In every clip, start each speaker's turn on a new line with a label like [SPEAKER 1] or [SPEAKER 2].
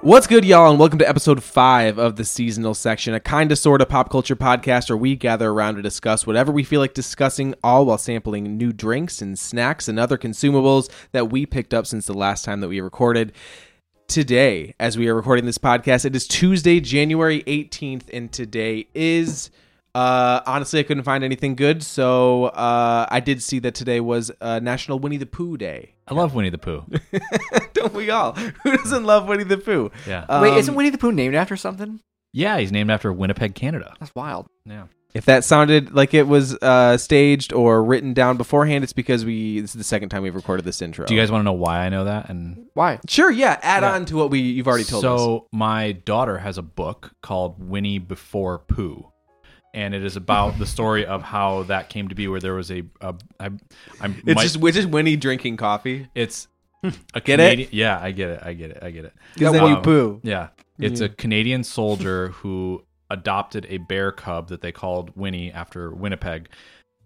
[SPEAKER 1] What's good, y'all, and welcome to episode five of the seasonal section, a kind of sort of pop culture podcast where we gather around to discuss whatever we feel like discussing, all while sampling new drinks and snacks and other consumables that we picked up since the last time that we recorded. Today, as we are recording this podcast, it is Tuesday, January 18th, and today is. Uh, honestly, I couldn't find anything good, so uh, I did see that today was uh, National Winnie the Pooh Day.
[SPEAKER 2] I love Winnie the Pooh.
[SPEAKER 1] Don't we all? Who doesn't love Winnie the Pooh?
[SPEAKER 2] Yeah.
[SPEAKER 3] Wait,
[SPEAKER 1] Um,
[SPEAKER 3] isn't Winnie the Pooh named after something?
[SPEAKER 2] Uh, yeah, he's named after Winnipeg, Canada.
[SPEAKER 3] That's wild.
[SPEAKER 2] Yeah.
[SPEAKER 1] If that sounded like it was uh, staged or written down beforehand, it's because we. This is the second time we've recorded this intro.
[SPEAKER 2] Do you guys want to know why I know that? And
[SPEAKER 3] Why?
[SPEAKER 1] Sure. Yeah. Add on to what we you've already told
[SPEAKER 2] so
[SPEAKER 1] us.
[SPEAKER 2] my daughter has a book called Winnie Before Pooh. And it is about the story of how that came to be, where there was a, a I, I'm,
[SPEAKER 1] It's
[SPEAKER 2] might-
[SPEAKER 1] just we're just Winnie drinking coffee.
[SPEAKER 2] it's a
[SPEAKER 1] Get it?
[SPEAKER 2] Canadian- Yeah, I get it. I get it. I get it.
[SPEAKER 1] Because then
[SPEAKER 2] Wow.
[SPEAKER 1] you poo.
[SPEAKER 2] Um, Yeah. It's a Canadian soldier who adopted a bear cub that they called Winnie after Winnipeg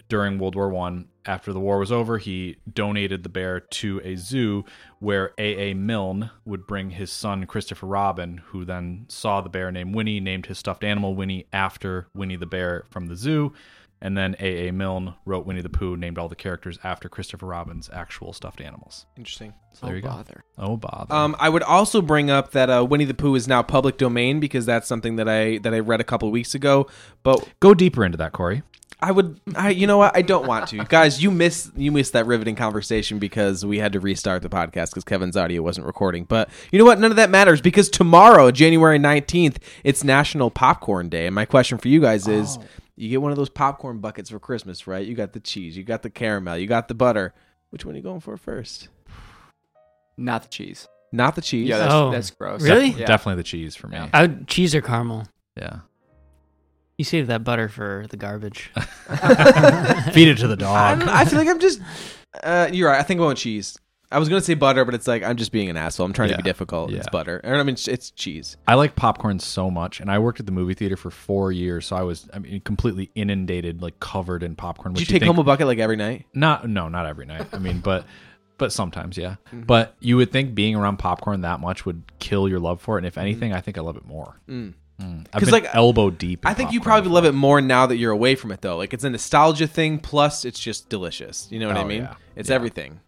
[SPEAKER 2] during World War One. After the war was over, he donated the bear to a zoo where A.A. Milne would bring his son Christopher Robin, who then saw the bear named Winnie, named his stuffed animal Winnie after Winnie the Bear from the zoo. And then A.A. Milne wrote Winnie the Pooh, named all the characters after Christopher Robin's actual stuffed animals.
[SPEAKER 1] Interesting.
[SPEAKER 2] So there
[SPEAKER 3] oh,
[SPEAKER 2] you go.
[SPEAKER 3] bother.
[SPEAKER 2] Oh, bother.
[SPEAKER 1] Um, I would also bring up that uh, Winnie the Pooh is now public domain because that's something that I that I read a couple weeks ago. But
[SPEAKER 2] go deeper into that, Corey.
[SPEAKER 1] I would, I you know what? I don't want to, guys. You miss you miss that riveting conversation because we had to restart the podcast because Kevin's audio wasn't recording. But you know what? None of that matters because tomorrow, January nineteenth, it's National Popcorn Day, and my question for you guys is: You get one of those popcorn buckets for Christmas, right? You got the cheese, you got the caramel, you got the butter. Which one are you going for first?
[SPEAKER 3] Not the cheese.
[SPEAKER 1] Not the cheese.
[SPEAKER 3] Yeah, that's,
[SPEAKER 4] Oh.
[SPEAKER 3] that's gross.
[SPEAKER 4] Really?
[SPEAKER 3] Yeah.
[SPEAKER 2] Definitely the cheese for me.
[SPEAKER 3] Yeah.
[SPEAKER 4] I would cheese or caramel.
[SPEAKER 2] Yeah.
[SPEAKER 4] You saved that butter for the garbage.
[SPEAKER 2] Feed it to the
[SPEAKER 1] I, don't
[SPEAKER 2] dog.
[SPEAKER 1] know, I feel like I'm just. Uh, you're right. I think I'm going cheese. I was gonna say butter, but it's like I'm just being an asshole. I'm trying to be
[SPEAKER 2] Yeah.
[SPEAKER 1] difficult. It's
[SPEAKER 2] Yeah.
[SPEAKER 1] butter. Or, I mean, it's- it's cheese.
[SPEAKER 2] I like popcorn so much, and I worked at the movie theater for four years, so I was I mean, completely inundated, like covered in popcorn.
[SPEAKER 1] Did
[SPEAKER 2] which
[SPEAKER 1] you take
[SPEAKER 2] think-
[SPEAKER 1] home a bucket like every night?
[SPEAKER 2] Not no, not every night. I mean, but but sometimes, yeah.
[SPEAKER 3] Mm-hmm.
[SPEAKER 2] But you would think being around popcorn that much would kill your love for it, and
[SPEAKER 3] Mm-hmm.
[SPEAKER 2] if anything, I think I love it more. Mm. I've
[SPEAKER 1] 'Cause,
[SPEAKER 2] been
[SPEAKER 1] like,
[SPEAKER 2] like elbow deep. in
[SPEAKER 1] I think you
[SPEAKER 2] popcorn
[SPEAKER 1] probably love it more now that you're away from it, though. Like it's a nostalgia thing. Plus, it's just delicious. You know what I
[SPEAKER 2] Oh,
[SPEAKER 1] mean?
[SPEAKER 2] yeah.
[SPEAKER 1] It's everything.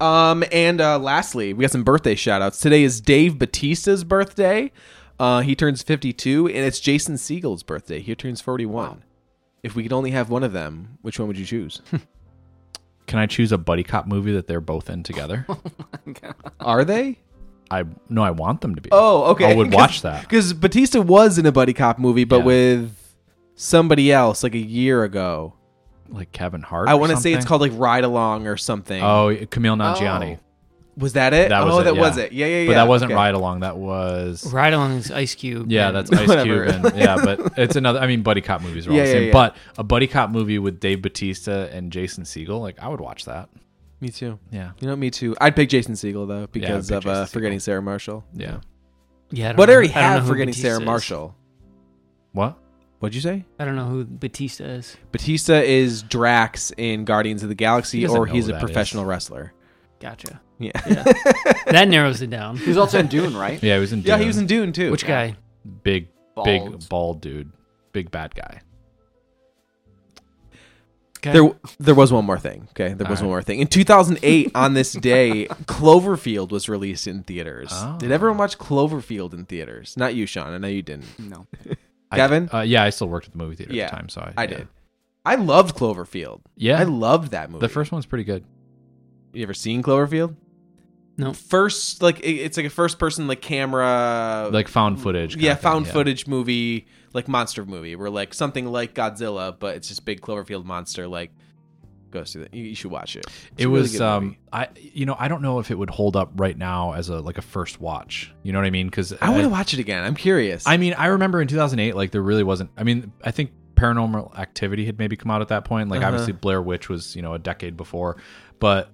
[SPEAKER 1] Um, and uh, lastly, we got some birthday shout outs. Today is Dave Batista's birthday. Uh, he turns 52, and it's Jason Siegel's birthday. He turns 41. If we could only have one of them, which one would you choose?
[SPEAKER 2] before. Can I choose a buddy cop movie that they're both in together?
[SPEAKER 1] Are they?
[SPEAKER 2] I no, I want them to be.
[SPEAKER 1] Oh, okay.
[SPEAKER 2] I would watch that.
[SPEAKER 1] because Batista was in a buddy cop movie, but
[SPEAKER 2] Yeah.
[SPEAKER 1] with somebody else like a year ago.
[SPEAKER 2] Like Kevin Hart.
[SPEAKER 1] I
[SPEAKER 2] want to
[SPEAKER 1] say it's called like Ride Along or something.
[SPEAKER 2] Oh, Camille Nanjiani.
[SPEAKER 3] Oh.
[SPEAKER 1] Was that it?
[SPEAKER 2] That was
[SPEAKER 1] oh,
[SPEAKER 2] it,
[SPEAKER 1] that
[SPEAKER 2] yeah.
[SPEAKER 1] was it. Yeah, yeah, yeah.
[SPEAKER 2] But that wasn't
[SPEAKER 1] okay.
[SPEAKER 2] ride along. That was
[SPEAKER 4] Right along this Ice Cube.
[SPEAKER 2] Yeah,
[SPEAKER 4] and-
[SPEAKER 2] that's Ice
[SPEAKER 1] Whatever.
[SPEAKER 2] Cube. And, yeah, but it's another. I mean, buddy cop movies are all
[SPEAKER 1] Yeah,
[SPEAKER 2] the
[SPEAKER 1] yeah,
[SPEAKER 2] same.
[SPEAKER 1] yeah.
[SPEAKER 2] But a buddy cop movie with Dave Batista and Jason Siegel, like I would watch that.
[SPEAKER 1] Me too.
[SPEAKER 2] Yeah,
[SPEAKER 1] You know, me too. I'd pick Jason Siegel though because
[SPEAKER 2] pick
[SPEAKER 1] of
[SPEAKER 2] Jason
[SPEAKER 1] uh,
[SPEAKER 2] Segel.
[SPEAKER 1] forgetting Sarah Marshall.
[SPEAKER 2] yeah.
[SPEAKER 4] Yeah, I don't
[SPEAKER 1] But I
[SPEAKER 4] know-
[SPEAKER 1] already
[SPEAKER 4] don't know
[SPEAKER 1] have
[SPEAKER 4] who
[SPEAKER 1] forgetting
[SPEAKER 4] Batista
[SPEAKER 1] Sarah
[SPEAKER 4] is.
[SPEAKER 1] Marshall.
[SPEAKER 2] What?
[SPEAKER 1] What'd you say?
[SPEAKER 4] I don't know who Batista is.
[SPEAKER 1] Batista is Drax in Guardians of the Galaxy,
[SPEAKER 2] He doesn't
[SPEAKER 1] or
[SPEAKER 2] know
[SPEAKER 1] he's
[SPEAKER 2] who
[SPEAKER 1] a
[SPEAKER 2] that
[SPEAKER 1] professional wrestler.
[SPEAKER 4] Gotcha.
[SPEAKER 1] Yeah.
[SPEAKER 4] Yeah. that narrows it down.
[SPEAKER 3] He was also in Dune, right?
[SPEAKER 2] Yeah, he was in.
[SPEAKER 1] Yeah, he
[SPEAKER 2] Dune.
[SPEAKER 1] was in Dune too.
[SPEAKER 4] Which guy?
[SPEAKER 2] big,
[SPEAKER 3] Bald.
[SPEAKER 2] big, bald dude, big bad guy.
[SPEAKER 4] Okay.
[SPEAKER 1] There, there was one more thing. Okay, there was
[SPEAKER 2] All
[SPEAKER 1] one more thing. In 2008, on this day, Cloverfield was released in theaters.
[SPEAKER 2] Oh.
[SPEAKER 1] Did everyone watch Cloverfield in theaters? Not you, Sean. I know you didn't.
[SPEAKER 3] No.
[SPEAKER 2] I-
[SPEAKER 1] Kevin?
[SPEAKER 2] uh, yeah, I still worked at the movie theater
[SPEAKER 1] Yeah,
[SPEAKER 2] at the time, so
[SPEAKER 1] I
[SPEAKER 2] I, yeah.
[SPEAKER 1] did. I loved Cloverfield.
[SPEAKER 2] Yeah,
[SPEAKER 1] I loved that movie.
[SPEAKER 2] the first one's pretty good.
[SPEAKER 1] You ever seen Cloverfield?
[SPEAKER 4] No.
[SPEAKER 1] First, like it- it's like a first person like camera,
[SPEAKER 2] Like found footage. kinda
[SPEAKER 1] Oh, yeah,
[SPEAKER 2] thing,
[SPEAKER 1] found footage movie, like monster movie, where like something like Godzilla, but it's just big Cloverfield monster like goes through. The, you, you should watch it. It's
[SPEAKER 2] It
[SPEAKER 1] a really
[SPEAKER 2] was
[SPEAKER 1] good
[SPEAKER 2] um
[SPEAKER 1] movie.
[SPEAKER 2] I you know I don't know if it would hold up right now as a like a first watch you know what I mean because
[SPEAKER 1] I want to watch it again. I'm curious.
[SPEAKER 2] I mean, I remember in 2008, like there really wasn't. I mean, I think Paranormal Activity had maybe come out at that point. Like
[SPEAKER 1] Uh-huh.
[SPEAKER 2] obviously Blair Witch was you know a decade before, but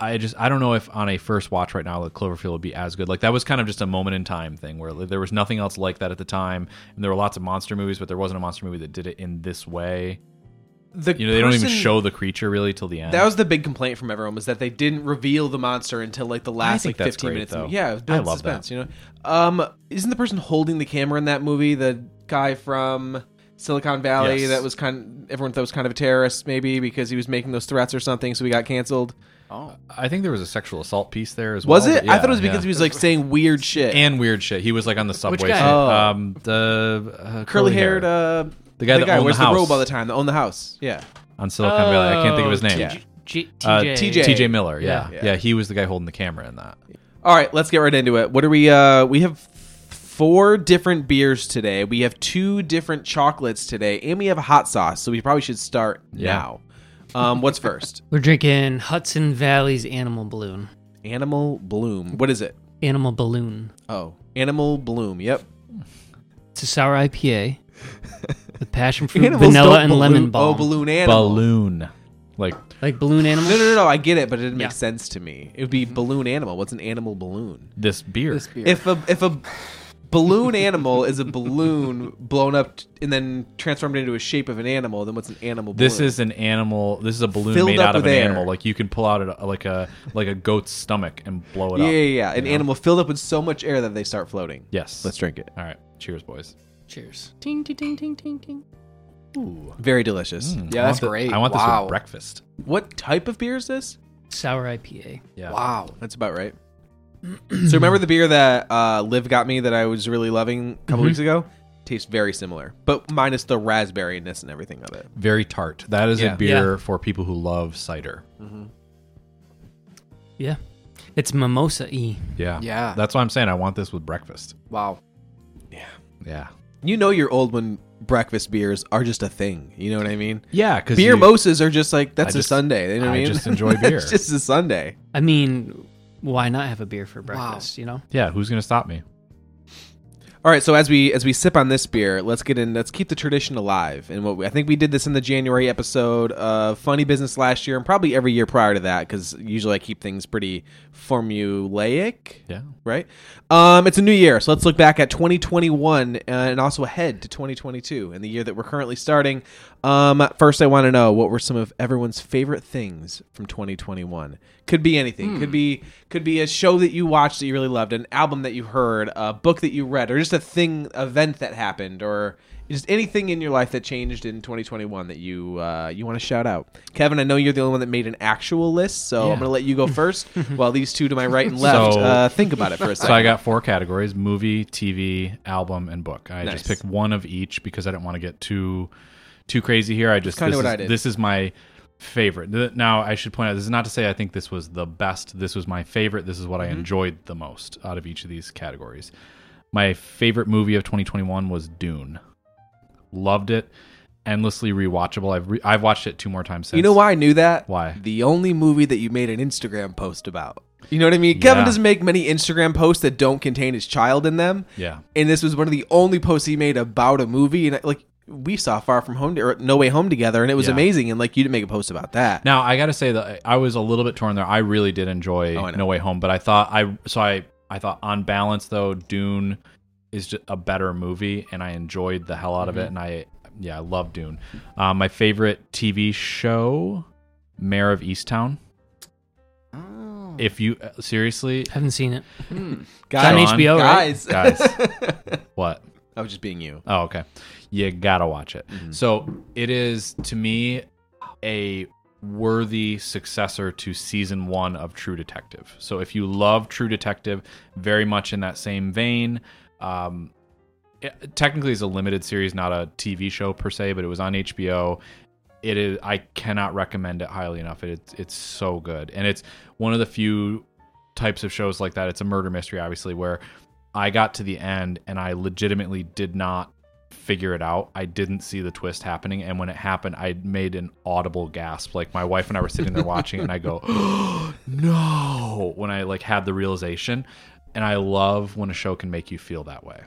[SPEAKER 2] I just I don't know if on a first watch right now, like Cloverfield would be as good. Like that was kind of just a moment in time thing where like, there was nothing else like that at the time, and there were lots of monster movies, but there wasn't a monster movie that did it in this way.
[SPEAKER 1] the
[SPEAKER 2] You know, they don't even
[SPEAKER 1] person-
[SPEAKER 2] show the creature really till the end.
[SPEAKER 1] That was the big complaint from everyone was that they didn't reveal the monster until like the last like
[SPEAKER 2] think that's
[SPEAKER 1] fifteen
[SPEAKER 2] great,
[SPEAKER 1] minutes. of the
[SPEAKER 2] though.
[SPEAKER 1] movie. Yeah,
[SPEAKER 2] I
[SPEAKER 1] I love
[SPEAKER 2] love that.
[SPEAKER 1] suspense, You know, um, isn't the person holding the camera in that movie the guy from Silicon Valley
[SPEAKER 2] Yes.
[SPEAKER 1] that was kind? Everyone thought was kind of a terrorist, maybe because he was making those threats or something, so he got canceled.
[SPEAKER 3] Oh,
[SPEAKER 2] I think there was a sexual assault piece there as
[SPEAKER 1] Was
[SPEAKER 2] well.
[SPEAKER 1] it?
[SPEAKER 2] but
[SPEAKER 1] I thought it
[SPEAKER 2] yeah,
[SPEAKER 1] was because
[SPEAKER 2] yeah.
[SPEAKER 1] he was like saying weird shit.
[SPEAKER 2] and weird shit. He was like on the subway.
[SPEAKER 4] guy?
[SPEAKER 2] shit.
[SPEAKER 1] Oh.
[SPEAKER 2] Um, the uh,
[SPEAKER 1] curly
[SPEAKER 2] curly-haired,
[SPEAKER 1] haired, uh,
[SPEAKER 2] the guy that owned
[SPEAKER 1] wears
[SPEAKER 2] the house
[SPEAKER 1] robe all the time, that owned the house. Yeah,
[SPEAKER 2] on Silicon Valley. I can't think of his name.
[SPEAKER 1] Yeah.
[SPEAKER 4] Oh, T-
[SPEAKER 2] Uh,
[SPEAKER 1] TJ.
[SPEAKER 2] TJ Miller. Yeah.
[SPEAKER 1] Yeah.
[SPEAKER 2] yeah, He was the guy holding the camera in that.
[SPEAKER 1] All right, let's get right into it. What are we? Uh, we have four different beers today. We have two different chocolates today, and we have a hot sauce. So we probably should start
[SPEAKER 2] Yeah.
[SPEAKER 1] now. Um, what's first?
[SPEAKER 4] We're drinking Hudson Valley's Animal Balloon.
[SPEAKER 1] Animal Bloom. What is it?
[SPEAKER 4] Animal Balloon.
[SPEAKER 1] Oh, Animal Bloom. Yep.
[SPEAKER 4] It's a sour IPA with passion fruit,
[SPEAKER 1] Animals
[SPEAKER 4] vanilla,
[SPEAKER 1] don't
[SPEAKER 4] and
[SPEAKER 1] balloon-
[SPEAKER 4] lemon balm.
[SPEAKER 1] Oh, balloon animal.
[SPEAKER 2] Balloon. Like
[SPEAKER 4] Like balloon animals.
[SPEAKER 1] No, no, no, no. I get it, but it didn't
[SPEAKER 4] Yeah. Mm-hmm.
[SPEAKER 1] make sense to me. It would be balloon animal. What's an animal balloon?
[SPEAKER 2] this beer.
[SPEAKER 3] this beer.
[SPEAKER 1] If a if a balloon animal is a balloon blown up t- and then transformed into a shape of an animal, then what's an animal? Balloon?
[SPEAKER 2] This is an animal. This is a balloon
[SPEAKER 1] Filled
[SPEAKER 2] made
[SPEAKER 1] up
[SPEAKER 2] out of
[SPEAKER 1] with
[SPEAKER 2] an
[SPEAKER 1] air.
[SPEAKER 2] animal. Like you can pull out a, like a like a goat's stomach and blow it
[SPEAKER 1] yeah,
[SPEAKER 2] up.
[SPEAKER 1] yeah, yeah. An
[SPEAKER 2] you know?
[SPEAKER 1] animal filled up with so much air that they start floating.
[SPEAKER 2] Yes.
[SPEAKER 1] Let's drink it.
[SPEAKER 2] All right. Cheers, boys.
[SPEAKER 4] Cheers.
[SPEAKER 3] Ting, ting, ting, ting, ting, ting.
[SPEAKER 2] Ooh.
[SPEAKER 1] Very delicious.
[SPEAKER 3] Yeah,
[SPEAKER 2] Hmm. I want
[SPEAKER 3] that's
[SPEAKER 2] thi-
[SPEAKER 3] great.
[SPEAKER 2] I want this
[SPEAKER 3] Wow.
[SPEAKER 2] for breakfast.
[SPEAKER 1] What type of beer is this?
[SPEAKER 4] Sour IPA.
[SPEAKER 2] Yeah.
[SPEAKER 3] Wow.
[SPEAKER 1] That's about right. so remember the beer that uh, Liv got me that I was really loving a
[SPEAKER 2] Mm-hmm.
[SPEAKER 1] couple weeks ago? Tastes very similar, but minus the raspberryness and everything of it.
[SPEAKER 2] Very tart. That is
[SPEAKER 1] Yeah.
[SPEAKER 2] a beer for people who love cider.
[SPEAKER 4] Yeah. It's mimosa y.
[SPEAKER 2] Yeah.
[SPEAKER 3] Yeah.
[SPEAKER 2] That's why I'm saying I want this with breakfast.
[SPEAKER 3] Wow.
[SPEAKER 2] Yeah.
[SPEAKER 1] You know, your old when breakfast beers are just a thing. You know what I mean?
[SPEAKER 2] Yeah, because
[SPEAKER 1] Beer moses are just like that's
[SPEAKER 2] I
[SPEAKER 1] a
[SPEAKER 2] just-
[SPEAKER 1] Sunday. You know what I
[SPEAKER 2] I
[SPEAKER 1] mean?
[SPEAKER 2] just enjoy beer.
[SPEAKER 1] it's just a Sunday.
[SPEAKER 4] I mean, why not have a beer for breakfast, you know?
[SPEAKER 2] Yeah, who's gonna stop me?
[SPEAKER 1] All right, so as we as we sip on this beer, let's get in. Let's keep the tradition alive. And what we, I think we did this in the January episode of Funny Business last year, and probably every year prior to that, because usually I keep things pretty formulaic,
[SPEAKER 2] Yeah.
[SPEAKER 1] right? Um, it's a new year, so let's look back at 2021 uh, and also ahead to 2022 and the year that we're currently starting. Um, first, I want to know what were some of everyone's favorite things from 2021. Could be anything. Could be could be a show that you watched that you really loved, an album that you heard, a book that you read, or just a thing event that happened, or just anything in your life that changed in 2021 that you uh, you want to shout out. Kevin, I know you're the only one that made an actual list, so
[SPEAKER 2] Yeah.
[SPEAKER 1] I'm going to let you go first, while these two to my right and left
[SPEAKER 2] So-
[SPEAKER 1] uh, think about it for a second.
[SPEAKER 2] So I got four categories: movie, TV, album, and book. I
[SPEAKER 1] Nice.
[SPEAKER 2] just picked one of each because I didn't want to get too too crazy here. I just
[SPEAKER 1] kinda
[SPEAKER 2] this
[SPEAKER 1] what
[SPEAKER 2] is,
[SPEAKER 1] I did.
[SPEAKER 2] This is my favorite. Th- Now I should point out this is not to say I think this was the best. This was my favorite. This is what
[SPEAKER 1] Mm-hmm.
[SPEAKER 2] I enjoyed the most out of each of these categories. My favorite movie of 2021 was Dune. Loved it. Endlessly rewatchable. I've re- I've watched it two more times since.
[SPEAKER 1] You know why I knew that?
[SPEAKER 2] Why?
[SPEAKER 1] The only movie that you made an Instagram post about. You know what I mean? Kevin
[SPEAKER 2] Yeah.
[SPEAKER 1] doesn't make many Instagram posts that don't contain his child in them.
[SPEAKER 2] Yeah.
[SPEAKER 1] And this was one of the only posts he made about a movie. And like, we saw Far From Home or No Way Home together, and it was
[SPEAKER 2] Yeah.
[SPEAKER 1] amazing. And like, you didn't make a post about that.
[SPEAKER 2] Now I gotta say that I- I was a little bit torn there. I really did enjoy
[SPEAKER 1] Oh, I know.
[SPEAKER 2] No Way Home, but I thought I so I I thought on balance though Dune is just a better movie, and I enjoyed the hell out of it.
[SPEAKER 1] Mm-hmm.
[SPEAKER 2] And I yeah I love Dune. Um, my favorite TV show, Mayor of Easttown.
[SPEAKER 3] Oh.
[SPEAKER 1] Hmm.
[SPEAKER 2] If you uh, seriously
[SPEAKER 4] Haven't seen it.
[SPEAKER 3] Hmm.
[SPEAKER 4] on HBO, right?
[SPEAKER 1] guys.
[SPEAKER 2] Guys. what
[SPEAKER 1] I was just being you.
[SPEAKER 2] Oh, okay. You gotta watch it. So it is to me a worthy successor to season one of True Detective. So if you love True Detective, very much in that same vein. Um, it, technically, it's a limited series, not a TV show per se, but it was on HBO. It is. I cannot recommend it highly enough. It, it's it's so good, and it's one of the few types of shows like that. It's a murder mystery, obviously, where I got to the end and I legitimately did not figure it out. I didn't see the twist happening. And when it happened, I made an audible gasp. Like my wife and I were sitting there watching it and I go, no, when I like had the realization. And I love when a show can make you feel that way.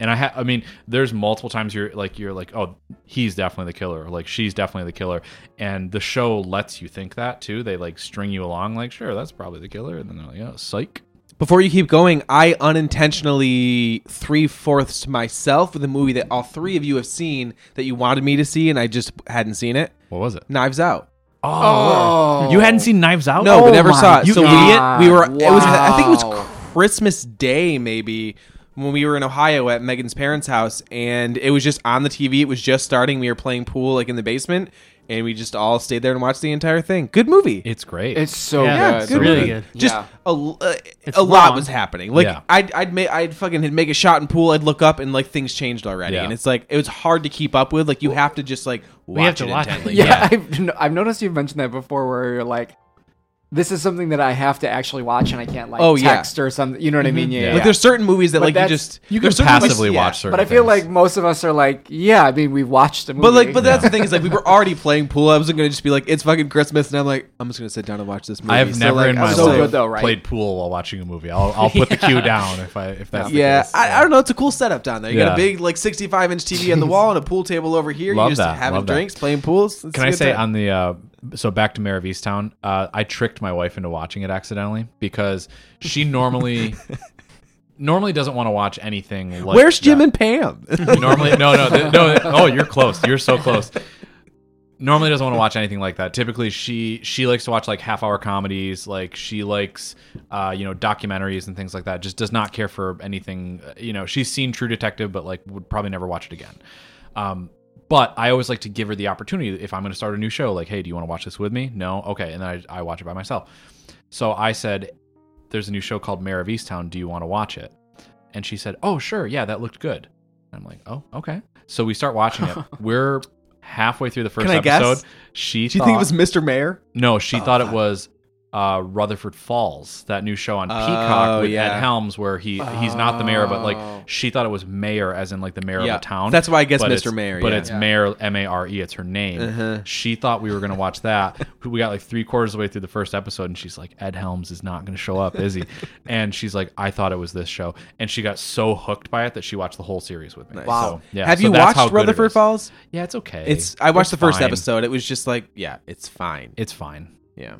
[SPEAKER 2] And I ha- I mean, there's multiple times you're like you're like, oh, he's definitely the killer, or like she's definitely the killer. And the show lets you think that too. They like string you along, like, sure, that's probably the killer. And then they're like, oh, psych.
[SPEAKER 1] Before you keep going, I unintentionally three fourths myself with a movie that all three of you have seen that you wanted me to see, and I just hadn't seen it.
[SPEAKER 2] What was it?
[SPEAKER 1] Knives Out.
[SPEAKER 3] Oh.
[SPEAKER 2] you hadn't seen Knives Out?
[SPEAKER 1] No,
[SPEAKER 2] Oh
[SPEAKER 1] we never
[SPEAKER 2] my
[SPEAKER 1] saw it.
[SPEAKER 2] You
[SPEAKER 1] so
[SPEAKER 2] idiot.
[SPEAKER 1] we, we were. It was.
[SPEAKER 3] Wow.
[SPEAKER 1] I think it was Christmas Day, maybe. When we were in Ohio at Megan's parents' house, and it was just on the TV. It was just starting. We were playing pool, like in the basement, and we just all stayed there and watched the entire thing. Good movie.
[SPEAKER 2] It's great.
[SPEAKER 3] It's so
[SPEAKER 4] Yeah,
[SPEAKER 3] good.
[SPEAKER 4] it's really
[SPEAKER 1] movie.
[SPEAKER 4] good.
[SPEAKER 1] Just
[SPEAKER 3] Yeah.
[SPEAKER 1] a, l- uh,
[SPEAKER 4] It's
[SPEAKER 1] a lot
[SPEAKER 4] long.
[SPEAKER 1] was happening. Like
[SPEAKER 2] Yeah.
[SPEAKER 1] I'd I'd make I'd fucking make a shot in pool. I'd look up and like things changed already,
[SPEAKER 2] Yeah.
[SPEAKER 1] and it's like it was hard to keep up with. Like you have to just like watch
[SPEAKER 4] have to
[SPEAKER 1] it
[SPEAKER 4] watch it.
[SPEAKER 1] intently.
[SPEAKER 3] Yeah,
[SPEAKER 2] Yeah.
[SPEAKER 3] I've, no- I've noticed you've mentioned that before, where you're like, "This is something that I have to actually watch, and I can't like
[SPEAKER 1] Oh, yeah.
[SPEAKER 3] text or something." You know what I mean? Yeah.
[SPEAKER 2] Yeah.
[SPEAKER 3] yeah.
[SPEAKER 1] Like there's certain movies that
[SPEAKER 3] But
[SPEAKER 1] like you
[SPEAKER 3] that's-
[SPEAKER 1] just
[SPEAKER 2] you can
[SPEAKER 1] there's certain movies-
[SPEAKER 2] passively
[SPEAKER 1] yeah.
[SPEAKER 2] watch certain
[SPEAKER 3] but I feel
[SPEAKER 2] things.
[SPEAKER 3] like most of us are like, "Yeah, I mean, we've watched the movie."
[SPEAKER 1] But like, but that's
[SPEAKER 2] Yeah.
[SPEAKER 1] the thing is like we were already playing pool. I wasn't gonna just be like, it's fucking Christmas, and I'm like, I'm just gonna sit down and watch this movie.
[SPEAKER 2] I have
[SPEAKER 1] So,
[SPEAKER 2] never
[SPEAKER 1] like,
[SPEAKER 2] in
[SPEAKER 1] I'm
[SPEAKER 2] my
[SPEAKER 1] so
[SPEAKER 2] life
[SPEAKER 3] good though, right?
[SPEAKER 2] played pool while watching a movie. I'll, I'll put the cue down if I if that's the
[SPEAKER 1] Yeah,
[SPEAKER 2] case.
[SPEAKER 1] I, I don't know. It's a cool setup down there. You got
[SPEAKER 2] Yeah.
[SPEAKER 1] a big like 65 inch TV on the wall and a pool table over here.
[SPEAKER 2] Love
[SPEAKER 1] you just
[SPEAKER 2] that,
[SPEAKER 1] having
[SPEAKER 2] love that.
[SPEAKER 1] drinks, playing pools. It's
[SPEAKER 2] Can
[SPEAKER 1] a
[SPEAKER 2] I
[SPEAKER 1] good
[SPEAKER 2] say
[SPEAKER 1] time.
[SPEAKER 2] on the uh, so back to Mayor of Easttown? Uh, I tricked my wife into watching it accidentally because she normally normally doesn't want to watch anything. Like
[SPEAKER 1] Where's Jim
[SPEAKER 2] that.
[SPEAKER 1] and Pam?
[SPEAKER 2] normally no no th- no th- oh you're close you're so close normally doesn't want to watch anything like that typically she she likes to watch like half hour comedies like she likes uh you know documentaries and things like that just does not care for anything uh, you know she's seen true detective but like would probably never watch it again um but I always like to give her the opportunity if I'm going to start a new show, like, hey, do you want to watch this with me? No? Okay. And then I, I watch it by myself. So I said, there's a new show called Mayor of Easttown. Do you want to watch it? And she said, oh, sure. Yeah, that looked good. I'm like, oh, okay. So we start watching it. We're halfway through the first
[SPEAKER 1] Can I guess?
[SPEAKER 2] episode. She
[SPEAKER 1] Do you
[SPEAKER 2] thought,
[SPEAKER 1] think it was Mr. Mayor?
[SPEAKER 2] no,
[SPEAKER 1] Oh,
[SPEAKER 2] she thought it was uh, Rutherford Falls, that new show on Peacock
[SPEAKER 1] Oh,
[SPEAKER 2] with
[SPEAKER 1] yeah.
[SPEAKER 2] Ed Helms, where he he's not the mayor, but
[SPEAKER 3] Oh.
[SPEAKER 2] like she thought it was mayor, as in like the mayor
[SPEAKER 1] Yeah.
[SPEAKER 2] of a town.
[SPEAKER 1] That's why I guess
[SPEAKER 2] But
[SPEAKER 1] Mr.
[SPEAKER 2] it's-
[SPEAKER 1] Mayor,
[SPEAKER 2] But
[SPEAKER 1] yeah.
[SPEAKER 2] it's
[SPEAKER 3] Yeah.
[SPEAKER 2] mayor M A R E. It's her name.
[SPEAKER 1] Uh-huh.
[SPEAKER 2] She thought we were gonna watch that. we got like three quarters of the way through the first episode, and she's like, Ed Helms is not gonna show up, is he? and she's like, I thought it was this show, and she got so hooked by it that she watched the whole series with me.
[SPEAKER 1] Nice.
[SPEAKER 3] Wow.
[SPEAKER 2] So, yeah.
[SPEAKER 1] Have
[SPEAKER 2] so
[SPEAKER 1] you
[SPEAKER 2] that's how
[SPEAKER 1] watched
[SPEAKER 2] good it
[SPEAKER 1] Rutherford
[SPEAKER 2] is.
[SPEAKER 1] Falls?
[SPEAKER 2] Yeah, it's okay.
[SPEAKER 1] It's I watched the first
[SPEAKER 2] fine.
[SPEAKER 1] episode. It was just like, yeah, it's fine.
[SPEAKER 2] It's fine.
[SPEAKER 1] Yeah.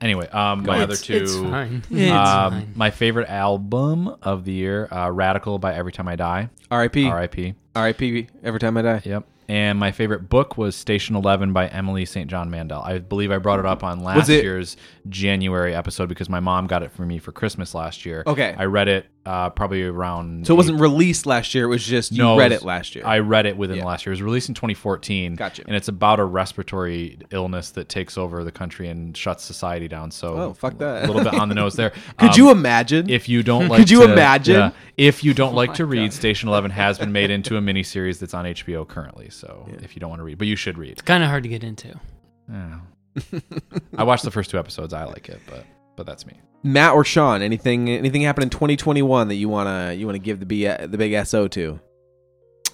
[SPEAKER 2] Anyway, um, my other two.
[SPEAKER 4] It's fine.
[SPEAKER 2] Um, My favorite album of the year, uh, "Radical" by Every Time I Die.
[SPEAKER 1] R.I.P.
[SPEAKER 2] R.I.P.
[SPEAKER 1] R.I.P. Every time I die.
[SPEAKER 2] Yep. And my favorite book was Station Eleven by Emily St. John Mandel. I believe I brought it up on last
[SPEAKER 1] it-
[SPEAKER 2] year's January episode because my mom got it for me for Christmas last year.
[SPEAKER 1] Okay.
[SPEAKER 2] I read it uh, probably around.
[SPEAKER 1] So it wasn't released last year. It was just you
[SPEAKER 2] No,
[SPEAKER 1] read
[SPEAKER 2] it was-
[SPEAKER 1] it last year.
[SPEAKER 2] I read it within
[SPEAKER 1] Yeah.
[SPEAKER 2] the last year. It was released in 2014.
[SPEAKER 1] Gotcha.
[SPEAKER 2] And it's about a respiratory illness that takes over the country and shuts society down. So
[SPEAKER 1] Oh, fuck that.
[SPEAKER 2] A little bit on the nose there.
[SPEAKER 1] Could
[SPEAKER 2] Um,
[SPEAKER 1] you imagine?
[SPEAKER 2] if you don't like
[SPEAKER 1] Hmm. Could you
[SPEAKER 2] to-
[SPEAKER 1] imagine? Oh
[SPEAKER 2] yeah. if you don't like to read station 11 has been made into a miniseries that's on hbo currently so if you don't want to read but you should read
[SPEAKER 4] kind of hard to get into.
[SPEAKER 2] Yeah. i watched the first two episodes i like it but but that's me
[SPEAKER 1] Matt or Sean, anything anything happened in 2021 that you wanna you wanna give the B the big so to?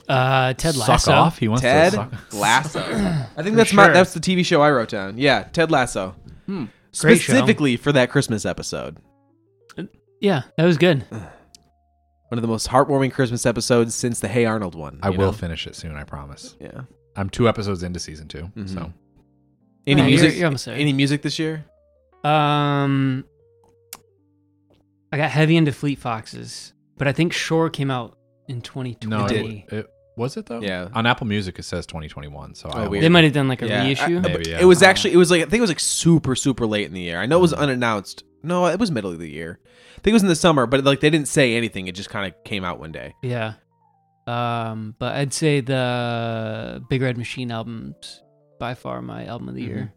[SPEAKER 4] Uh, Ted Lasso.
[SPEAKER 2] suck off he wants
[SPEAKER 1] Ted
[SPEAKER 2] to suck
[SPEAKER 1] Lasso. I think
[SPEAKER 4] For
[SPEAKER 1] that's my
[SPEAKER 4] sure.
[SPEAKER 1] that's the TV show I wrote down. Yeah, Ted Lasso.
[SPEAKER 3] Hmm.
[SPEAKER 4] Great show.
[SPEAKER 1] Specifically for that Christmas episode.
[SPEAKER 4] Yeah, that was good.
[SPEAKER 1] One of the most heartwarming Christmas episodes since the Hey Arnold one.
[SPEAKER 2] i
[SPEAKER 1] you
[SPEAKER 2] will
[SPEAKER 1] know?
[SPEAKER 2] finish it soon i promise
[SPEAKER 1] Yeah.
[SPEAKER 2] i'm two episodes into season 2
[SPEAKER 1] Mhm.
[SPEAKER 2] so
[SPEAKER 1] Any
[SPEAKER 4] Oh, you're-
[SPEAKER 1] music?
[SPEAKER 4] you're almost there.
[SPEAKER 1] any music this year?
[SPEAKER 4] Um, I got heavy into Fleet Foxes, but I think Shore came out in 2020.
[SPEAKER 2] no
[SPEAKER 1] It
[SPEAKER 2] it,
[SPEAKER 1] did.
[SPEAKER 2] it- was it though
[SPEAKER 1] Yeah. Oh,
[SPEAKER 2] on apple music it says 2021 so i
[SPEAKER 1] weird.
[SPEAKER 4] They might have done like a
[SPEAKER 1] Yeah, I-
[SPEAKER 4] reissue.
[SPEAKER 2] Maybe, yeah.
[SPEAKER 1] It was actually it was like I think it was like super super late in the year. I know it was unannounced. No, it was middle of the year. I think it was in the summer, but like they didn't say anything. It just kind of came out one day.
[SPEAKER 4] yeah. Um, but I'd say the Big Red Machine albums by far my album of
[SPEAKER 1] Mm-hmm.
[SPEAKER 4] the year.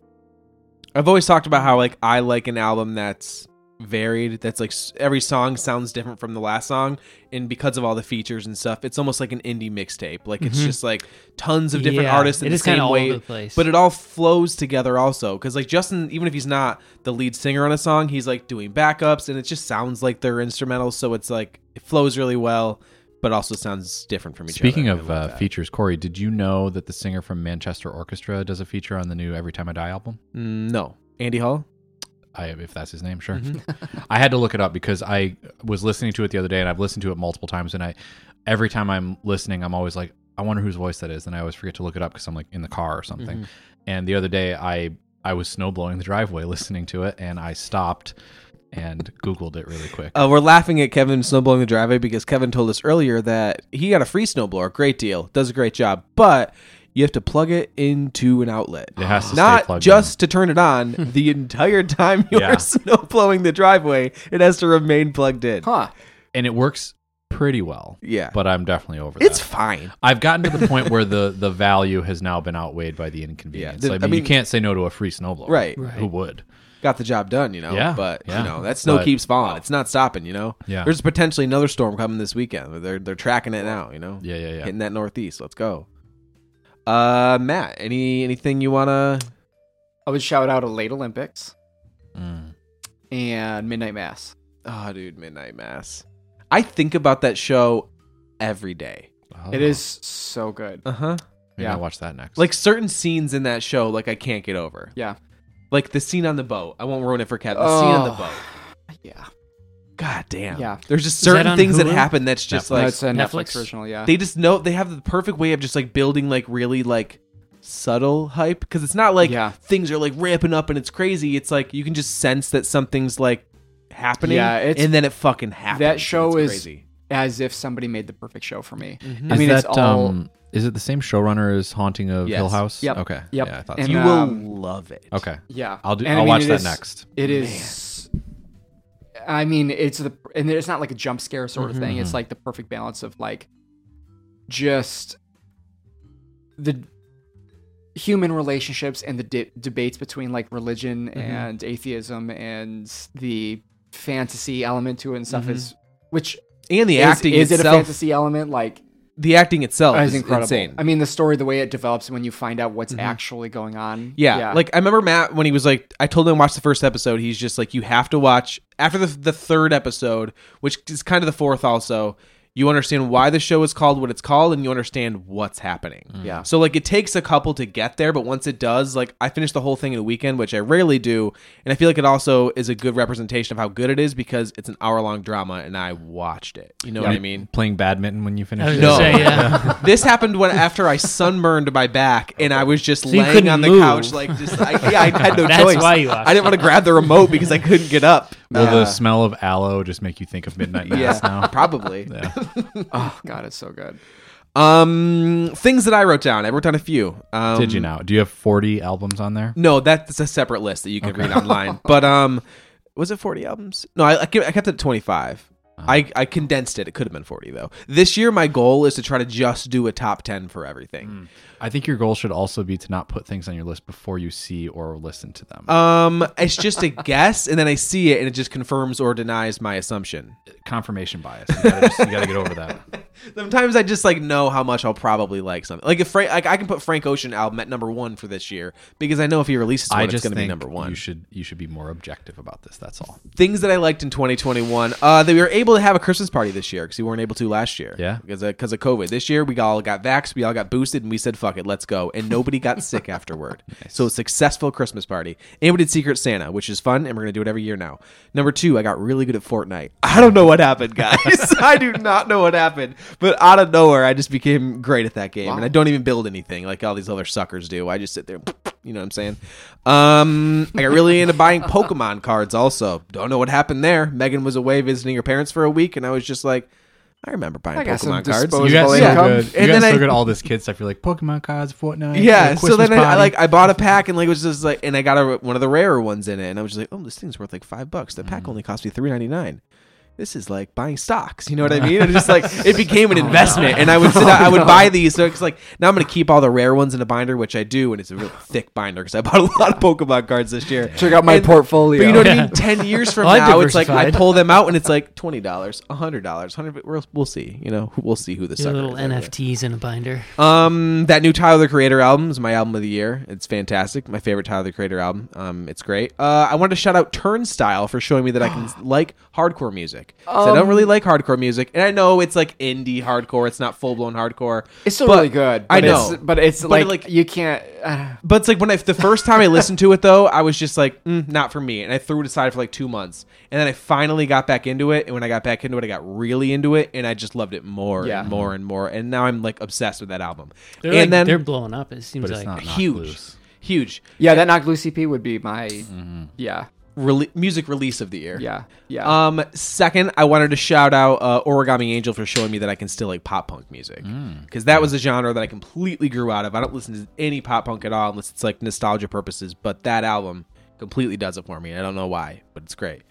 [SPEAKER 1] I've always talked about how like I like an album that's varied. That's like s- every song sounds different from the last song, and because of all the features and stuff, it's almost like an indie mixtape. Like it's
[SPEAKER 4] Mhm.
[SPEAKER 1] just like tons of different
[SPEAKER 4] Yeah,
[SPEAKER 1] artists in
[SPEAKER 4] it
[SPEAKER 1] the
[SPEAKER 4] is kinda
[SPEAKER 1] same
[SPEAKER 4] all
[SPEAKER 1] way.
[SPEAKER 4] over the place.
[SPEAKER 1] But it all flows together also because like Justin, even if he's not the lead singer on a song, he's like doing backups, and it just sounds like they're instrumentals. So it's like it flows really well, but also sounds different from each
[SPEAKER 2] Speaking
[SPEAKER 1] other.
[SPEAKER 2] of uh, features, Corey, did you know that the singer from Manchester Orchestra does a feature on the new Every Time I Die album?
[SPEAKER 1] Mm, no, Andy Hall.
[SPEAKER 2] I, if that's his name, sure.
[SPEAKER 1] Mm-hmm.
[SPEAKER 2] I had to look it up because I was listening to it the other day, and I've listened to it multiple times. And I, every time I'm listening, I'm always like, I wonder whose voice that is, and I always forget to look it up because I'm like in the car or something.
[SPEAKER 1] Mm-hmm.
[SPEAKER 2] And the other day, I I was snow blowing the driveway listening to it, and I stopped and Googled it really quick.
[SPEAKER 1] Uh, we're laughing at Kevin snowblowing the driveway because Kevin told us earlier that he got a free snowblower, great deal, does a great job, but you have to plug it into an outlet.
[SPEAKER 2] It has to stay
[SPEAKER 1] Not
[SPEAKER 2] plugged
[SPEAKER 1] just to turn it on the entire time you're
[SPEAKER 2] Yeah.
[SPEAKER 1] snow plowing the driveway. It has to remain plugged in.
[SPEAKER 3] Huh.
[SPEAKER 2] in. and it works pretty well.
[SPEAKER 1] Yeah.
[SPEAKER 2] But uh, I'm definitely over
[SPEAKER 1] it's
[SPEAKER 2] that.
[SPEAKER 1] fine.
[SPEAKER 2] I've gotten to the point where the the value has now been outweighed by the inconvenience.
[SPEAKER 1] Yeah, the-
[SPEAKER 2] I, mean,
[SPEAKER 1] I
[SPEAKER 2] you
[SPEAKER 1] mean-
[SPEAKER 2] can't say no to a free snowblower.
[SPEAKER 1] Right.
[SPEAKER 4] Right.
[SPEAKER 2] Who would?
[SPEAKER 1] Got the job done, you know.
[SPEAKER 2] Yeah,
[SPEAKER 1] But
[SPEAKER 2] yeah.
[SPEAKER 1] you know, that snow
[SPEAKER 2] But-
[SPEAKER 1] keeps falling. It's not stopping, you know?
[SPEAKER 2] Yeah.
[SPEAKER 1] There's potentially another storm coming this weekend. They're they're tracking it now, you know?
[SPEAKER 2] Yeah, yeah, yeah.
[SPEAKER 1] Hitting that northeast. Let's go. Uh Matt, any anything you wanna
[SPEAKER 3] I would shout out a late Olympics
[SPEAKER 2] Mm.
[SPEAKER 3] and Midnight Mass.
[SPEAKER 1] Oh, dude, Midnight Mass. I think about that show every day.
[SPEAKER 2] Oh.
[SPEAKER 3] It is so good.
[SPEAKER 1] Uh huh.
[SPEAKER 2] Maybe
[SPEAKER 3] yeah.
[SPEAKER 2] I'll watch that next.
[SPEAKER 1] Like certain scenes in that show, like I can't get over.
[SPEAKER 3] Yeah.
[SPEAKER 1] Like the scene on the boat. I won't ruin it for Kat. The scene on the
[SPEAKER 3] Oh.
[SPEAKER 1] boat.
[SPEAKER 3] Yeah.
[SPEAKER 1] God damn.
[SPEAKER 3] Yeah.
[SPEAKER 1] There's just
[SPEAKER 4] Is that
[SPEAKER 1] certain
[SPEAKER 4] on
[SPEAKER 1] things that
[SPEAKER 4] Hulu?
[SPEAKER 1] happen that's just
[SPEAKER 2] Netflix.
[SPEAKER 3] Like,
[SPEAKER 1] like
[SPEAKER 3] it's a Netflix,
[SPEAKER 4] Netflix?
[SPEAKER 3] original, yeah.
[SPEAKER 1] they just know they have the perfect way of just like building like really like subtle hype because it's not like
[SPEAKER 3] Yeah.
[SPEAKER 1] things are like ramping up and it's crazy. It's like you can just sense that something's like happening.
[SPEAKER 3] Yeah, it's-
[SPEAKER 1] and then it fucking happens. and
[SPEAKER 3] show
[SPEAKER 1] it's
[SPEAKER 3] is-
[SPEAKER 1] crazy.
[SPEAKER 3] As if somebody made the perfect show for me.
[SPEAKER 1] Mhm.
[SPEAKER 3] I mean,
[SPEAKER 2] is
[SPEAKER 3] it's
[SPEAKER 2] that,
[SPEAKER 3] all.
[SPEAKER 2] um, is it the same showrunner as Haunting of
[SPEAKER 1] Yes.
[SPEAKER 2] Hill House?
[SPEAKER 3] Yep.
[SPEAKER 2] Okay.
[SPEAKER 3] Yep.
[SPEAKER 2] Yeah, I thought
[SPEAKER 3] And,
[SPEAKER 2] so.
[SPEAKER 1] you
[SPEAKER 3] um,
[SPEAKER 1] will love it.
[SPEAKER 2] Okay.
[SPEAKER 3] yeah.
[SPEAKER 2] I'll do.
[SPEAKER 3] And I
[SPEAKER 2] I'll
[SPEAKER 3] mean,
[SPEAKER 2] watch
[SPEAKER 3] it
[SPEAKER 2] that
[SPEAKER 3] is-
[SPEAKER 2] next.
[SPEAKER 3] It is. I mean, it's the and it's not like a jump scare sort of thing. It's like the perfect balance of like just the human relationships and the de- debates between like religion and atheism and the fantasy element to it and stuff is which
[SPEAKER 1] And the
[SPEAKER 3] is,
[SPEAKER 1] acting
[SPEAKER 3] is it a
[SPEAKER 1] itself.
[SPEAKER 3] fantasy element like
[SPEAKER 1] the acting itself
[SPEAKER 3] is
[SPEAKER 1] Oh, is
[SPEAKER 3] incredible.
[SPEAKER 1] insane. Mm-hmm.
[SPEAKER 3] I mean, the story, the way it develops when you find out what's actually going on.
[SPEAKER 1] Yeah, like I remember Matt when he was like, I told him to watch the first episode. He's just like, you have to watch after the the third episode, which is kind of the fourth also. You understand why the show is called what it's called, and you understand what's happening.
[SPEAKER 3] Mm. Yeah.
[SPEAKER 1] So like, it takes a couple to get there, but once it does, like, I finished the whole thing in a weekend, which I rarely do, and I feel like it also is a good representation of how good it is because it's an hour long drama, and I watched it. You know what I mean?
[SPEAKER 2] Playing badminton when you finish.
[SPEAKER 4] I was
[SPEAKER 2] it?
[SPEAKER 1] No.
[SPEAKER 4] gonna say, yeah.
[SPEAKER 1] this happened when after I sunburned my back and I was just
[SPEAKER 4] you
[SPEAKER 1] laying
[SPEAKER 4] couldn't
[SPEAKER 1] on the
[SPEAKER 4] move.
[SPEAKER 1] couch like just I, yeah I had no
[SPEAKER 4] That's
[SPEAKER 1] choice.
[SPEAKER 4] why you watched
[SPEAKER 1] I didn't want to grab the remote because I couldn't get up.
[SPEAKER 2] Will
[SPEAKER 3] Uh,
[SPEAKER 2] the smell of aloe just make you think of midnight
[SPEAKER 1] Yeah,
[SPEAKER 2] mass now?
[SPEAKER 1] probably. uh,
[SPEAKER 3] oh god, it's so good.
[SPEAKER 1] Um, things that I wrote down. I wrote down a few. Um,
[SPEAKER 2] Did you now? Do you have forty albums on there?
[SPEAKER 1] No, that's a separate list that you can read online. But um, was it forty albums? No, I, I kept I kept it twenty five.
[SPEAKER 4] Uh-huh.
[SPEAKER 1] I, I condensed it. It could have been 40, though. This year, my goal is to try to just do a top 10 for everything.
[SPEAKER 2] I think your goal should also be to not put things on your list before you see or listen to them.
[SPEAKER 1] Um, It's just a guess, and then I see it, and it just confirms or denies my assumption.
[SPEAKER 2] Confirmation bias. You gotta, just- you gotta get over that.
[SPEAKER 1] Sometimes I just like know how much I'll probably like something. Like if Frank, like I can put Frank Ocean album at number one for this year because I know if he releases one,
[SPEAKER 2] I
[SPEAKER 1] it's
[SPEAKER 2] just
[SPEAKER 1] going
[SPEAKER 2] think
[SPEAKER 1] to be number one.
[SPEAKER 2] you should you should be more objective about this. That's all.
[SPEAKER 1] Things that I liked in 2021, uh, that we were able to have a Christmas party this year because we weren't able to last year.
[SPEAKER 2] Yeah.
[SPEAKER 1] because of, because of COVID. This year we all got vaxxed, we all got boosted, and we said fuck it, let's go, and nobody got sick afterward. So a successful Christmas party. And we did Secret Santa, which is fun, and we're gonna do it every year now. Number two, I got really good at Fortnite. I don't know what happened, guys. I do not know what happened, but out of nowhere, I just became great at that game, and I don't even build anything like all these other suckers do. I just sit there. You know what I'm saying? Um, I got really into buying Pokemon cards. Also, don't know what happened there. Megan was away visiting her parents for a week, and I was just like, I remember buying
[SPEAKER 3] I got some
[SPEAKER 1] Pokemon cards.
[SPEAKER 3] disposable
[SPEAKER 2] You got so
[SPEAKER 1] Yeah.
[SPEAKER 3] income.
[SPEAKER 2] good. You
[SPEAKER 1] And
[SPEAKER 2] got
[SPEAKER 1] then
[SPEAKER 2] so
[SPEAKER 1] I-
[SPEAKER 2] good. at All this kid stuff. You're like Pokemon cards, Fortnite.
[SPEAKER 1] Yeah,
[SPEAKER 2] uh,
[SPEAKER 1] so then
[SPEAKER 2] Christmas
[SPEAKER 1] I, I,
[SPEAKER 2] party.
[SPEAKER 1] like I bought a pack and like it was just like and I got a, one of the rarer ones in it and I was just like, oh, this thing's worth like five bucks. The pack only cost me three ninety nine. This is like buying stocks. You know what I mean? And just like it became an investment, and I would sit down, I would buy these. So it's like now I'm gonna keep all the rare ones in a binder, which I do, and it's a really thick binder because I bought a lot of Pokemon cards this year.
[SPEAKER 3] Check out my
[SPEAKER 1] And-
[SPEAKER 3] portfolio.
[SPEAKER 1] But you know what I
[SPEAKER 4] Yeah.
[SPEAKER 1] mean? Ten years from
[SPEAKER 4] Well, I
[SPEAKER 1] now, it's like I
[SPEAKER 4] diversified.
[SPEAKER 1] pull them out, and it's like twenty dollars, hundred dollars, hundred. We'll, we'll see. You know, we'll see who the
[SPEAKER 4] Your
[SPEAKER 1] sucker
[SPEAKER 4] little
[SPEAKER 1] is out there.
[SPEAKER 4] NFTs in a binder.
[SPEAKER 1] Um, that new Tyler the Creator album is my album of the year. It's fantastic. My favorite Tyler the Creator album. Um, it's great. Uh, I wanted to shout out Turnstile for showing me that I can like hardcore music. 'Cause
[SPEAKER 3] Um,
[SPEAKER 1] I don't really like hardcore music, and I know it's like indie hardcore. It's not full blown hardcore.
[SPEAKER 3] It's still
[SPEAKER 1] But-
[SPEAKER 3] really good.
[SPEAKER 1] I
[SPEAKER 3] but it's-
[SPEAKER 1] know.
[SPEAKER 3] but it's
[SPEAKER 1] But,
[SPEAKER 3] like,
[SPEAKER 1] like-
[SPEAKER 3] you can't. Uh,
[SPEAKER 1] But it's like when I the first time I listened to it though, I was just like, mm, not for me, and I threw it aside for like two months, and then I finally got back into it. And when I got back into it, I got really into it, and I just loved it more
[SPEAKER 3] Yeah.
[SPEAKER 1] and more and more. And now I'm like obsessed with that album.
[SPEAKER 4] They're,
[SPEAKER 1] and
[SPEAKER 4] like-
[SPEAKER 1] then
[SPEAKER 4] they're blowing up. It seems
[SPEAKER 2] But it's
[SPEAKER 4] like
[SPEAKER 2] not.
[SPEAKER 1] huge,
[SPEAKER 2] loose.
[SPEAKER 1] huge.
[SPEAKER 3] E
[SPEAKER 1] Mm-hmm.
[SPEAKER 3] yeah, that knocked loose CP would be my. Yeah,
[SPEAKER 1] rele- music release of the year.
[SPEAKER 3] Yeah, yeah.
[SPEAKER 1] Um, second, I wanted to shout out uh, Origami Angel for showing me that I can still like pop punk music because that was a genre that I completely grew out of. I don't listen to any pop punk at all unless it's like nostalgia purposes, but that album completely does it for me. I don't know why, but it's great.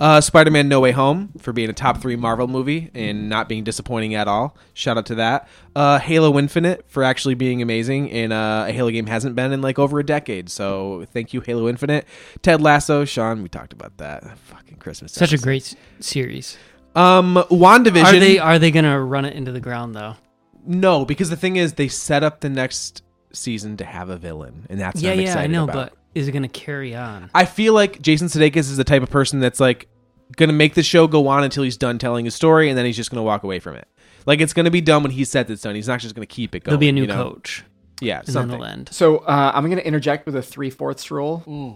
[SPEAKER 1] Uh, Spider Man No Way Home for being a top three Marvel movie and not being disappointing at all. Shout out to that. Uh, Halo Infinite for actually being amazing, and uh, a Halo game hasn't been in like over a decade. So thank you, Halo Infinite. Ted Lasso, Sean, we talked about that. Fucking Christmas.
[SPEAKER 4] Such a
[SPEAKER 1] episode.
[SPEAKER 4] great s- series.
[SPEAKER 1] Um, WandaVision.
[SPEAKER 4] Are they are they gonna run it into the ground though?
[SPEAKER 1] No, because the thing is, they set up the next season to have a villain, and that's
[SPEAKER 4] yeah,
[SPEAKER 1] what I'm
[SPEAKER 4] yeah, I
[SPEAKER 1] excited
[SPEAKER 4] know,
[SPEAKER 1] about.
[SPEAKER 4] but is it gonna carry on?
[SPEAKER 1] I feel like Jason Sudeikis is the type of person that's like gonna make the show go on until he's done telling his story, and then he's just gonna walk away from it. Like it's gonna be done when he said it's done. He's not just gonna keep it going.
[SPEAKER 4] There'll be a new
[SPEAKER 1] you know?
[SPEAKER 4] coach,
[SPEAKER 1] Yeah,
[SPEAKER 4] and then
[SPEAKER 1] something.
[SPEAKER 4] it'll end.
[SPEAKER 3] so uh, I'm gonna interject with a three fourths rule.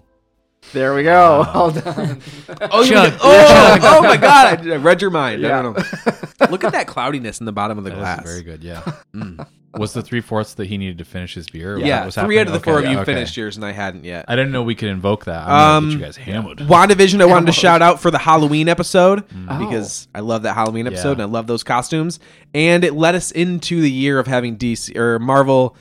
[SPEAKER 3] There we go. All done.
[SPEAKER 1] Oh, you-
[SPEAKER 4] Chug.
[SPEAKER 1] oh, oh my God! I did- I read your mind. I
[SPEAKER 3] Yeah.
[SPEAKER 1] don't know. Look at that cloudiness in the bottom of the
[SPEAKER 2] That is
[SPEAKER 1] glass.
[SPEAKER 2] very good. Yeah. Mm. Was the three fourths that he needed to finish his beer? or
[SPEAKER 1] Yeah,
[SPEAKER 2] what was
[SPEAKER 1] three out of the
[SPEAKER 2] happening?
[SPEAKER 1] four of
[SPEAKER 2] Okay,
[SPEAKER 1] you
[SPEAKER 2] okay.
[SPEAKER 1] finished yours, and I hadn't yet.
[SPEAKER 2] I didn't know we could invoke that. I'm gonna
[SPEAKER 1] Um,
[SPEAKER 2] get you guys hammered.
[SPEAKER 1] WandaVision, I wanted to
[SPEAKER 3] Almost.
[SPEAKER 1] shout out for the Halloween episode
[SPEAKER 3] Oh.
[SPEAKER 1] because I love that Halloween episode and
[SPEAKER 2] Yeah.
[SPEAKER 1] I love those costumes. And it led us into the year of having DC or Marvel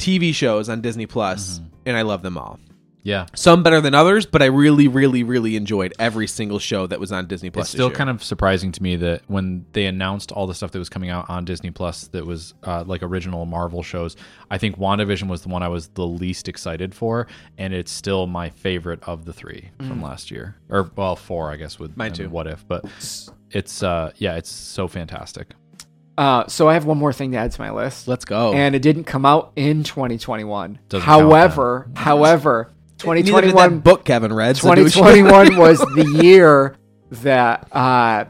[SPEAKER 1] TV shows on Disney Plus, and I love them all.
[SPEAKER 2] Yeah.
[SPEAKER 1] Some better than others, but I really, really, really enjoyed every single show that was on Disney Plus.
[SPEAKER 2] it's still kind of surprising to me that when they announced all the stuff that was coming out on Disney Plus that was uh, like original Marvel shows, I think WandaVision was the one I was the least excited for, and it's still my favorite of the three from last year, or well, four I guess with
[SPEAKER 1] Mm. Mine
[SPEAKER 2] and
[SPEAKER 1] too.
[SPEAKER 2] What if? But it's uh yeah, it's so fantastic.
[SPEAKER 3] Uh, so I have one more thing to add to my list,
[SPEAKER 1] Let's go.
[SPEAKER 3] and it didn't come out in 2021.
[SPEAKER 2] Doesn't count
[SPEAKER 3] however, however,
[SPEAKER 1] Neither did
[SPEAKER 3] 2021
[SPEAKER 1] that book Kevin read. so do what you-
[SPEAKER 3] 2021 was the year that uh,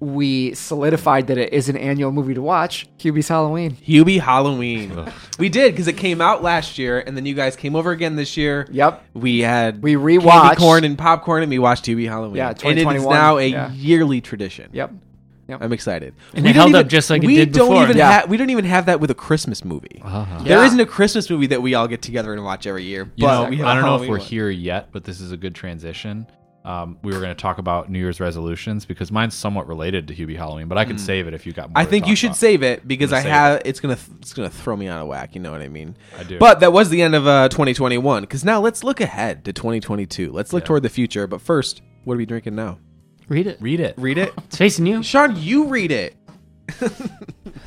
[SPEAKER 3] we solidified that it is an annual movie to watch. QB's Halloween.
[SPEAKER 1] Hubie Halloween. we did because it came out last year, and then you guys came over again this year.
[SPEAKER 3] Yep.
[SPEAKER 1] We had
[SPEAKER 3] We
[SPEAKER 1] candy
[SPEAKER 3] rewatched.
[SPEAKER 1] corn and popcorn, and we watched TV Halloween.
[SPEAKER 3] Yeah,
[SPEAKER 1] and it is
[SPEAKER 3] 2021,
[SPEAKER 1] now a
[SPEAKER 3] yeah.
[SPEAKER 1] yearly tradition.
[SPEAKER 3] Yep.
[SPEAKER 1] I'm excited.
[SPEAKER 4] And
[SPEAKER 1] We
[SPEAKER 4] it
[SPEAKER 1] don't
[SPEAKER 4] held up just like it
[SPEAKER 1] we
[SPEAKER 4] did
[SPEAKER 1] don't
[SPEAKER 4] before.
[SPEAKER 1] Even
[SPEAKER 3] Yeah.
[SPEAKER 1] ha- we don't even have that with a Christmas movie.
[SPEAKER 2] Uh-huh.
[SPEAKER 1] There
[SPEAKER 3] Yeah.
[SPEAKER 1] isn't a Christmas movie that we all get together and watch every year. But
[SPEAKER 2] You know,
[SPEAKER 1] we have
[SPEAKER 2] I
[SPEAKER 1] a
[SPEAKER 2] don't know if
[SPEAKER 1] Halloween
[SPEAKER 2] we're
[SPEAKER 1] one.
[SPEAKER 2] here yet, but this is a good transition. Um, we were going to talk about New Year's resolutions because mine's somewhat related to Hubie Halloween, but I could save it if you got. More
[SPEAKER 1] Mm. I
[SPEAKER 2] to
[SPEAKER 1] think you
[SPEAKER 2] talk
[SPEAKER 1] should
[SPEAKER 2] about.
[SPEAKER 1] save it because
[SPEAKER 2] I'm
[SPEAKER 1] I
[SPEAKER 2] gonna save
[SPEAKER 1] have it's gonna th- it's gonna throw me out of whack. You know what I mean?
[SPEAKER 2] I do.
[SPEAKER 1] But that was the end of uh, 2021. Because now let's look ahead to 2022. Let's look
[SPEAKER 2] Yeah.
[SPEAKER 1] toward the future. But first, what are we drinking now?
[SPEAKER 4] Read it.
[SPEAKER 2] read it.
[SPEAKER 1] Read it,
[SPEAKER 4] It's facing you.
[SPEAKER 1] Sean. You read it.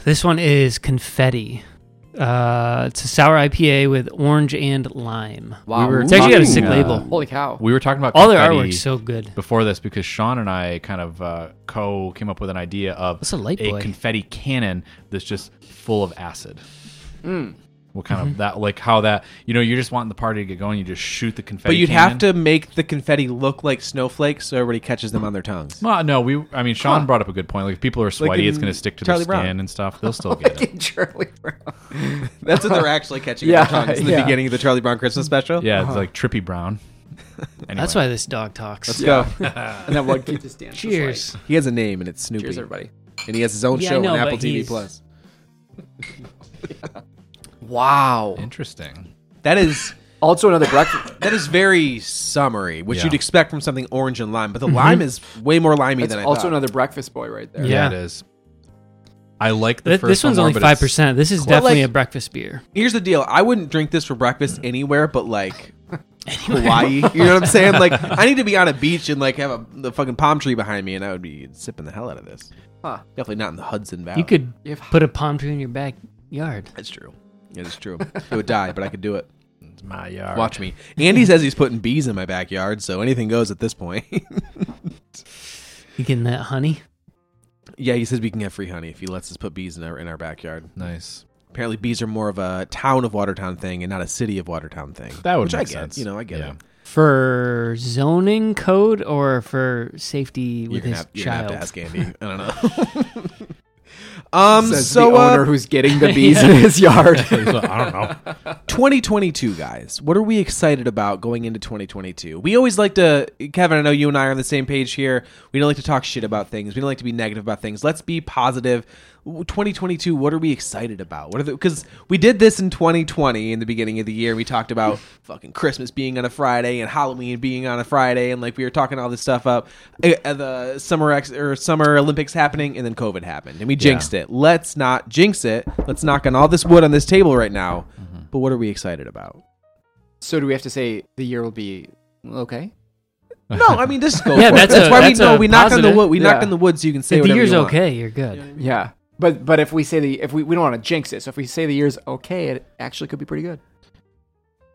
[SPEAKER 4] This one is confetti. Uh, it's a sour IPA with orange and lime.
[SPEAKER 3] Wow.
[SPEAKER 2] were
[SPEAKER 4] It's actually got a
[SPEAKER 2] talking,
[SPEAKER 4] sick
[SPEAKER 2] uh,
[SPEAKER 4] label.
[SPEAKER 3] Holy cow.
[SPEAKER 2] We were talking about
[SPEAKER 4] All their
[SPEAKER 2] confetti
[SPEAKER 4] artwork's so good.
[SPEAKER 2] before this because Sean and I kind of uh, co came up with an idea of
[SPEAKER 4] That's a light boy.
[SPEAKER 2] confetti cannon that's just full of acid.
[SPEAKER 3] Hmm.
[SPEAKER 2] What kind
[SPEAKER 4] Mm-hmm.
[SPEAKER 2] of that like how that you know you're just wanting the party to get going you just shoot the confetti.
[SPEAKER 1] But you'd
[SPEAKER 2] cannon.
[SPEAKER 1] have to make the confetti look like snowflakes so everybody catches them on their tongues.
[SPEAKER 2] Well, no, we. I mean, Sean brought up a good point. Like, if people are sweaty, it's
[SPEAKER 1] in
[SPEAKER 2] going to stick to
[SPEAKER 1] Charlie
[SPEAKER 2] their
[SPEAKER 1] Brown.
[SPEAKER 2] skin and stuff. They'll still get it.
[SPEAKER 3] Charlie Brown.
[SPEAKER 1] That's what they're actually catching
[SPEAKER 3] Yeah,
[SPEAKER 1] on their tongues in the
[SPEAKER 3] yeah.
[SPEAKER 1] beginning of the Charlie Brown Christmas special.
[SPEAKER 2] Yeah, it's like trippy brown.
[SPEAKER 4] Uh-huh. That's why this dog talks.
[SPEAKER 1] Let's go.
[SPEAKER 3] and then what just dance.
[SPEAKER 4] Cheers.
[SPEAKER 1] He has a name and it's Snoopy.
[SPEAKER 3] Cheers, everybody.
[SPEAKER 1] And he has his own
[SPEAKER 4] Yeah, I
[SPEAKER 1] show
[SPEAKER 4] know,
[SPEAKER 1] on
[SPEAKER 4] but
[SPEAKER 1] Apple TV
[SPEAKER 4] he's-
[SPEAKER 1] Plus.
[SPEAKER 3] Wow.
[SPEAKER 2] Interesting.
[SPEAKER 1] That is
[SPEAKER 3] Also, another breakfast.
[SPEAKER 1] that is very summery, which
[SPEAKER 2] Yeah. Mm-hmm.
[SPEAKER 1] you'd expect from something orange and lime, but the lime is way more limey
[SPEAKER 3] That's
[SPEAKER 1] than I
[SPEAKER 3] also
[SPEAKER 1] thought.
[SPEAKER 3] another breakfast boy right there.
[SPEAKER 2] Yeah,
[SPEAKER 4] Yeah.
[SPEAKER 2] it is. I like the
[SPEAKER 4] Th-
[SPEAKER 2] first.
[SPEAKER 4] this one's
[SPEAKER 2] one more,
[SPEAKER 4] only
[SPEAKER 2] but it's-
[SPEAKER 4] five percent. This is
[SPEAKER 1] Well,
[SPEAKER 4] definitely
[SPEAKER 1] like-
[SPEAKER 4] a breakfast beer.
[SPEAKER 1] Here's the deal: I wouldn't drink this for breakfast anywhere, but like. Hawaii, you know what I'm saying? Like, I need to be on a beach and like have a the fucking palm tree behind me, and I would be sipping the hell out of this.
[SPEAKER 3] Huh.
[SPEAKER 1] Definitely not in the Hudson Valley.
[SPEAKER 4] You could
[SPEAKER 3] You have-
[SPEAKER 4] put a palm tree in your backyard.
[SPEAKER 1] That's true. It is true. It would die, but I could do it.
[SPEAKER 2] It's my yard.
[SPEAKER 1] Watch me. Andy says he's putting bees in my backyard, so anything goes at this point.
[SPEAKER 4] You getting that honey?
[SPEAKER 1] yeah, he says we can get free honey if he lets us put bees in our in our backyard.
[SPEAKER 2] Nice.
[SPEAKER 1] Apparently, bees are more of a town of Watertown thing and not a city of Watertown thing.
[SPEAKER 2] That would
[SPEAKER 1] Which
[SPEAKER 2] make
[SPEAKER 1] I get.
[SPEAKER 2] sense.
[SPEAKER 1] You know, I get
[SPEAKER 2] Yeah.
[SPEAKER 1] it.
[SPEAKER 4] For zoning code or for safety
[SPEAKER 1] You're
[SPEAKER 4] with
[SPEAKER 1] gonna,
[SPEAKER 4] his
[SPEAKER 1] have, you're gonna have
[SPEAKER 4] child?
[SPEAKER 1] to ask Andy. I don't know. um.
[SPEAKER 3] Says
[SPEAKER 1] so
[SPEAKER 3] the
[SPEAKER 1] uh,
[SPEAKER 3] owner who's getting the bees in his yard.
[SPEAKER 2] So, I don't know.
[SPEAKER 1] 2022, guys. What are we excited about going into 2022? We always like to, Kevin. I know you and I are on the same page here. We don't like to talk shit about things. We don't like to be negative about things. Let's be positive. w- 2022 what are we excited about what are the because we did this in 2020 in the beginning of the year we talked about fucking christmas being on a friday and halloween being on a friday and like we were talking all this stuff up Uh, uh, the summer ex or summer olympics happening and then covid happened and we jinxed it let's not jinx it let's knock on all this wood on this table right now
[SPEAKER 4] Mm-hmm.
[SPEAKER 1] but what are we excited about
[SPEAKER 3] So do we have to say the year will be okay?
[SPEAKER 1] no i mean just go
[SPEAKER 4] Yeah,
[SPEAKER 1] for it.
[SPEAKER 4] that's
[SPEAKER 1] that's
[SPEAKER 4] a-
[SPEAKER 1] why
[SPEAKER 4] that's
[SPEAKER 1] we know
[SPEAKER 4] a
[SPEAKER 1] we knock on the
[SPEAKER 4] positive.
[SPEAKER 1] wood we knock
[SPEAKER 3] Yeah.
[SPEAKER 1] on the wood so you can say
[SPEAKER 4] If the
[SPEAKER 1] whatever
[SPEAKER 4] year's
[SPEAKER 1] you want.
[SPEAKER 4] okay, you're good.
[SPEAKER 3] Yeah. But but if we say the if we, we don't want to jinx it, so if we say the year's okay, it actually could be pretty good.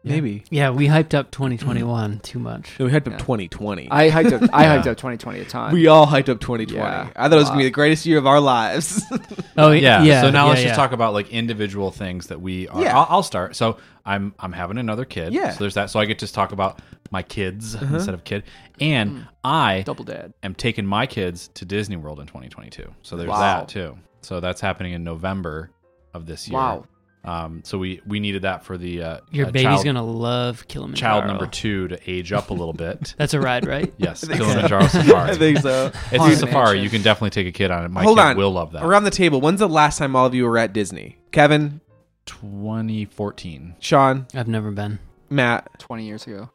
[SPEAKER 1] maybe
[SPEAKER 4] Yeah, we hyped up 2021 too much.
[SPEAKER 2] Mm-hmm.
[SPEAKER 1] no, we hyped up
[SPEAKER 3] Yeah.
[SPEAKER 1] 2020
[SPEAKER 3] I hyped up I
[SPEAKER 2] Yeah.
[SPEAKER 3] hyped up 2020 a ton.
[SPEAKER 1] We all hyped up 2020.
[SPEAKER 3] Yeah.
[SPEAKER 1] I thought it was gonna be the greatest year of our lives.
[SPEAKER 4] Oh
[SPEAKER 2] yeah.
[SPEAKER 4] yeah. yeah
[SPEAKER 2] so now
[SPEAKER 4] yeah,
[SPEAKER 2] let's
[SPEAKER 4] yeah.
[SPEAKER 2] just talk about like individual things that we are.
[SPEAKER 1] Yeah.
[SPEAKER 2] I'll, I'll start. So I'm I'm having another kid.
[SPEAKER 1] Yeah.
[SPEAKER 2] So there's that. So I get to talk about my kids instead of kid, and I
[SPEAKER 3] double dad.
[SPEAKER 2] am taking my kids to Disney World in 2022. So there's
[SPEAKER 3] Wow.
[SPEAKER 2] that too. So that's happening in November of this year.
[SPEAKER 3] Wow.
[SPEAKER 2] Um. So we we needed that for the uh,
[SPEAKER 4] Your
[SPEAKER 2] uh,
[SPEAKER 4] baby's
[SPEAKER 2] child,
[SPEAKER 4] gonna love Kilimanjaro.
[SPEAKER 2] child number two to age up a little bit.
[SPEAKER 4] That's a ride, right?
[SPEAKER 2] yes,
[SPEAKER 1] think so.
[SPEAKER 2] Kilimanjaro
[SPEAKER 1] I
[SPEAKER 2] Safari.
[SPEAKER 1] think so.
[SPEAKER 2] It's a
[SPEAKER 3] Haunted
[SPEAKER 2] safari.
[SPEAKER 3] Mansion.
[SPEAKER 2] You can definitely take a kid on it. My
[SPEAKER 1] Hold
[SPEAKER 2] kid
[SPEAKER 1] on.
[SPEAKER 2] will love that.
[SPEAKER 1] Around the table, when's the last time all of you were at Disney? Kevin,
[SPEAKER 2] 2014.
[SPEAKER 1] Sean,
[SPEAKER 4] I've never been.
[SPEAKER 1] Matt,
[SPEAKER 3] 20 years ago.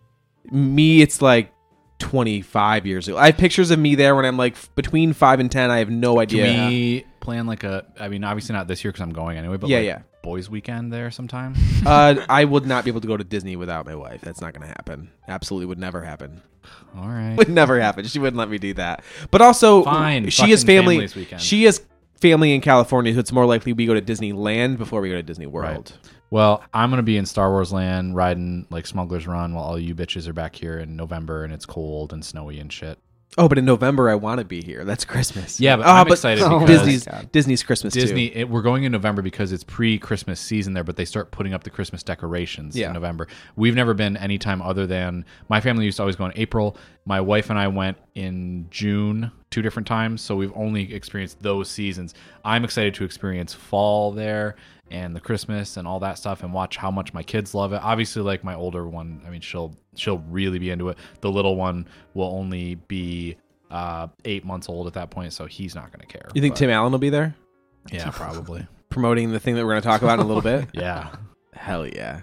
[SPEAKER 1] me, it's like 25 years ago. I have pictures of me there when I'm like f- between 5 and 10. I have no
[SPEAKER 2] Do
[SPEAKER 1] idea.
[SPEAKER 2] we plan like a? I mean, obviously not this year because I'm going anyway. But
[SPEAKER 1] Yeah,
[SPEAKER 2] like
[SPEAKER 1] yeah.
[SPEAKER 2] boys' weekend there sometime.
[SPEAKER 1] uh, I would not be able to go to Disney without my wife. That's not going to happen. Absolutely would never happen.
[SPEAKER 2] All right.
[SPEAKER 1] Would never happen. She wouldn't let me do that. But also,
[SPEAKER 2] Fine,
[SPEAKER 1] she is
[SPEAKER 2] fucking
[SPEAKER 1] family.
[SPEAKER 2] families weekend.
[SPEAKER 1] She is family in California, so it's more likely we go to Disneyland before we go to Disney World.
[SPEAKER 2] Right. Well, I'm gonna be in Star Wars Land riding like Smuggler's Run while all you bitches are back here in November and it's cold and snowy and shit.
[SPEAKER 1] Oh, but in November I want to be here. That's Christmas.
[SPEAKER 2] Yeah, but
[SPEAKER 1] Ah,
[SPEAKER 2] I'm excited
[SPEAKER 3] Oh my
[SPEAKER 2] because
[SPEAKER 1] Disney's
[SPEAKER 3] God.
[SPEAKER 1] Disney's Christmas
[SPEAKER 2] Disney.
[SPEAKER 1] too.
[SPEAKER 2] It, we're going in November because it's pre-Christmas season there, but they start putting up the Christmas decorations
[SPEAKER 1] Yeah.
[SPEAKER 2] in November. We've never been any time other than my family used to always go in April. My wife and I went in June two different times, so we've only experienced those seasons. I'm excited to experience fall there and the Christmas and all that stuff and watch how much my kids love it. Obviously like my older one, I mean she'll she'll really be into it. The little one will only be uh 8 months old at that point, so he's not going to care.
[SPEAKER 1] You think
[SPEAKER 2] but-
[SPEAKER 1] Tim Allen will be there
[SPEAKER 2] Yeah, probably.
[SPEAKER 1] promoting the thing that we're going to talk about in a little bit?
[SPEAKER 2] Yeah.
[SPEAKER 1] Hell yeah.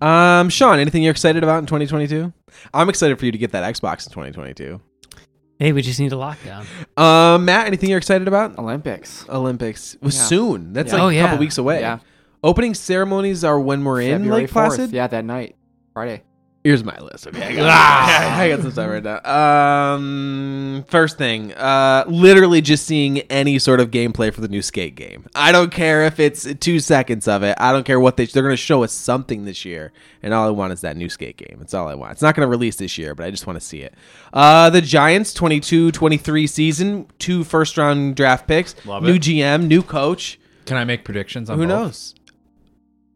[SPEAKER 1] Um, Sean, anything you're excited about in 2022? I'm excited for you to get that Xbox in 2022.
[SPEAKER 4] Hey, we just need a lockdown.
[SPEAKER 1] Um, Matt, anything you're excited about?
[SPEAKER 3] Olympics.
[SPEAKER 1] Olympics was
[SPEAKER 3] Yeah.
[SPEAKER 1] soon. That's
[SPEAKER 3] Yeah.
[SPEAKER 1] like
[SPEAKER 4] Oh,
[SPEAKER 1] a couple
[SPEAKER 4] yeah.
[SPEAKER 1] weeks away.
[SPEAKER 3] Yeah.
[SPEAKER 1] Opening ceremonies are when we're in
[SPEAKER 3] February
[SPEAKER 1] Lake Placid.
[SPEAKER 3] 4th. Yeah, that night. Friday.
[SPEAKER 1] Here's my list. Okay, I got,
[SPEAKER 4] Ah.
[SPEAKER 1] I got some stuff right now. Um, first thing, uh, literally just seeing any sort of gameplay for the new skate game. I don't care if it's two seconds of it. I don't care what they they're going to show us something this year, and all I want is that new skate game. It's all I want. It's not going to release this year, but I just want to see it. Uh, the Giants 22-23 season, two first round draft picks,
[SPEAKER 2] Love
[SPEAKER 1] new
[SPEAKER 2] it.
[SPEAKER 1] GM, new coach.
[SPEAKER 2] Can I make predictions on
[SPEAKER 1] Who
[SPEAKER 2] both?
[SPEAKER 1] knows?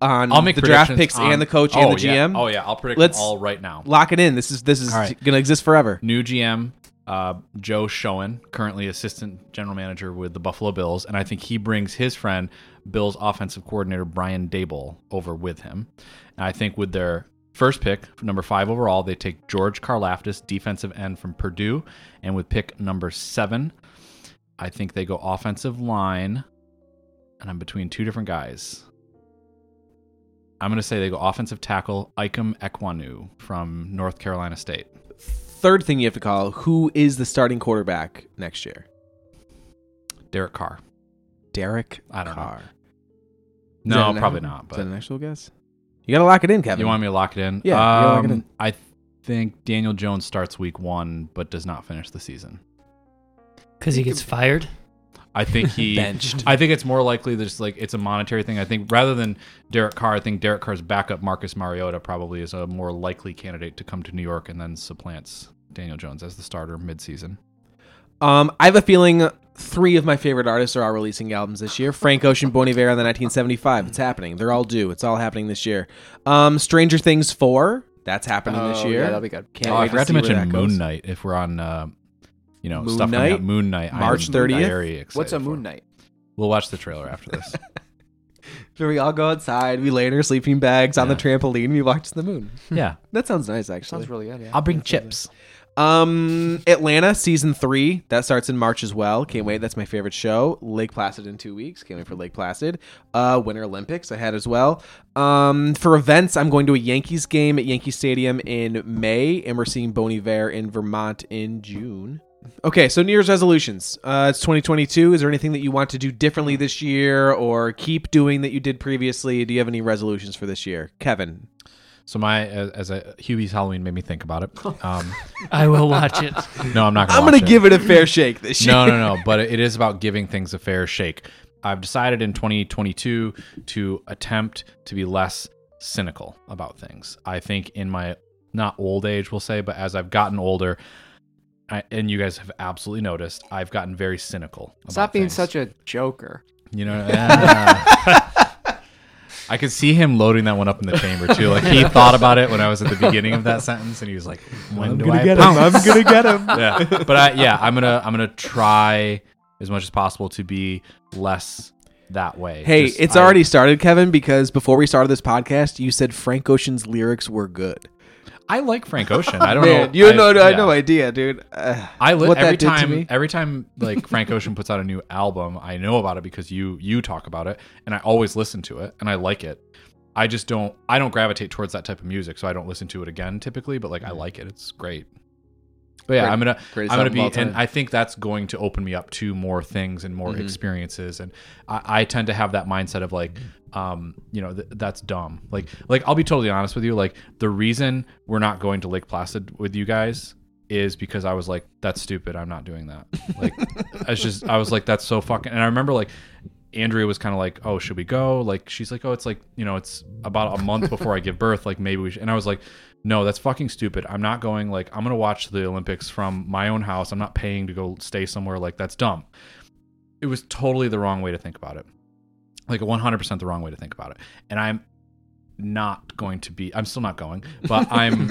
[SPEAKER 1] On
[SPEAKER 2] I'll make
[SPEAKER 1] the draft
[SPEAKER 2] predictions
[SPEAKER 1] picks
[SPEAKER 2] on-
[SPEAKER 1] and the coach
[SPEAKER 2] Oh,
[SPEAKER 1] and the
[SPEAKER 2] yeah.
[SPEAKER 1] GM.
[SPEAKER 2] Oh yeah, I'll predict
[SPEAKER 1] Let's-
[SPEAKER 2] them all right now.
[SPEAKER 1] Lock it in. This is this is
[SPEAKER 2] All right.
[SPEAKER 1] gonna exist forever.
[SPEAKER 2] New GM uh, Joe Schoen, currently assistant general manager with the Buffalo Bills, and I think he brings his friend Bills offensive coordinator Brian Dable over with him. And I think with their first pick, number five overall, they take George Karlaftis, defensive end from Purdue, and with pick number seven, I think they go offensive line, and I'm between two different guys. I'm going to say they go offensive tackle Ikem Ekwanu from North Carolina State.
[SPEAKER 1] Third thing you have to call: Who is the starting quarterback next year?
[SPEAKER 2] Derek Carr.
[SPEAKER 1] Derek
[SPEAKER 2] I don't know.
[SPEAKER 1] Carr. Is that
[SPEAKER 2] No,
[SPEAKER 1] an-
[SPEAKER 2] probably not.
[SPEAKER 1] is that
[SPEAKER 2] But
[SPEAKER 1] an actual guess? You gotta lock it in, Kevin.
[SPEAKER 2] you want me to lock it in?
[SPEAKER 1] Yeah, you gotta lock
[SPEAKER 2] Um,
[SPEAKER 1] it in.
[SPEAKER 2] I think Daniel Jones starts week one, but does not finish the season.
[SPEAKER 4] Because he gets fired.
[SPEAKER 2] I think he.
[SPEAKER 1] benched?
[SPEAKER 2] I think it's more likely that it's like it's a monetary thing. I think rather than Derek Carr, I think Derek Carr's backup Marcus Mariota probably is a more likely candidate to come to New York and then supplants Daniel Jones as the starter midseason.
[SPEAKER 1] Um, I have a feeling three of my favorite artists are all releasing albums this year: Frank Ocean, Bon Iver, and the 1975. It's happening. They're all due. It's all happening this year. Um, Stranger Things four. That's happening this
[SPEAKER 3] Oh,
[SPEAKER 1] year.
[SPEAKER 3] Yeah, that'll be good.
[SPEAKER 1] Can't
[SPEAKER 2] Oh,
[SPEAKER 1] wait
[SPEAKER 2] I forgot to
[SPEAKER 1] see where that
[SPEAKER 2] mention
[SPEAKER 1] goes.
[SPEAKER 2] Moon Knight. If we're on, uh, you know,
[SPEAKER 1] Moon
[SPEAKER 2] stuff coming
[SPEAKER 1] Knight?
[SPEAKER 2] out. Moon Knight, I am
[SPEAKER 1] March 30th?
[SPEAKER 2] very excited
[SPEAKER 3] What's a
[SPEAKER 2] for.
[SPEAKER 3] moon night?
[SPEAKER 2] We'll watch the trailer after this.
[SPEAKER 1] Where we all go outside. We lay in our sleeping bags on the
[SPEAKER 2] Yeah.
[SPEAKER 1] trampoline. We watch the moon.
[SPEAKER 2] yeah,
[SPEAKER 1] That sounds nice, actually.
[SPEAKER 3] Sounds really good. Yeah.
[SPEAKER 2] I'll bring chips.
[SPEAKER 1] Um, Um, Atlanta season three that starts in March as well. Can't wait. That's my favorite show. Lake Placid in two weeks. Can't wait for Lake Placid. Uh, Winter Olympics I had as well. Um, for events, I'm going to a Yankees game at Yankee Stadium in May, and we're seeing Bon Iver in Vermont in June. Okay, so New Year's resolutions. Uh, it's 2022. Is there anything that you want to do differently this year, or keep doing that you did previously? Do you have any resolutions for this year, Kevin?
[SPEAKER 2] So my as, as a Hubie's Halloween made me think about it. Um,
[SPEAKER 4] I will watch it.
[SPEAKER 2] no, I'm not. Gonna
[SPEAKER 1] I'm gonna
[SPEAKER 2] watch
[SPEAKER 1] give it a fair shake this year.
[SPEAKER 2] No, no, no. But it is about giving things a fair shake. I've decided in 2022 to attempt to be less cynical about things. I think in my not old age, we'll say, but as I've gotten older, I, and you guys have absolutely noticed, I've gotten very cynical. About
[SPEAKER 3] Stop being
[SPEAKER 2] things.
[SPEAKER 3] such a joker.
[SPEAKER 2] You know, yeah. I could see him loading that one up in the chamber too. Like he thought about it when I was at the beginning of that sentence, and he was like, "When do I pounce?"
[SPEAKER 1] I'm gonna get him.
[SPEAKER 2] yeah. But I, yeah, I'm gonna I'm gonna try as much as possible to be less that way.
[SPEAKER 1] Hey,
[SPEAKER 2] Just-
[SPEAKER 1] it's
[SPEAKER 2] I-
[SPEAKER 1] already started, Kevin, because before we started this podcast, you said Frank Ocean's lyrics were good.
[SPEAKER 2] I like Frank Ocean. I don't
[SPEAKER 1] Man,
[SPEAKER 2] know.
[SPEAKER 1] you know, I
[SPEAKER 2] yeah.
[SPEAKER 1] had no idea, dude. Uh,
[SPEAKER 2] I li-
[SPEAKER 1] what that
[SPEAKER 2] every
[SPEAKER 1] did to
[SPEAKER 2] time
[SPEAKER 1] me.
[SPEAKER 2] every time like Frank Ocean puts out a new album, I know about it because you you talk about it, and I always listen to it, and I like it. I just don't I don't gravitate towards that type of music, so I don't listen to it again typically. But
[SPEAKER 1] Mm.
[SPEAKER 2] like I like it; it's great. But yeah,
[SPEAKER 1] Great-
[SPEAKER 2] I'm gonna I'm
[SPEAKER 1] greatest
[SPEAKER 2] gonna
[SPEAKER 1] album
[SPEAKER 2] be,
[SPEAKER 1] of all
[SPEAKER 2] and
[SPEAKER 1] time. Mm-hmm.
[SPEAKER 2] I think that's going to open me up to more things and more experiences. And I, I tend to have that mindset of like, um, you know, th- that's dumb. Like, like I'll be totally honest with you. Like the reason we're not going to Lake Placid with you guys is because I was like, that's stupid. I'm not doing that. Like, I was just, I was like, that's so fucking. And I remember like, Andrea was kind of like, oh, should we go? Like, she's like, oh, it's like, you know, it's about a month before I give birth. Like, maybe we should. And I was like, no, that's fucking stupid. I'm not going. Like, I'm going to watch the Olympics from my own house. I'm not paying to go stay somewhere. Like, that's dumb. It was totally the wrong way to think about it. Like, 100% the wrong way to think about it. And I'm not going to be, I'm still not going, but I'm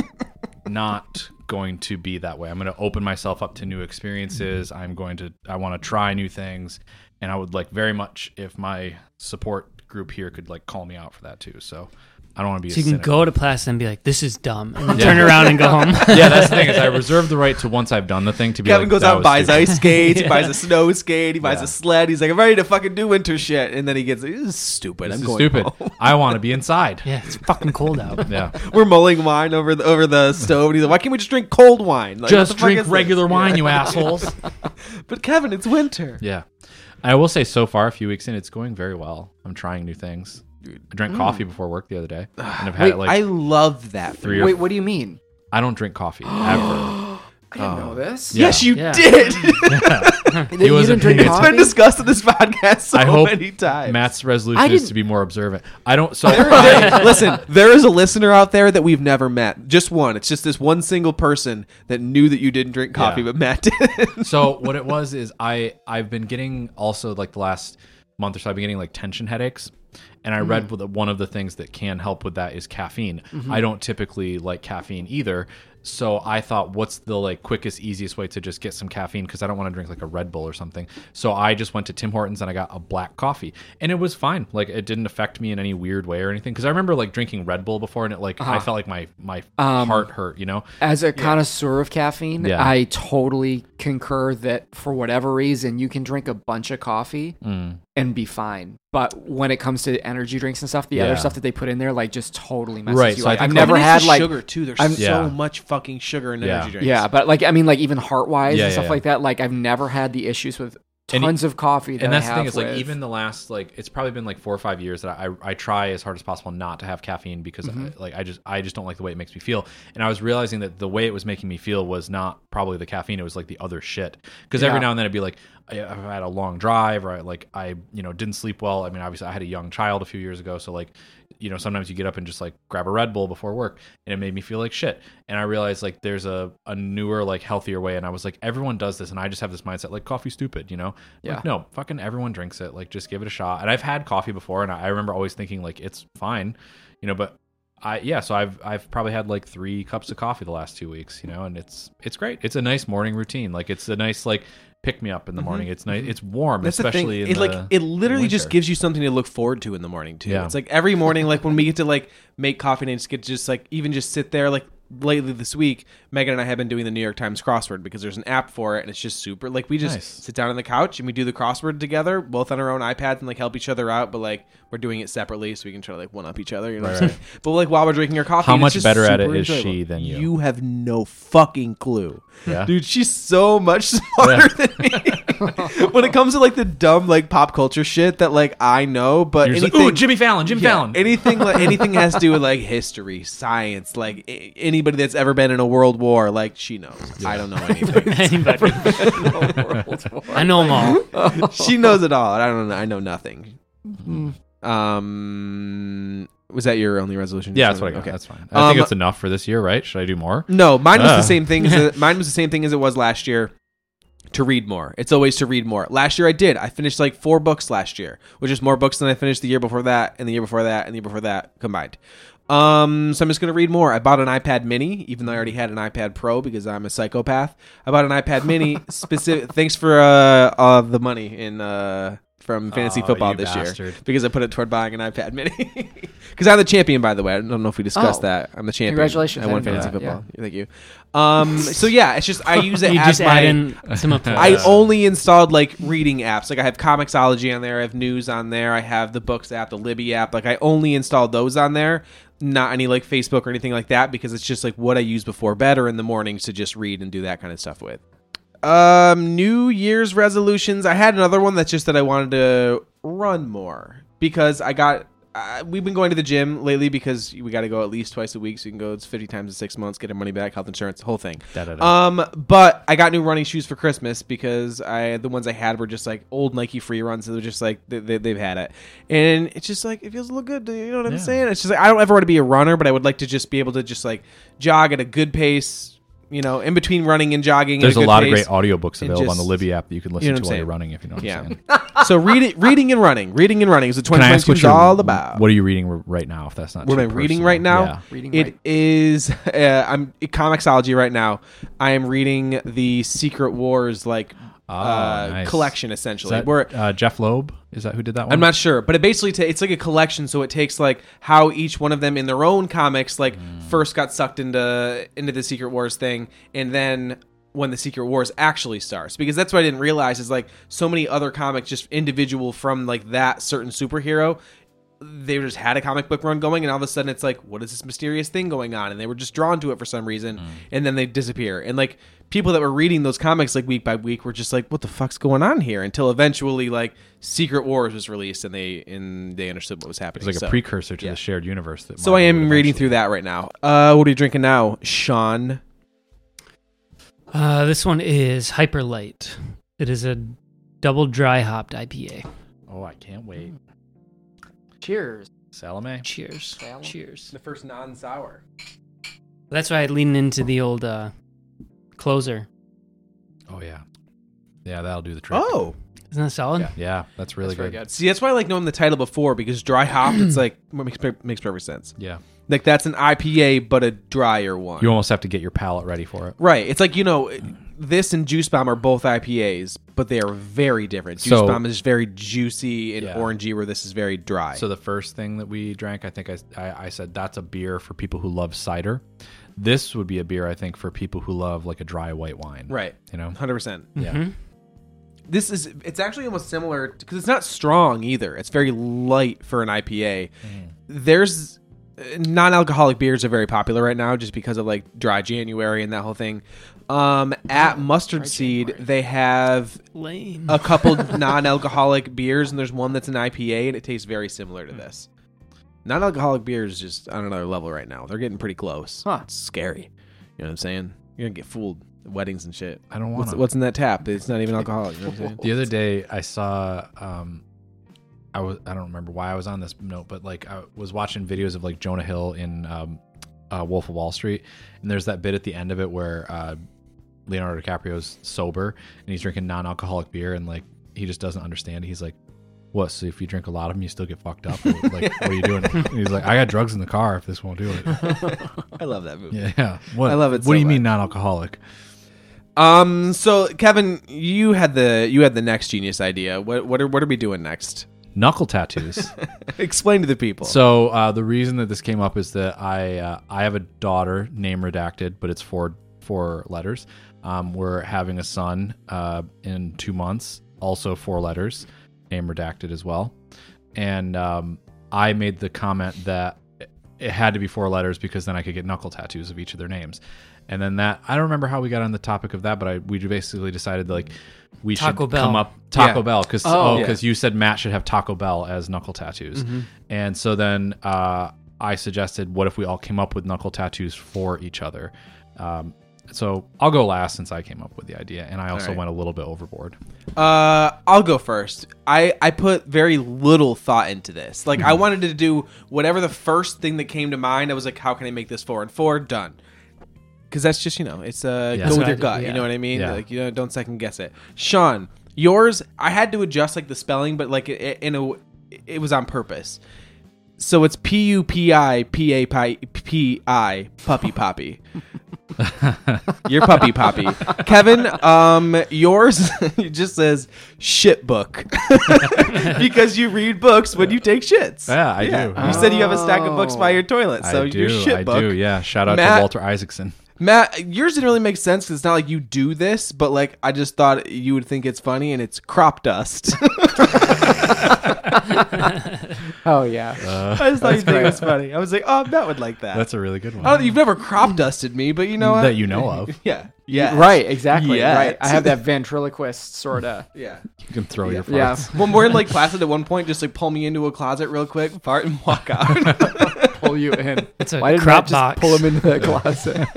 [SPEAKER 2] not going to be that way. I'm going to open myself up to new experiences.
[SPEAKER 4] Mm-hmm.
[SPEAKER 2] I'm going to, I want to try new things. And I would like very much if my support group here could like call me out for that too. So I don't want to be
[SPEAKER 4] So
[SPEAKER 2] a
[SPEAKER 4] you can
[SPEAKER 2] cynic.
[SPEAKER 4] go to Placid and be like, "This is dumb," and then
[SPEAKER 2] Yeah.
[SPEAKER 4] turn around and go home.
[SPEAKER 2] yeah, that's the thing is I reserve the right to once I've done the thing to be
[SPEAKER 1] Kevin
[SPEAKER 2] like,
[SPEAKER 1] goes
[SPEAKER 2] that
[SPEAKER 1] out and
[SPEAKER 2] was
[SPEAKER 1] buys
[SPEAKER 2] stupid.
[SPEAKER 1] ice skates, he
[SPEAKER 4] Yeah.
[SPEAKER 1] buys a snow skate, he buys
[SPEAKER 2] Yeah.
[SPEAKER 1] a sled. He's like, I'm ready to fucking do winter shit. And then he gets, this is stupid.
[SPEAKER 2] This
[SPEAKER 1] I'm
[SPEAKER 2] is
[SPEAKER 1] going
[SPEAKER 2] stupid.
[SPEAKER 1] home."
[SPEAKER 2] I want to be inside.
[SPEAKER 4] yeah, it's fucking cold out.
[SPEAKER 2] Yeah.
[SPEAKER 1] We're mulling wine over the, over the stove. And he's like, why can't we just drink cold wine? Like, what
[SPEAKER 2] Just
[SPEAKER 1] the fuck is
[SPEAKER 2] drink
[SPEAKER 1] this?
[SPEAKER 2] regular wine, you assholes.
[SPEAKER 1] But Kevin, it's winter.
[SPEAKER 2] Yeah. I will say so far a few weeks in it's going very well. I'm trying new things. I drank coffee before work the other day and I've had
[SPEAKER 1] Mm. Wait,
[SPEAKER 2] it like
[SPEAKER 1] I love that.
[SPEAKER 2] three or
[SPEAKER 3] Wait, what do you mean?
[SPEAKER 2] I don't drink coffee ever.
[SPEAKER 3] I didn't know this.
[SPEAKER 2] Yeah.
[SPEAKER 1] Yes, you
[SPEAKER 4] Yeah.
[SPEAKER 1] did.
[SPEAKER 3] You
[SPEAKER 2] was opinion.
[SPEAKER 3] didn't drink
[SPEAKER 2] It's
[SPEAKER 1] It's
[SPEAKER 3] coffee?
[SPEAKER 1] been discussed in this podcast so
[SPEAKER 2] I hope
[SPEAKER 1] many times.
[SPEAKER 2] Matt's
[SPEAKER 3] I
[SPEAKER 2] resolution is
[SPEAKER 3] didn't-
[SPEAKER 2] to be more observant. I don't so I,
[SPEAKER 1] Listen, there is a listener out there that we've never met. Just one. It's just this one single person that knew that you didn't drink coffee,
[SPEAKER 2] Yeah.
[SPEAKER 1] but Matt did.
[SPEAKER 2] so what it was is I I've been getting also like the last month or so I've been getting like tension headaches, and I read that one of the things that can help with that is caffeine. I don't typically like caffeine either, so I thought what's the like quickest easiest way to just get some caffeine because I don't want to drink like a Red Bull or something. So I just went to Tim Hortons and I got a black coffee, and it was fine. Like it didn't affect me in any weird way or anything because I remember like drinking Red Bull before and it like I felt like my my heart hurt, you know.
[SPEAKER 3] As a connoisseur of caffeine,
[SPEAKER 2] Yeah.
[SPEAKER 3] I totally concur that for whatever reason, you can drink a bunch of coffee
[SPEAKER 2] Mm.
[SPEAKER 3] and be fine. But when it comes to energy drinks and stuff, the
[SPEAKER 2] Yeah.
[SPEAKER 3] other stuff that they put in there, like, just totally messes
[SPEAKER 2] Right,
[SPEAKER 3] you
[SPEAKER 2] so I
[SPEAKER 3] up.
[SPEAKER 2] think like-
[SPEAKER 3] I've never
[SPEAKER 1] Even
[SPEAKER 3] had
[SPEAKER 1] it's the
[SPEAKER 3] like
[SPEAKER 1] sugar too. There's
[SPEAKER 3] I'm-
[SPEAKER 1] so
[SPEAKER 2] Yeah.
[SPEAKER 1] much fucking sugar in
[SPEAKER 2] Yeah.
[SPEAKER 1] energy drinks.
[SPEAKER 3] Yeah, but like I mean, like even heart wise
[SPEAKER 2] Yeah,
[SPEAKER 3] and
[SPEAKER 2] yeah,
[SPEAKER 3] stuff
[SPEAKER 2] yeah.
[SPEAKER 3] like that. Like I've never had the issues with
[SPEAKER 2] And-
[SPEAKER 3] tons of coffee. That
[SPEAKER 2] and that's
[SPEAKER 3] I
[SPEAKER 2] the
[SPEAKER 3] have
[SPEAKER 2] thing is like
[SPEAKER 3] with-
[SPEAKER 2] even the last like it's probably been like four or five years that I I try as hard as possible not to have caffeine because
[SPEAKER 3] Mm-hmm.
[SPEAKER 2] I, like I just I just don't like the way it makes me feel and I was realizing that the way it was making me feel was not probably the caffeine it was like the other shit because every
[SPEAKER 3] Yeah.
[SPEAKER 2] now and then I'd be like I, I've had a long drive or I, like I you know didn't sleep well I mean obviously I had a young child a few years ago so like you know sometimes you get up and just like grab a Red Bull before work and it made me feel like shit and I realized like there's a a newer like healthier way and I was like everyone does this and I just have this mindset like coffee's stupid you know
[SPEAKER 3] Yeah.
[SPEAKER 2] like, no, fucking everyone drinks it. Like, just give it a shot. And I've had coffee before, and I I remember always thinking like it's fine, you know. But I yeah, so I've I've probably had like three cups of coffee the last two weeks, you know, and it's it's great. It's a nice morning routine. Like, it's a nice like pick me up in the morning. It's nice. It's warm,
[SPEAKER 1] Mm-hmm. That's
[SPEAKER 2] especially
[SPEAKER 1] the
[SPEAKER 2] in
[SPEAKER 1] thing. It,
[SPEAKER 2] the
[SPEAKER 1] like it literally just
[SPEAKER 2] winter.
[SPEAKER 1] gives you something to look forward to in the morning too.
[SPEAKER 2] Yeah.
[SPEAKER 1] It's like every morning, like when we get to like make coffee and I just get to just like even just sit there, like lately this week, Megan and I have been doing the New York Times crossword because there's an app for it, and it's just super. Like we just
[SPEAKER 2] Nice.
[SPEAKER 1] sit down on the couch and we do the crossword together, both on our own iPads, and like help each other out. But like we're doing it separately, so we can try to like one up each other. You know what I'm saying? But like while we're drinking our coffee,
[SPEAKER 2] How
[SPEAKER 1] and it's
[SPEAKER 2] much
[SPEAKER 1] just
[SPEAKER 2] better at it
[SPEAKER 1] super
[SPEAKER 2] is
[SPEAKER 1] enjoyable.
[SPEAKER 2] she than you?
[SPEAKER 1] You have no fucking clue.
[SPEAKER 2] Yeah.
[SPEAKER 1] Dude, she's so much smarter than me. when it comes to like the dumb like pop culture shit that like I know, but
[SPEAKER 2] You're just like,
[SPEAKER 1] anything
[SPEAKER 2] Ooh, Jimmy Fallon, Jim
[SPEAKER 1] yeah,
[SPEAKER 2] Fallon.
[SPEAKER 1] Anything like anything has to do with like history, science, like a- anybody that's ever been in a world war, like she knows. I don't know anything.
[SPEAKER 4] Anybody. I know them all.
[SPEAKER 1] she knows it all. and I don't know. I know nothing. Um, was that your only resolution?
[SPEAKER 2] Mm-hmm. yeah, that's what I got. That's fine. I
[SPEAKER 1] Um,
[SPEAKER 2] think it's enough for this year, right? Should I do more?
[SPEAKER 1] No, mine was
[SPEAKER 2] Ah.
[SPEAKER 1] the same thing. As it, mine was the same thing as it was last year. To read more. It's always to read more. Last year I did. I finished like four books last year, which is more books than I finished the year before that, and the year before that, and the year before that combined. Um, so I'm just gonna read more. I bought an iPad Mini, even though I already had an iPad Pro because I'm a psychopath. I bought an iPad Mini. specific. Thanks for uh, uh the money in uh from fantasy
[SPEAKER 2] Oh,
[SPEAKER 1] football
[SPEAKER 2] you
[SPEAKER 1] this year
[SPEAKER 2] bastard.
[SPEAKER 1] because I put it toward buying an iPad Mini because I'm the champion. By the way, I don't know if we discussed
[SPEAKER 3] Oh.
[SPEAKER 1] that. I'm the champion.
[SPEAKER 3] Congratulations,
[SPEAKER 1] I
[SPEAKER 3] I
[SPEAKER 1] won
[SPEAKER 3] didn't know
[SPEAKER 1] fantasy
[SPEAKER 3] that, yeah.
[SPEAKER 1] football. Thank you. Um, so yeah, it's just I use it
[SPEAKER 4] You
[SPEAKER 1] as
[SPEAKER 4] just
[SPEAKER 1] my.
[SPEAKER 4] add in some applause.
[SPEAKER 1] I only installed like reading apps. Like I have Comixology on there, I have news on there, I have the books app, the Libby app. Like I only installed those on there, not any like Facebook or anything like that, because it's just like what I use before bed or in the mornings to just read and do that kind of stuff with. Um, New Year's resolutions. I had another one that's just that I wanted to run more because I got. Uh, we've been going to the gym lately because we got to go at least twice a week, so you can go it's fifty times in six months, get our money back, health insurance, the whole thing.
[SPEAKER 2] Da-da-da.
[SPEAKER 1] Um, but I got new running shoes for Christmas because I the ones I had were just like old Nike free runs. So they're just like they, they, they've had it, and it's just like it feels a little good. You know what I'm
[SPEAKER 2] Yeah.
[SPEAKER 1] saying? It's just like I don't ever want to be a runner, but I would like to just be able to just like jog at a good pace. You know, in between running and jogging. at
[SPEAKER 2] There's a
[SPEAKER 1] good
[SPEAKER 2] lot
[SPEAKER 1] pace.
[SPEAKER 2] of great audiobooks
[SPEAKER 1] and
[SPEAKER 2] available on the
[SPEAKER 1] just-
[SPEAKER 2] Libby app that you can listen
[SPEAKER 1] know what
[SPEAKER 2] to
[SPEAKER 1] I'm
[SPEAKER 2] while you're
[SPEAKER 1] saying.
[SPEAKER 2] running if you know what
[SPEAKER 1] Yeah.
[SPEAKER 2] I'm saying.
[SPEAKER 1] so reading, reading and running, reading and running is what
[SPEAKER 2] Can I ask
[SPEAKER 1] 2022
[SPEAKER 2] what
[SPEAKER 1] is
[SPEAKER 2] you're
[SPEAKER 1] all about.
[SPEAKER 2] What are you reading r- right now? If that's not
[SPEAKER 1] What
[SPEAKER 2] too
[SPEAKER 1] am I reading
[SPEAKER 2] personal?
[SPEAKER 1] right now?
[SPEAKER 2] Yeah.
[SPEAKER 3] Reading
[SPEAKER 1] It
[SPEAKER 3] right.
[SPEAKER 1] is. Uh, I'm in Comixology right now. I am reading the Secret Wars like
[SPEAKER 2] Ah,
[SPEAKER 1] uh,
[SPEAKER 2] nice.
[SPEAKER 1] collection
[SPEAKER 2] Is
[SPEAKER 1] essentially.
[SPEAKER 2] that,
[SPEAKER 1] Where
[SPEAKER 2] uh, Jeff Loeb is that who did that one?
[SPEAKER 1] I'm not sure, but it basically ta- it's like a collection. So it takes like how each one of them in their own comics like
[SPEAKER 2] Hmm.
[SPEAKER 1] first got sucked into into the Secret Wars thing, and then when the Secret Wars actually starts. Because that's what I didn't realize is like so many other comics, just individual from like that certain superhero. They just had a comic book run going, and all of a sudden it's like, what is this mysterious thing going on? And they were just drawn to it for some reason,
[SPEAKER 2] Mm.
[SPEAKER 1] and then they disappear. And like people that were reading those comics like week by week were just like, what the fuck's going on here? Until eventually, like Secret Wars was released, and they and they understood what was happening.
[SPEAKER 2] It's like
[SPEAKER 1] so.
[SPEAKER 2] a precursor to
[SPEAKER 1] yeah.
[SPEAKER 2] the shared universe. That
[SPEAKER 1] So I
[SPEAKER 2] Marvel
[SPEAKER 1] am
[SPEAKER 2] would
[SPEAKER 1] reading
[SPEAKER 2] eventually-
[SPEAKER 1] through that right now. Uh, what are you drinking now, Sean?
[SPEAKER 4] Uh, this one is Hyperlight. It is a double dry hopped IPA.
[SPEAKER 2] Oh, I can't wait.
[SPEAKER 3] Cheers.
[SPEAKER 2] Salome.
[SPEAKER 4] Cheers.
[SPEAKER 3] Salad.
[SPEAKER 4] Cheers.
[SPEAKER 1] The first non-sour.
[SPEAKER 4] That's why I lean into the old uh, closer.
[SPEAKER 2] Oh yeah, yeah, that'll do the trick.
[SPEAKER 1] Oh,
[SPEAKER 4] Isn't that solid?
[SPEAKER 2] yeah, yeah that's really
[SPEAKER 3] That's very
[SPEAKER 2] good.
[SPEAKER 3] good.
[SPEAKER 1] see, that's why I like knowing the title before because dry hop. It's like well, makes per- makes perfect sense.
[SPEAKER 2] Yeah,
[SPEAKER 1] Like that's an IPA, but a drier one.
[SPEAKER 2] you almost have to get your palate ready for it.
[SPEAKER 1] right. It's like you know, this and Juice Bomb are both IPAs, but they are very different. Juice
[SPEAKER 2] So-
[SPEAKER 1] Bomb is very juicy and
[SPEAKER 2] Yeah.
[SPEAKER 1] orangey, where this is very dry.
[SPEAKER 2] So the first thing that we drank, I think I, I I said that's a beer for people who love cider. This would be a beer I think for people who love like a dry white wine.
[SPEAKER 1] right, mm-hmm.
[SPEAKER 2] You know.
[SPEAKER 1] hundred percent.
[SPEAKER 2] Yeah.
[SPEAKER 1] This is it's actually almost similar because it's not strong either. It's very light for an IPA.
[SPEAKER 2] Mm-hmm.
[SPEAKER 1] There's uh, non-alcoholic beers are very popular right now just because of like dry January and that whole thing. Um, at Mustard Seed, they have
[SPEAKER 4] Lame.
[SPEAKER 3] Uh,
[SPEAKER 1] a couple non-alcoholic beers, and there's one that's an IPA, and it tastes very similar to this. Non-alcoholic beer is just on another level right now. They're getting pretty close.
[SPEAKER 3] Huh.
[SPEAKER 1] It's scary. You know what I'm saying? You're gonna get fooled. at Weddings and shit.
[SPEAKER 2] I don't want
[SPEAKER 1] What's,
[SPEAKER 2] to.
[SPEAKER 1] what's in that tap? It's not even alcoholic. You know what I'm saying?
[SPEAKER 2] The other day, I saw. Um, I was I don't remember why I was on this note, but like I was watching videos of like Jonah Hill in um, uh, Wolf of Wall Street, and there's that bit at the end of it where uh, Leonardo DiCaprio's sober and he's drinking non-alcoholic beer, and like he just doesn't understand. He's like. What? So if you drink a lot of them, you still get fucked up. Like, what are you doing? And he's like, I got drugs in the car. If this won't do it,
[SPEAKER 1] I love that movie.
[SPEAKER 2] yeah. yeah. What?
[SPEAKER 1] I love it
[SPEAKER 2] What
[SPEAKER 1] so
[SPEAKER 2] do you
[SPEAKER 1] much.
[SPEAKER 2] mean non-alcoholic?
[SPEAKER 1] Um. So Kevin, you had the you had the next genius idea. What what are what are we doing next?
[SPEAKER 2] knuckle tattoos.
[SPEAKER 1] Explain to the people.
[SPEAKER 2] so uh, the reason that this came up is that I uh, I have a daughter name redacted, but it's four four letters. Um, we're having a son uh, in two months, also four letters, name redacted as well. And um, I made the comment that it had to be four letters because then I could get knuckle tattoos of each of their names. And then that I don't remember how we got on the topic of that, but I we basically decided like we
[SPEAKER 4] Taco
[SPEAKER 2] should
[SPEAKER 4] Bell.
[SPEAKER 2] come up Taco
[SPEAKER 1] Yeah. Mm-hmm.
[SPEAKER 2] Bell because
[SPEAKER 3] Oh.
[SPEAKER 2] oh because you said Matt should have Taco Bell as knuckle tattoos, and so then uh, I suggested what if we all came up with knuckle tattoos for each other. Um, so I'll go last since I came up with the idea, and I also
[SPEAKER 1] right.
[SPEAKER 2] went a little bit overboard.
[SPEAKER 1] Uh, I'll go first. I I put very little thought into this. Like
[SPEAKER 2] Hmm.
[SPEAKER 1] I wanted to do whatever the first thing that came to mind. I was like, how can I make this four and four? Done. Because that's just you know, it's uh, go
[SPEAKER 2] Yeah. That's
[SPEAKER 1] with
[SPEAKER 4] what
[SPEAKER 1] your
[SPEAKER 4] I-
[SPEAKER 1] gut. You
[SPEAKER 4] yeah.
[SPEAKER 1] know what I mean?
[SPEAKER 2] Yeah.
[SPEAKER 1] Like you know, don't second guess it. Sean, yours. I had to adjust like the spelling, but like it, in a, it was on purpose. So it's P U P I P A P I puppy poppy. Your puppy poppy. Kevin, um, yours it just says shit book. because you read books when you take shits.
[SPEAKER 2] Yeah, I do.
[SPEAKER 1] You said you have a stack of books by your toilet, so
[SPEAKER 2] I
[SPEAKER 1] your
[SPEAKER 2] do,
[SPEAKER 1] shit
[SPEAKER 2] I
[SPEAKER 1] book.
[SPEAKER 2] do. Yeah, shout out
[SPEAKER 1] Matt-
[SPEAKER 2] to Walter Isaacson.
[SPEAKER 1] Matt, yours didn't really make sense because it's not like you do this, but like I just thought you would think it's funny and it's crop dust.
[SPEAKER 3] Oh yeah.
[SPEAKER 2] Uh,
[SPEAKER 1] I just thought you'd think
[SPEAKER 3] great.
[SPEAKER 1] it was funny. I was like, oh, Matt would like that.
[SPEAKER 2] That's a really good one
[SPEAKER 1] I don't, you've never crop dusted me, but you Oh, know what?
[SPEAKER 2] that you know of.
[SPEAKER 1] yeah. Yeah.
[SPEAKER 3] Right. Exactly.
[SPEAKER 1] Yes.
[SPEAKER 3] Right. I have that ventriloquist sort of.
[SPEAKER 1] Yeah.
[SPEAKER 2] You can throw your farts.
[SPEAKER 3] Yeah.
[SPEAKER 1] When we're in Lake Placid at one point, just like pull me into a closet real quick, fart and walk out.
[SPEAKER 3] Pull you in.
[SPEAKER 4] It's a
[SPEAKER 3] Why didn't I
[SPEAKER 4] crop
[SPEAKER 3] just
[SPEAKER 4] box.
[SPEAKER 3] pull him into the closet?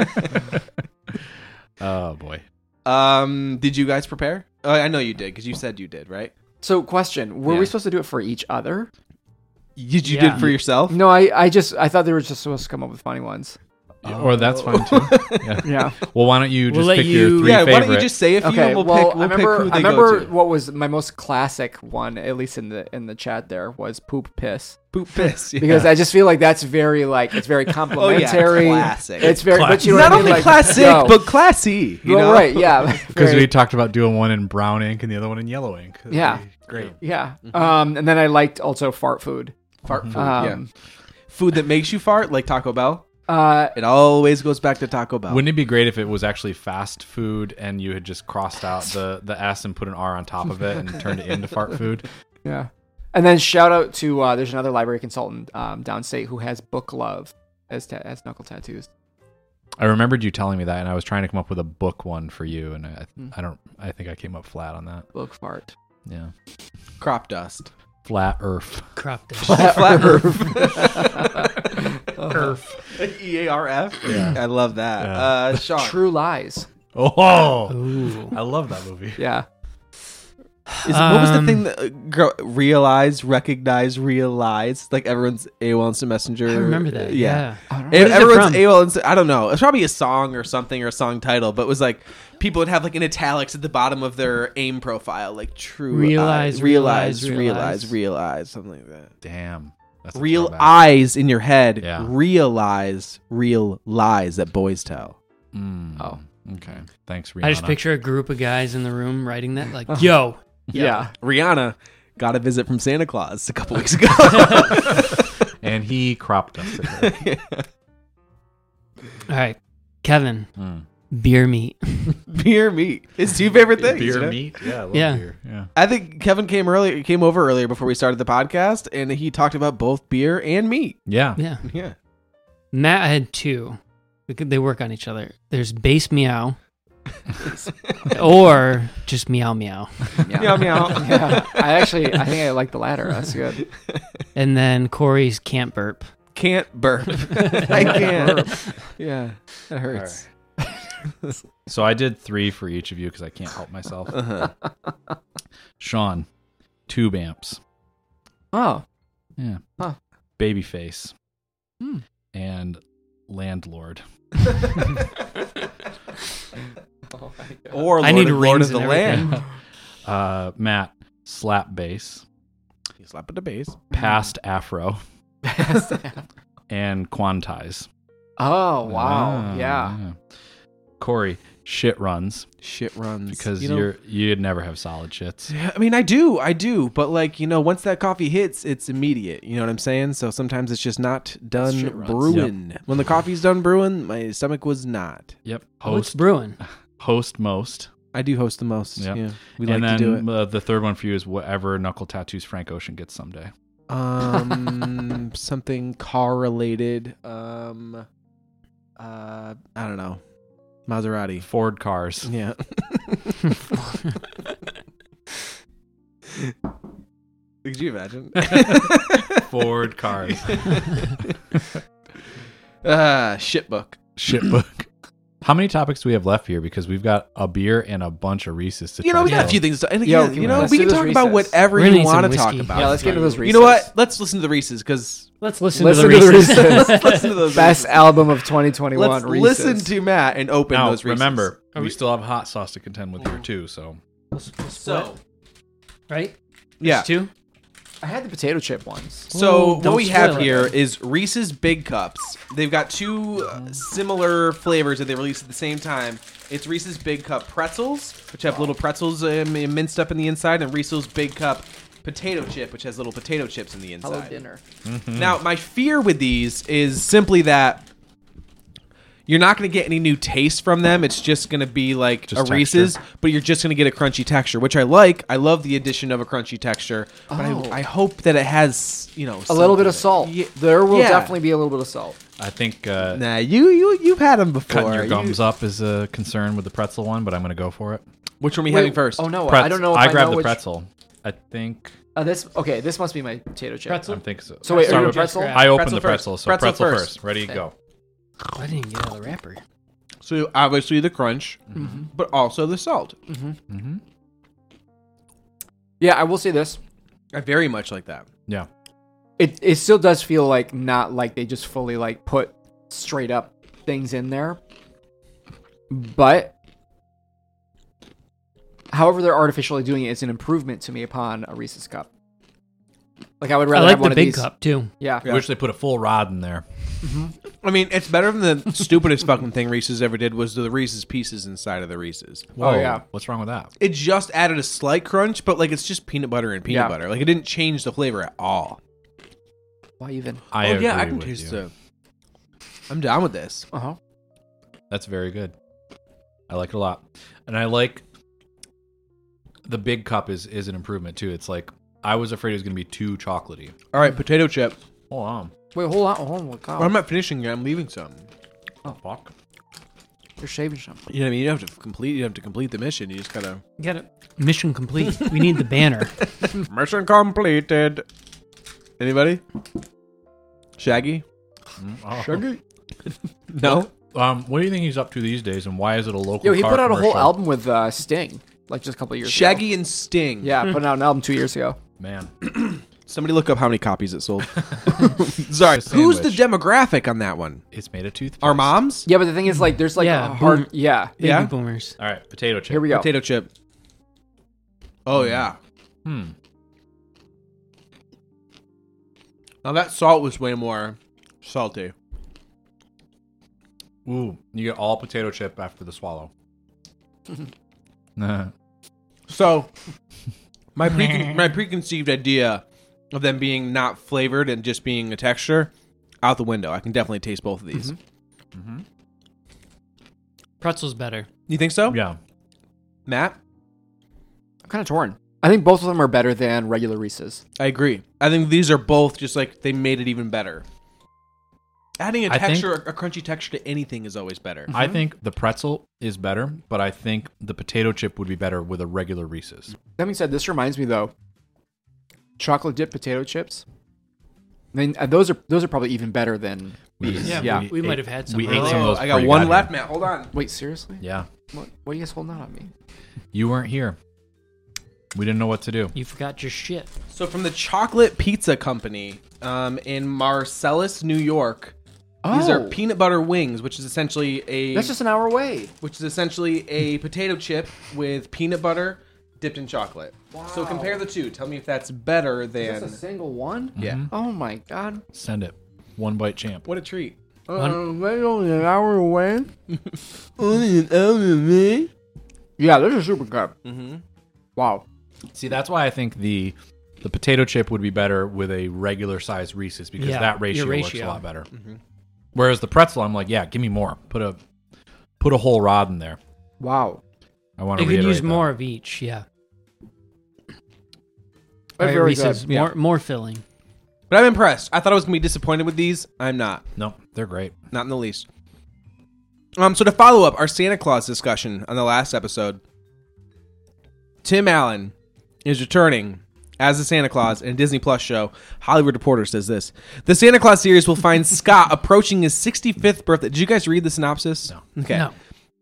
[SPEAKER 2] Oh boy.
[SPEAKER 1] um, did you guys prepare? Uh, I know you did because you said you did, right?
[SPEAKER 3] so, question: Were
[SPEAKER 1] Yeah.
[SPEAKER 3] we supposed to do it for each other?
[SPEAKER 1] You, you
[SPEAKER 4] Yeah.
[SPEAKER 1] did for yourself.
[SPEAKER 3] No, I, I just I thought they were just supposed to come up with funny ones.
[SPEAKER 2] Or that's fine too. Yeah.
[SPEAKER 3] Yeah.
[SPEAKER 2] Well, why don't you just
[SPEAKER 4] let
[SPEAKER 2] pick your
[SPEAKER 4] you-
[SPEAKER 2] three
[SPEAKER 1] Yeah.
[SPEAKER 2] favorite?
[SPEAKER 1] Why don't Oh. you just say a few?
[SPEAKER 3] Okay.
[SPEAKER 1] and we'll
[SPEAKER 3] well,
[SPEAKER 1] pick. We'll
[SPEAKER 3] I remember
[SPEAKER 1] pick who they
[SPEAKER 3] I remember
[SPEAKER 1] go to.
[SPEAKER 3] what was my most classic one, at least in the in the chat. There was poop piss
[SPEAKER 1] Poop piss. Yeah. Oh,
[SPEAKER 3] because I just feel like that's very like it's very complimentary.
[SPEAKER 1] classic.
[SPEAKER 3] It's very but you know
[SPEAKER 1] not
[SPEAKER 3] what I mean?
[SPEAKER 1] only
[SPEAKER 3] Like,
[SPEAKER 1] classic
[SPEAKER 3] yo,
[SPEAKER 1] but classy. You
[SPEAKER 3] well,
[SPEAKER 1] know,
[SPEAKER 3] right? Yeah.
[SPEAKER 2] because
[SPEAKER 3] Very-
[SPEAKER 2] we talked about doing one in brown ink and the other one in yellow ink. That'd
[SPEAKER 3] Yeah.
[SPEAKER 2] be Great.
[SPEAKER 3] Yeah. Um, and then I liked also fart food.
[SPEAKER 1] Fart Mm-hmm. food.
[SPEAKER 3] Um,
[SPEAKER 1] yeah. Food that makes you fart, like Taco Bell.
[SPEAKER 3] uh,
[SPEAKER 1] It always goes back to Taco Bell.
[SPEAKER 2] Wouldn't it be great if it was actually fast food and you had just crossed out the, the S and put an R on top of it and turned it into fart food?
[SPEAKER 3] yeah. And then shout out to uh, there's another library consultant um, downstate who has book love as ta- as knuckle tattoos.
[SPEAKER 2] I remembered you telling me that, and I was trying to come up with a book one for you, and I, I don't. I think I came up flat on that.
[SPEAKER 3] Book fart.
[SPEAKER 2] Yeah,
[SPEAKER 1] crop dust.
[SPEAKER 2] flat Earth.
[SPEAKER 4] crop dust.
[SPEAKER 1] Flat Earth. E A R F. I love that.
[SPEAKER 2] Yeah.
[SPEAKER 1] Uh, Sean,
[SPEAKER 3] True lies.
[SPEAKER 2] Oh,
[SPEAKER 4] Ooh.
[SPEAKER 2] I love that movie.
[SPEAKER 3] Yeah.
[SPEAKER 1] Is, what was the
[SPEAKER 4] Um,
[SPEAKER 1] thing that uh, grow, realize, recognize, realize? Like everyone's AOL Instant Messenger.
[SPEAKER 4] I remember that. Yeah.
[SPEAKER 3] I don't
[SPEAKER 1] E-
[SPEAKER 4] is it
[SPEAKER 1] Everyone's
[SPEAKER 4] from?
[SPEAKER 1] AOL. Instant, I don't know. It's probably a song or something or a song title, but it was like people would have like in italics at the bottom of their AIM profile, like true
[SPEAKER 4] Realize,
[SPEAKER 1] eyes,
[SPEAKER 4] realize,
[SPEAKER 1] realize, realize,
[SPEAKER 4] realize.
[SPEAKER 1] realize, something like that.
[SPEAKER 2] Damn. That's a
[SPEAKER 1] Real
[SPEAKER 2] throwback.
[SPEAKER 1] eyes in your head.
[SPEAKER 2] Yeah.
[SPEAKER 1] Realize real lies that boys tell.
[SPEAKER 2] Mm.
[SPEAKER 3] Oh.
[SPEAKER 2] okay. Thanks, Rihanna.
[SPEAKER 4] I just picture a group of guys in the room writing that,
[SPEAKER 3] Uh-huh.
[SPEAKER 4] like, yo,
[SPEAKER 3] Yeah.
[SPEAKER 1] Rihanna got a visit from Santa Claus a couple weeks ago.
[SPEAKER 2] and he cropped us.
[SPEAKER 4] all right, Kevin,
[SPEAKER 2] Mm.
[SPEAKER 4] beer meat.
[SPEAKER 1] Beer meat. His two favorite things. you know?
[SPEAKER 2] meat. Yeah, I love
[SPEAKER 4] Yeah.
[SPEAKER 2] beer. Yeah.
[SPEAKER 1] I think Kevin came earlier came over earlier before we started the podcast and he talked about both beer and meat.
[SPEAKER 2] Yeah.
[SPEAKER 4] Yeah.
[SPEAKER 1] Yeah.
[SPEAKER 4] Matt had two. We could- They work on each other. There's bass meow, or just meow meow,
[SPEAKER 3] Yeah.
[SPEAKER 1] Meow, meow.
[SPEAKER 3] Yeah. I actually I think I like the latter. That's good.
[SPEAKER 4] and then Corey's can't burp.
[SPEAKER 1] Can't burp. I can't. yeah. That hurts.
[SPEAKER 2] So I did three for each of you because I can't help myself.
[SPEAKER 1] Uh-huh.
[SPEAKER 2] Sean, tube amps.
[SPEAKER 3] Oh.
[SPEAKER 2] Yeah.
[SPEAKER 3] Huh.
[SPEAKER 2] Babyface.
[SPEAKER 3] Hmm.
[SPEAKER 2] And landlord.
[SPEAKER 3] Oh.
[SPEAKER 1] Or Lord
[SPEAKER 4] I need
[SPEAKER 1] of, Lord
[SPEAKER 4] rings
[SPEAKER 1] of the
[SPEAKER 4] and everything.
[SPEAKER 1] Land.
[SPEAKER 2] Uh, Matt, slap bass.
[SPEAKER 1] He's slapping the bass.
[SPEAKER 3] Hmm.
[SPEAKER 2] Past afro and quantize.
[SPEAKER 3] oh
[SPEAKER 2] Ah,
[SPEAKER 3] wow. Yeah.
[SPEAKER 2] Corey, shit runs
[SPEAKER 1] Shit runs
[SPEAKER 2] because
[SPEAKER 1] you
[SPEAKER 2] you
[SPEAKER 1] know-
[SPEAKER 2] are you'd never have solid shits.
[SPEAKER 1] Yeah, I mean, I do, I do, but like you know, once that coffee hits, it's immediate. You know what I'm saying? So sometimes it's just not
[SPEAKER 3] shit
[SPEAKER 1] done
[SPEAKER 3] runs.
[SPEAKER 1] brewing. When the coffee's done brewing, my stomach was not.
[SPEAKER 2] Yep.
[SPEAKER 4] What's
[SPEAKER 2] Host
[SPEAKER 4] brewing?
[SPEAKER 2] host most.
[SPEAKER 1] I do host the most.
[SPEAKER 2] Yeah.
[SPEAKER 1] Yeah, we
[SPEAKER 2] and
[SPEAKER 1] like
[SPEAKER 2] then
[SPEAKER 1] to do
[SPEAKER 2] Uh, the third one for you is whatever knuckle tattoos Frank Ocean gets someday.
[SPEAKER 1] it. Um, something car related. Um, uh, I don't know, Maserati.
[SPEAKER 2] Ford cars.
[SPEAKER 1] Yeah. Could you imagine?
[SPEAKER 2] Ford cars.
[SPEAKER 1] Ah, shit book.
[SPEAKER 2] Shit book. How many topics do we have left here? Because we've got a beer and a bunch of Reese's. To
[SPEAKER 1] You know,
[SPEAKER 2] try
[SPEAKER 1] we got a
[SPEAKER 2] to-
[SPEAKER 1] few things. To, and
[SPEAKER 3] Yo,
[SPEAKER 1] again, you know,
[SPEAKER 3] let's
[SPEAKER 1] we
[SPEAKER 3] do
[SPEAKER 1] can
[SPEAKER 3] this
[SPEAKER 1] talk about
[SPEAKER 3] recess.
[SPEAKER 1] whatever
[SPEAKER 4] We're gonna
[SPEAKER 1] you
[SPEAKER 4] need some
[SPEAKER 1] want to talk
[SPEAKER 4] whiskey.
[SPEAKER 1] about.
[SPEAKER 3] Yeah, let's get into those Reese's.
[SPEAKER 1] You know what? Let's listen to the Reese's because
[SPEAKER 4] Let's listen,
[SPEAKER 3] Listen
[SPEAKER 4] to the Reese's.
[SPEAKER 3] Reese's.
[SPEAKER 1] listen to those.
[SPEAKER 3] Best
[SPEAKER 1] Reese's.
[SPEAKER 3] album of 2021.
[SPEAKER 1] Let's
[SPEAKER 3] Reese's.
[SPEAKER 1] listen to Matt and open
[SPEAKER 2] Now,
[SPEAKER 1] those. Reese's. Mm.
[SPEAKER 2] remember,
[SPEAKER 4] Are
[SPEAKER 2] we
[SPEAKER 4] we-
[SPEAKER 2] still have hot sauce to contend with here too. So
[SPEAKER 4] Let's- let's
[SPEAKER 1] so
[SPEAKER 4] split, right?
[SPEAKER 1] yeah.
[SPEAKER 4] There's two.
[SPEAKER 3] I had the potato chip ones.
[SPEAKER 4] Whoa,
[SPEAKER 1] So what
[SPEAKER 4] don't
[SPEAKER 1] we have
[SPEAKER 4] spoil it.
[SPEAKER 1] here is Reese's Big Cups. They've got two uh, similar flavors that they released at the same time. It's Reese's Big Cup pretzels, which have little pretzels um, minced up in the inside, and Reese's Big Cup potato chip, which has little potato chips in the inside.
[SPEAKER 3] Hello dinner.
[SPEAKER 1] Mm. Now, my fear with these is simply that you're not going to get any new taste from them. It's just going to be like
[SPEAKER 2] Just
[SPEAKER 1] a
[SPEAKER 2] texture.
[SPEAKER 1] Reese's, but you're just going to get a crunchy texture, which I like. I love the addition of a crunchy texture, but
[SPEAKER 3] Oh.
[SPEAKER 1] I, I hope that it has, you know,
[SPEAKER 3] A little bit of
[SPEAKER 1] something.
[SPEAKER 3] salt.
[SPEAKER 1] Ye-
[SPEAKER 3] There will
[SPEAKER 1] yeah.
[SPEAKER 3] definitely be a little bit of salt.
[SPEAKER 2] I think uh,
[SPEAKER 1] Nah, you you you've had them before.
[SPEAKER 2] cutting your
[SPEAKER 1] You-
[SPEAKER 2] gums up is a concern with the pretzel one, but I'm going to go for it.
[SPEAKER 1] which one are we having first?
[SPEAKER 3] Oh no, I
[SPEAKER 2] Pretz-
[SPEAKER 3] don't know. If
[SPEAKER 2] I
[SPEAKER 3] I,
[SPEAKER 2] grabbed
[SPEAKER 3] know
[SPEAKER 2] the
[SPEAKER 3] which-
[SPEAKER 2] pretzel. I think.
[SPEAKER 3] Uh, this okay. This must be my potato chip.
[SPEAKER 4] Pretzel?
[SPEAKER 2] I think so.
[SPEAKER 3] So wait, are
[SPEAKER 2] Start
[SPEAKER 3] you a
[SPEAKER 2] with-
[SPEAKER 3] pretzel?
[SPEAKER 4] grab-
[SPEAKER 2] I opened
[SPEAKER 1] Pretzel
[SPEAKER 2] the pretzel,
[SPEAKER 1] first.
[SPEAKER 2] so
[SPEAKER 1] Pretzel
[SPEAKER 2] pretzel,
[SPEAKER 1] first.
[SPEAKER 2] first. Ready,
[SPEAKER 3] Okay.
[SPEAKER 2] go.
[SPEAKER 4] I didn't get out of the wrapper.
[SPEAKER 1] So obviously the crunch,
[SPEAKER 3] Mm-hmm.
[SPEAKER 1] but also the salt.
[SPEAKER 2] Mm-hmm.
[SPEAKER 3] Yeah, I will say this.
[SPEAKER 1] I very much like that.
[SPEAKER 2] Yeah.
[SPEAKER 3] It it still does feel like not like they just fully like put straight up things in there, but however they're artificially doing it, it's an improvement to me upon a Reese's cup. Like I would
[SPEAKER 4] I
[SPEAKER 3] rather have
[SPEAKER 4] like
[SPEAKER 3] one
[SPEAKER 4] the
[SPEAKER 3] of
[SPEAKER 4] big
[SPEAKER 3] these.
[SPEAKER 4] cup too.
[SPEAKER 3] Yeah.
[SPEAKER 1] Yeah. Oh,
[SPEAKER 2] Wish they put a full rod in there.
[SPEAKER 1] I mean, it's better than the stupidest fucking thing Reese's ever did was the Reese's pieces inside of the Reese's.
[SPEAKER 3] Oh yeah.
[SPEAKER 2] What's wrong with that?
[SPEAKER 1] it just added a slight crunch, but like it's just peanut butter and peanut
[SPEAKER 3] Yeah.
[SPEAKER 1] butter. Like it didn't change the flavor at all.
[SPEAKER 3] Why even?
[SPEAKER 2] I
[SPEAKER 1] oh
[SPEAKER 2] agree
[SPEAKER 1] yeah, I can
[SPEAKER 2] with
[SPEAKER 1] taste
[SPEAKER 2] you.
[SPEAKER 1] the. I'm down with this.
[SPEAKER 3] Uh huh.
[SPEAKER 2] That's very good. I like it a lot, and I like the big cup is is an improvement too. It's like I was afraid it was going to be too chocolatey.
[SPEAKER 1] All right, potato chip.
[SPEAKER 2] Hold on,
[SPEAKER 3] Wait, hold on. Oh Hold on. Look out.
[SPEAKER 1] Well, I'm not finishing yet. I'm leaving some.
[SPEAKER 2] oh fuck,
[SPEAKER 3] You're shaving some.
[SPEAKER 1] You know what I mean? You don't have to complete. You don't have to complete the mission. You just gotta.
[SPEAKER 4] Got it. Mission complete. We need the banner.
[SPEAKER 1] mission completed. Anybody? Shaggy?
[SPEAKER 2] Mm, oh.
[SPEAKER 1] No.
[SPEAKER 2] Um, what do you think he's up to these days, and why is it a local?
[SPEAKER 3] Yo, he
[SPEAKER 2] car
[SPEAKER 3] put out a whole
[SPEAKER 2] commercial?
[SPEAKER 3] album with uh, Sting, like just a couple years ago.
[SPEAKER 1] Shaggy and Sting.
[SPEAKER 3] Yeah, putting out an album two years ago.
[SPEAKER 2] Man,
[SPEAKER 1] Somebody look up how many copies it sold. Sorry.
[SPEAKER 2] It's a
[SPEAKER 1] Who's the
[SPEAKER 2] sandwich.
[SPEAKER 1] demographic on that one?
[SPEAKER 2] it's made a toothpaste.
[SPEAKER 1] Our moms?
[SPEAKER 3] Yeah, but the thing is, like, there's like
[SPEAKER 4] Yeah,
[SPEAKER 3] a hard.
[SPEAKER 4] boom.
[SPEAKER 3] Yeah.
[SPEAKER 4] Baby
[SPEAKER 1] Yeah?
[SPEAKER 4] boomers.
[SPEAKER 2] All right, potato chip.
[SPEAKER 3] Here we go.
[SPEAKER 1] Potato chip. Oh yeah.
[SPEAKER 2] Hmm.
[SPEAKER 1] Now that salt was way more salty.
[SPEAKER 2] Ooh, you get all potato chip after the swallow. Mm-hmm. Nah.
[SPEAKER 1] So my pre- my preconceived idea of them being not flavored and just being a texture out the window. I can definitely taste both of these.
[SPEAKER 2] Mm-hmm.
[SPEAKER 4] Pretzel's better.
[SPEAKER 1] You think so,
[SPEAKER 2] yeah.
[SPEAKER 3] Mm-hmm.
[SPEAKER 1] Matt?
[SPEAKER 3] I'm kind of torn. I think both of them are better than regular Reese's.
[SPEAKER 1] I agree. I think these are both just like they made it even better. Adding a
[SPEAKER 2] I think-
[SPEAKER 1] texture, a crunchy texture to anything is always better.
[SPEAKER 2] I think the pretzel is better, but I think the potato chip would be better with a regular Reese's.
[SPEAKER 3] That being said, this reminds me though, chocolate dipped potato chips. I mean, uh, those are those are probably even better than.
[SPEAKER 2] We,
[SPEAKER 4] Yeah,
[SPEAKER 3] Yeah.
[SPEAKER 4] we might have had some
[SPEAKER 2] We ate
[SPEAKER 4] earlier.
[SPEAKER 2] some of those.
[SPEAKER 1] Oh, I
[SPEAKER 2] before
[SPEAKER 1] got
[SPEAKER 2] you
[SPEAKER 1] one
[SPEAKER 2] here.
[SPEAKER 1] left, Matt. Hold on.
[SPEAKER 3] Wait, seriously?
[SPEAKER 2] Yeah,
[SPEAKER 3] What, what are you guys holding out on me?
[SPEAKER 2] you weren't here. We didn't know what to do.
[SPEAKER 4] You forgot your shit.
[SPEAKER 1] So from the Chocolate Pizza Company um, in Marcellus, New York, these are
[SPEAKER 3] Oh.
[SPEAKER 1] peanut butter wings, which is essentially a
[SPEAKER 3] That's just an hour away.
[SPEAKER 1] which is essentially a potato chip with peanut butter dipped in chocolate. So compare the two. Tell me if that's better than
[SPEAKER 2] Mm-hmm.
[SPEAKER 3] That's a single one.
[SPEAKER 1] yeah.
[SPEAKER 3] Oh my god.
[SPEAKER 2] Send it, one bite champ.
[SPEAKER 1] What a treat!
[SPEAKER 3] Uh, that's only an hour away.
[SPEAKER 1] Only an hour away.
[SPEAKER 3] Yeah, there's a super cup. Wow.
[SPEAKER 2] See, that's why I think the the potato chip would be better with a regular size Reese's because
[SPEAKER 4] Yeah,
[SPEAKER 2] that ratio,
[SPEAKER 4] your
[SPEAKER 2] works
[SPEAKER 4] ratio. Mm-hmm.
[SPEAKER 2] a lot better. Whereas the pretzel, I'm like, yeah, give me more. Put a put a whole rod in there.
[SPEAKER 3] Wow.
[SPEAKER 2] I want
[SPEAKER 4] They
[SPEAKER 2] to
[SPEAKER 4] could use
[SPEAKER 2] that.
[SPEAKER 4] more of each. Yeah.
[SPEAKER 3] They're
[SPEAKER 4] Right,
[SPEAKER 3] very
[SPEAKER 4] Reese's,
[SPEAKER 3] good.
[SPEAKER 1] yeah.
[SPEAKER 4] More, more filling.
[SPEAKER 1] But I'm impressed. I thought I was gonna be disappointed with these. I'm not.
[SPEAKER 2] No, they're great.
[SPEAKER 1] Not in the least. Um, so to follow up our Santa Claus discussion on the last episode, Tim Allen is returning as the Santa Claus in a Disney Plus show. Hollywood Reporter says this: the Santa Claus series will find Scott approaching his 65th birthday. Did you guys read the synopsis? No. Okay.
[SPEAKER 4] No.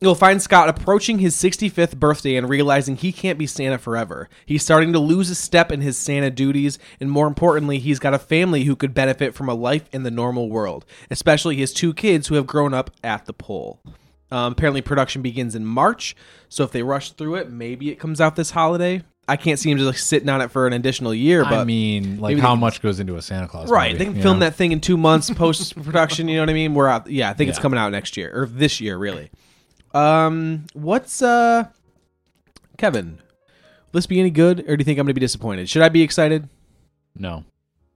[SPEAKER 1] You'll find Scott approaching his 65th birthday and realizing he can't be Santa forever. He's starting to lose a step in his Santa duties, and more importantly, he's got a family who could benefit from a life in the normal world, especially his two kids who have grown up at the pole. Um, apparently, production begins in March, so if they rush through it, maybe it comes out this holiday. I can't see him just like sitting on it for an additional year, but
[SPEAKER 2] I mean, like
[SPEAKER 1] maybe
[SPEAKER 2] how
[SPEAKER 1] they can-
[SPEAKER 2] much goes into a Santa Claus?
[SPEAKER 1] right,
[SPEAKER 2] movie,
[SPEAKER 1] they can
[SPEAKER 2] you
[SPEAKER 1] film
[SPEAKER 2] know?
[SPEAKER 1] that thing in two months post production. You know what I mean? We're out. Yeah, I think it's
[SPEAKER 2] Yeah.
[SPEAKER 1] coming out next year or this year, really. Um, what's uh, Kevin? Will this be any good, or do you think I'm going to be disappointed? Should I be excited?
[SPEAKER 2] No.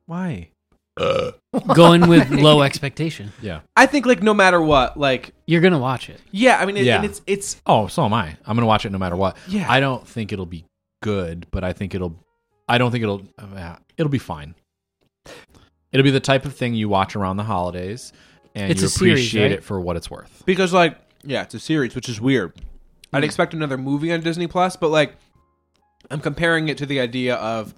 [SPEAKER 1] Why?
[SPEAKER 4] Going with low expectation.
[SPEAKER 2] Yeah.
[SPEAKER 1] I think like no matter what, like
[SPEAKER 4] You're gonna watch it.
[SPEAKER 1] yeah, I mean, it,
[SPEAKER 2] Yeah.
[SPEAKER 1] and it's it's
[SPEAKER 2] Oh, so am I. I'm gonna watch it no matter what.
[SPEAKER 1] Yeah.
[SPEAKER 2] I don't think it'll be good, but I think it'll. I don't think it'll. uh, It'll be fine. It'll be the type of thing you watch around the holidays, and
[SPEAKER 4] It's
[SPEAKER 2] you
[SPEAKER 4] a series,
[SPEAKER 2] appreciate
[SPEAKER 4] right?
[SPEAKER 2] it for what it's worth.
[SPEAKER 1] because like yeah, it's a series, which is weird. I'd expect another movie on Disney Plus, but like I'm comparing it to the idea of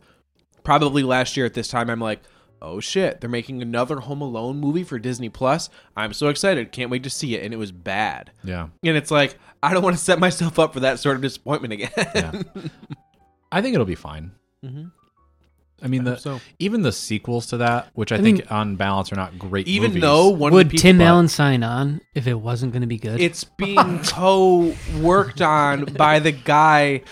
[SPEAKER 1] probably last year at this time I'm like, "Oh shit, they're making another Home Alone movie for Disney Plus. I'm so excited. Can't wait to see it." And it was bad.
[SPEAKER 2] Yeah.
[SPEAKER 1] And it's like, I don't want to set myself up for that sort of disappointment again.
[SPEAKER 2] Yeah. I think it'll be fine.
[SPEAKER 1] Mhm.
[SPEAKER 2] I mean, the,
[SPEAKER 1] so
[SPEAKER 2] even the sequels to that, which I,
[SPEAKER 4] I
[SPEAKER 2] think
[SPEAKER 4] mean-
[SPEAKER 2] on balance are not great.
[SPEAKER 1] even
[SPEAKER 2] movies,
[SPEAKER 1] though one
[SPEAKER 4] Would
[SPEAKER 1] of the people-
[SPEAKER 4] Tim Allen sign on if it wasn't gonna be good?
[SPEAKER 1] it's being co-worked on by the guy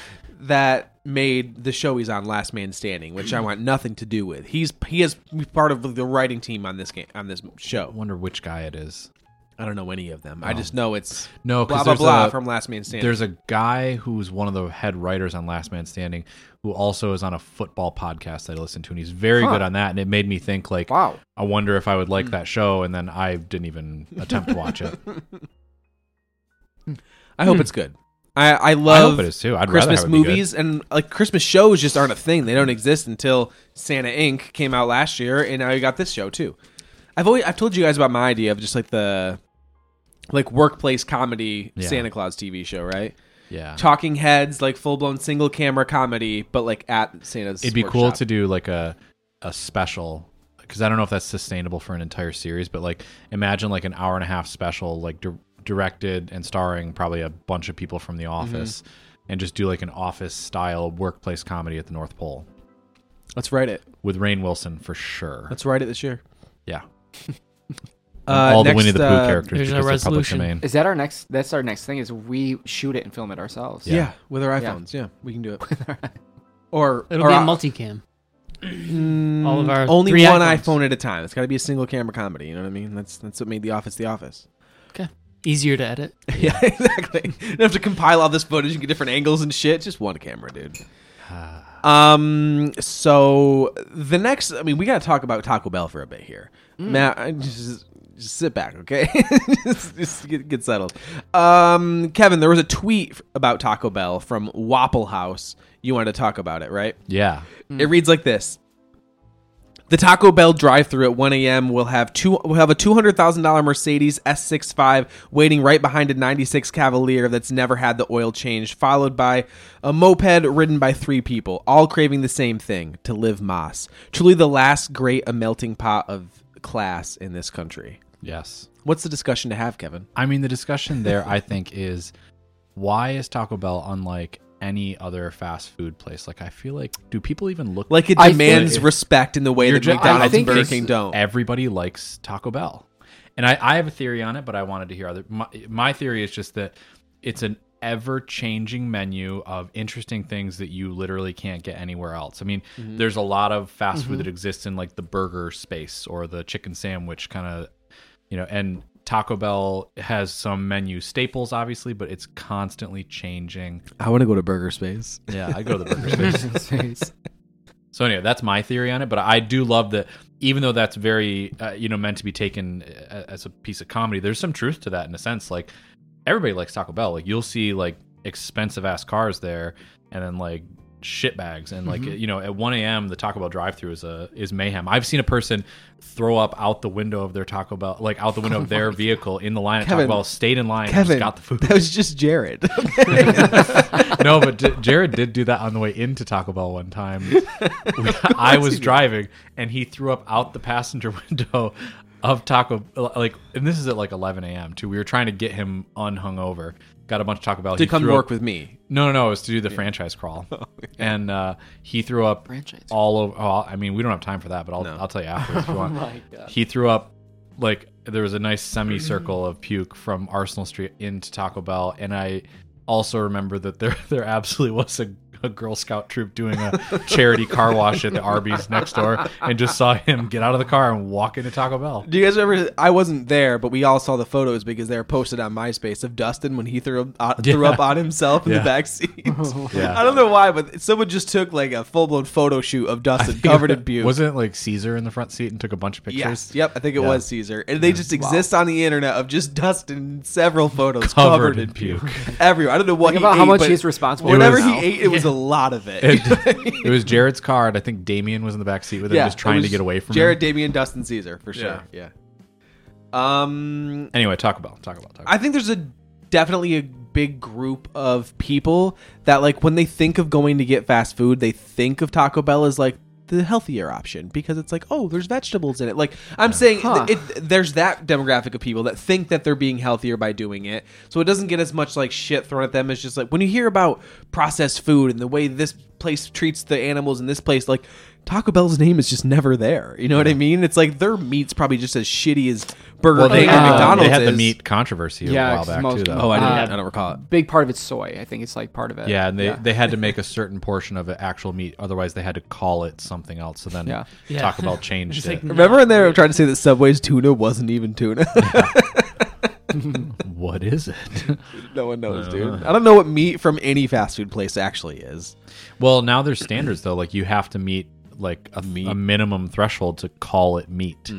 [SPEAKER 1] that made the show he's on last man standing which i want nothing to do with he's he is part of the writing team on this game on this
[SPEAKER 2] I
[SPEAKER 1] show
[SPEAKER 2] wonder which guy it is.
[SPEAKER 1] i don't know any of them i just know it's
[SPEAKER 2] No,
[SPEAKER 1] blah
[SPEAKER 2] because
[SPEAKER 1] blah
[SPEAKER 2] there's
[SPEAKER 1] blah
[SPEAKER 2] a,
[SPEAKER 1] from last man standing
[SPEAKER 2] there's a guy who's one of the head writers on Last Man Standing, who also is on a football podcast that I listen to, and he's very
[SPEAKER 3] Huh.
[SPEAKER 2] good on that. And it made me think, like,
[SPEAKER 3] Wow. Hmm.
[SPEAKER 2] I wonder if I would like that show, and then I didn't even attempt to watch it.
[SPEAKER 1] i hope it's good i i
[SPEAKER 2] I
[SPEAKER 1] love
[SPEAKER 2] Hmm. hope it is too. I'd rather
[SPEAKER 1] christmas
[SPEAKER 2] have it be good.
[SPEAKER 1] movies and like christmas shows just aren't a thing they don't exist until santa inc came out last year and now you got this show too i've always i've told you guys about my idea of just like the like workplace comedy
[SPEAKER 2] Yeah. Uh-huh.
[SPEAKER 1] santa claus tv show right
[SPEAKER 2] Yeah,
[SPEAKER 1] talking heads like full-blown single camera comedy but like at santa's
[SPEAKER 2] it'd be cool
[SPEAKER 1] workshop.
[SPEAKER 2] to do like a a special because I don't know if that's sustainable for an entire series, but like imagine like an hour and a half special, like di- directed and starring probably a bunch of people from The
[SPEAKER 3] Mm-hmm.
[SPEAKER 2] Office, and just do like an office style workplace comedy at the North Pole
[SPEAKER 1] let's write it
[SPEAKER 2] with Rain Wilson for sure.
[SPEAKER 1] let's write it this year
[SPEAKER 2] yeah,
[SPEAKER 1] uh,
[SPEAKER 2] all
[SPEAKER 1] next,
[SPEAKER 2] the Winnie the Pooh
[SPEAKER 1] uh,
[SPEAKER 2] characters
[SPEAKER 4] There's no
[SPEAKER 2] because they're public
[SPEAKER 4] resolution.
[SPEAKER 2] domain.
[SPEAKER 3] Is that our next? That's our next thing. Is we shoot it and film it ourselves.
[SPEAKER 1] yeah.
[SPEAKER 2] Yeah.
[SPEAKER 1] with our
[SPEAKER 3] Yeah.
[SPEAKER 1] iphones yeah, we can do it or
[SPEAKER 4] It'll
[SPEAKER 1] or,
[SPEAKER 4] be a
[SPEAKER 1] uh,
[SPEAKER 4] multicam.
[SPEAKER 1] Mm,
[SPEAKER 4] All of our
[SPEAKER 1] only
[SPEAKER 4] three
[SPEAKER 1] one
[SPEAKER 4] iPhones.
[SPEAKER 1] iPhone at a time. It's got to be a single camera comedy. You know what I mean? That's that's what made The Office The Office.
[SPEAKER 4] Easier to edit.
[SPEAKER 1] Yeah, exactly. You don't have to compile all this footage and get different angles and shit. Just one camera, dude. Um. So the next, I mean, we got to talk about Taco Bell for a bit here.
[SPEAKER 4] Mm.
[SPEAKER 1] Matt, I just, just sit back, okay? just just get, get settled. Um, Kevin, there was a tweet about Taco Bell from Wapple House. You wanted to talk about it, right?
[SPEAKER 2] Yeah,
[SPEAKER 1] It reads like this. The Taco Bell drive-through at 1 a.m. will have two will have a two hundred thousand dollar Mercedes S65 waiting right behind a '96 Cavalier that's never had the oil change, followed by a moped ridden by three people, all craving the same thing: to live Moss. Truly, the last great a melting pot of class in this country.
[SPEAKER 2] yes.
[SPEAKER 1] What's the discussion to have, Kevin?
[SPEAKER 2] I mean, the discussion there, I think, is why is Taco Bell unlike any other fast food place? Like, I feel like, do people even look
[SPEAKER 1] Like it
[SPEAKER 3] I
[SPEAKER 1] demands
[SPEAKER 2] think-
[SPEAKER 1] respect in the way
[SPEAKER 2] You're
[SPEAKER 1] that
[SPEAKER 2] ju- I
[SPEAKER 1] McDonald's and
[SPEAKER 2] think
[SPEAKER 1] Burger
[SPEAKER 2] it's-
[SPEAKER 1] King don't.
[SPEAKER 2] Everybody likes Taco Bell, and I, I have a theory on it, but I wanted to hear other. My, my theory is just that it's an ever-changing menu of interesting things that you literally can't get anywhere else. I mean, there's a Mm-hmm. lot of fast food that exists in like the burger space or the chicken sandwich kind of, you you know, and Taco Bell has some menu staples, obviously, but it's constantly changing.
[SPEAKER 1] I want to go to Burger Space.
[SPEAKER 2] Yeah, I go to the burger space.
[SPEAKER 3] Space.
[SPEAKER 2] So anyway, that's my theory on it. But I do love that, even though that's very uh, you know meant to be taken a- as a piece of comedy, there's some truth to that in a sense. Like everybody likes Taco Bell. Like you'll see like expensive ass cars there, and then like shit bags and like
[SPEAKER 1] Mm-hmm.
[SPEAKER 2] you know at 1 a.m the taco bell drive-through is a is mayhem i've seen a person throw up out the window of their taco bell like out the window of their vehicle in the line at
[SPEAKER 1] Oh Kevin-
[SPEAKER 2] taco bell stayed in line and
[SPEAKER 1] Kevin,
[SPEAKER 2] just got the food
[SPEAKER 1] that was just Jared.
[SPEAKER 2] no, but J- Jared did do that on the way into Taco Bell one time. I was driving, and he threw up out the passenger window of Taco. Like, and this is at like 11 a.m. too. We were trying to get him unhungover. Got a bunch of Taco Bell.
[SPEAKER 1] to come
[SPEAKER 2] threw up-
[SPEAKER 1] work with me.
[SPEAKER 2] No, no, no. It was to do the franchise crawl,
[SPEAKER 1] Oh,
[SPEAKER 2] and uh, he threw up
[SPEAKER 3] Franchise.
[SPEAKER 2] all over. Oh, I mean, we don't have time for that, but I'll I'll tell you after if you
[SPEAKER 1] Oh
[SPEAKER 2] want.
[SPEAKER 3] my God.
[SPEAKER 2] He threw up like there was a nice semicircle of puke from Arsenal Street into Taco Bell, and I also remember that there there absolutely was a, a Girl Scout troop doing a charity car wash at the Arby's next door, and just saw him get out of the car and walk into Taco Bell.
[SPEAKER 1] Do you guys remember? I wasn't there, but we all saw the photos because they were posted on MySpace of Dustin when he threw up, uh, threw
[SPEAKER 2] Yeah.
[SPEAKER 1] up on himself in
[SPEAKER 2] Yeah.
[SPEAKER 1] the back seat.
[SPEAKER 2] Yeah.
[SPEAKER 1] I don't know why, but someone just took like a full blown photo shoot of Dustin covered in puke.
[SPEAKER 2] Wasn't it like Caesar in the front seat and took a bunch of pictures?
[SPEAKER 1] Yes. Yep. I think it
[SPEAKER 2] Yeah.
[SPEAKER 1] was Caesar, and they just exist on the internet of just Dustin in several photos covered, in puke. everywhere. I don't know what
[SPEAKER 3] Think
[SPEAKER 1] he
[SPEAKER 3] about how
[SPEAKER 1] ate,
[SPEAKER 3] much
[SPEAKER 1] but
[SPEAKER 3] he's responsible for
[SPEAKER 1] Whatever
[SPEAKER 3] now.
[SPEAKER 1] he ate, it was a lot of it.
[SPEAKER 2] It, it was Jared's car, and I think Damien was in the back seat with him, just
[SPEAKER 1] it
[SPEAKER 2] trying to
[SPEAKER 1] was
[SPEAKER 2] get away from
[SPEAKER 1] Jared,
[SPEAKER 2] him.
[SPEAKER 1] Damien, Dustin, Caesar for sure. Yeah. Um,
[SPEAKER 2] Anyway, Taco Bell, Taco Bell, Taco Bell.
[SPEAKER 1] I think there's a definitely a big group of people that like when they think of going to get fast food, they think of Taco Bell as like the healthier option because it's like, oh, there's vegetables in it. Like I'm saying,
[SPEAKER 3] Huh.
[SPEAKER 1] it, there's that demographic of people that think that they're being healthier by doing it. So it doesn't get as much like shit thrown at them as just like when you hear about processed food and the way this place treats the animals in this place, like Taco Bell's name is just never there. You know what I mean? It's like their meat's probably just as shitty as Burger
[SPEAKER 2] Well, they,
[SPEAKER 1] King
[SPEAKER 3] uh,
[SPEAKER 1] or
[SPEAKER 2] had,
[SPEAKER 1] McDonald's.
[SPEAKER 2] they had the
[SPEAKER 1] is.
[SPEAKER 2] meat controversy a
[SPEAKER 3] Yeah,
[SPEAKER 2] while
[SPEAKER 3] it's
[SPEAKER 2] back
[SPEAKER 3] most-
[SPEAKER 2] too, though.
[SPEAKER 1] Oh, I didn't.
[SPEAKER 3] Uh,
[SPEAKER 1] I don't recall it.
[SPEAKER 3] Big part of it's soy. I think it's like part of it.
[SPEAKER 2] yeah, and they, they had to make a certain portion of it actual meat, otherwise they had to call it something else. So then
[SPEAKER 3] Yeah.
[SPEAKER 4] Yeah.
[SPEAKER 2] Taco Bell changed
[SPEAKER 4] It's
[SPEAKER 2] it.
[SPEAKER 4] like,
[SPEAKER 1] Remember when they were trying to say that Subway's tuna wasn't even tuna?
[SPEAKER 2] what is it?
[SPEAKER 1] no one knows, dude. I don't know what meat from any fast food place actually is.
[SPEAKER 2] well, now there's standards though. Like you have to meet like a, a minimum threshold to call it meat.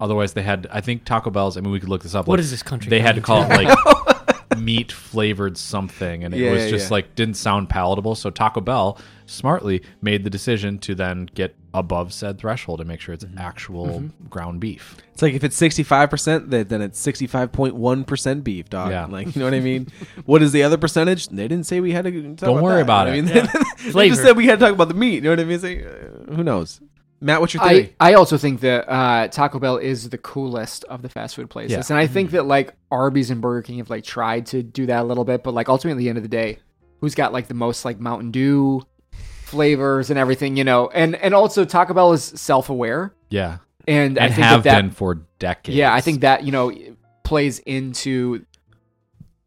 [SPEAKER 2] Otherwise, they had. I think Taco Bell's. I mean, we could look this up.
[SPEAKER 4] What
[SPEAKER 2] like,
[SPEAKER 4] is this country
[SPEAKER 2] They had to call
[SPEAKER 4] coming
[SPEAKER 2] it like meat flavored something, and it
[SPEAKER 1] Yeah,
[SPEAKER 2] was
[SPEAKER 1] yeah,
[SPEAKER 2] just
[SPEAKER 1] yeah.
[SPEAKER 2] like didn't sound palatable. So Taco Bell smartly made the decision to then get above said threshold and make sure it's actual
[SPEAKER 4] Mm-hmm.
[SPEAKER 2] ground beef.
[SPEAKER 1] It's like if it's sixty five percent, then it's sixty five point one percent beef, dog.
[SPEAKER 2] Yeah.
[SPEAKER 1] Like you know what I mean? what is the other percentage? They didn't say we had to. Talk
[SPEAKER 2] Don't
[SPEAKER 1] that.
[SPEAKER 2] worry about
[SPEAKER 1] You know
[SPEAKER 2] it.
[SPEAKER 1] what I mean? they
[SPEAKER 4] Flavor.
[SPEAKER 1] just said we had to talk about the meat. You know what I mean? It's like, uh, who knows? Matt, what's your
[SPEAKER 3] I,
[SPEAKER 1] theory?
[SPEAKER 3] I also think that uh, Taco Bell is the coolest of the fast food places,
[SPEAKER 2] Yeah.
[SPEAKER 3] and I think that like Arby's and Burger King have like tried to do that a little bit, but like ultimately, at the end of the day, who's got like the most like Mountain Dew flavors and everything, you know? And and also Taco Bell is self aware,
[SPEAKER 2] Yeah,
[SPEAKER 3] and, I
[SPEAKER 2] and
[SPEAKER 3] think
[SPEAKER 2] have
[SPEAKER 3] that, that
[SPEAKER 2] been for decades.
[SPEAKER 3] yeah, I think that you know plays into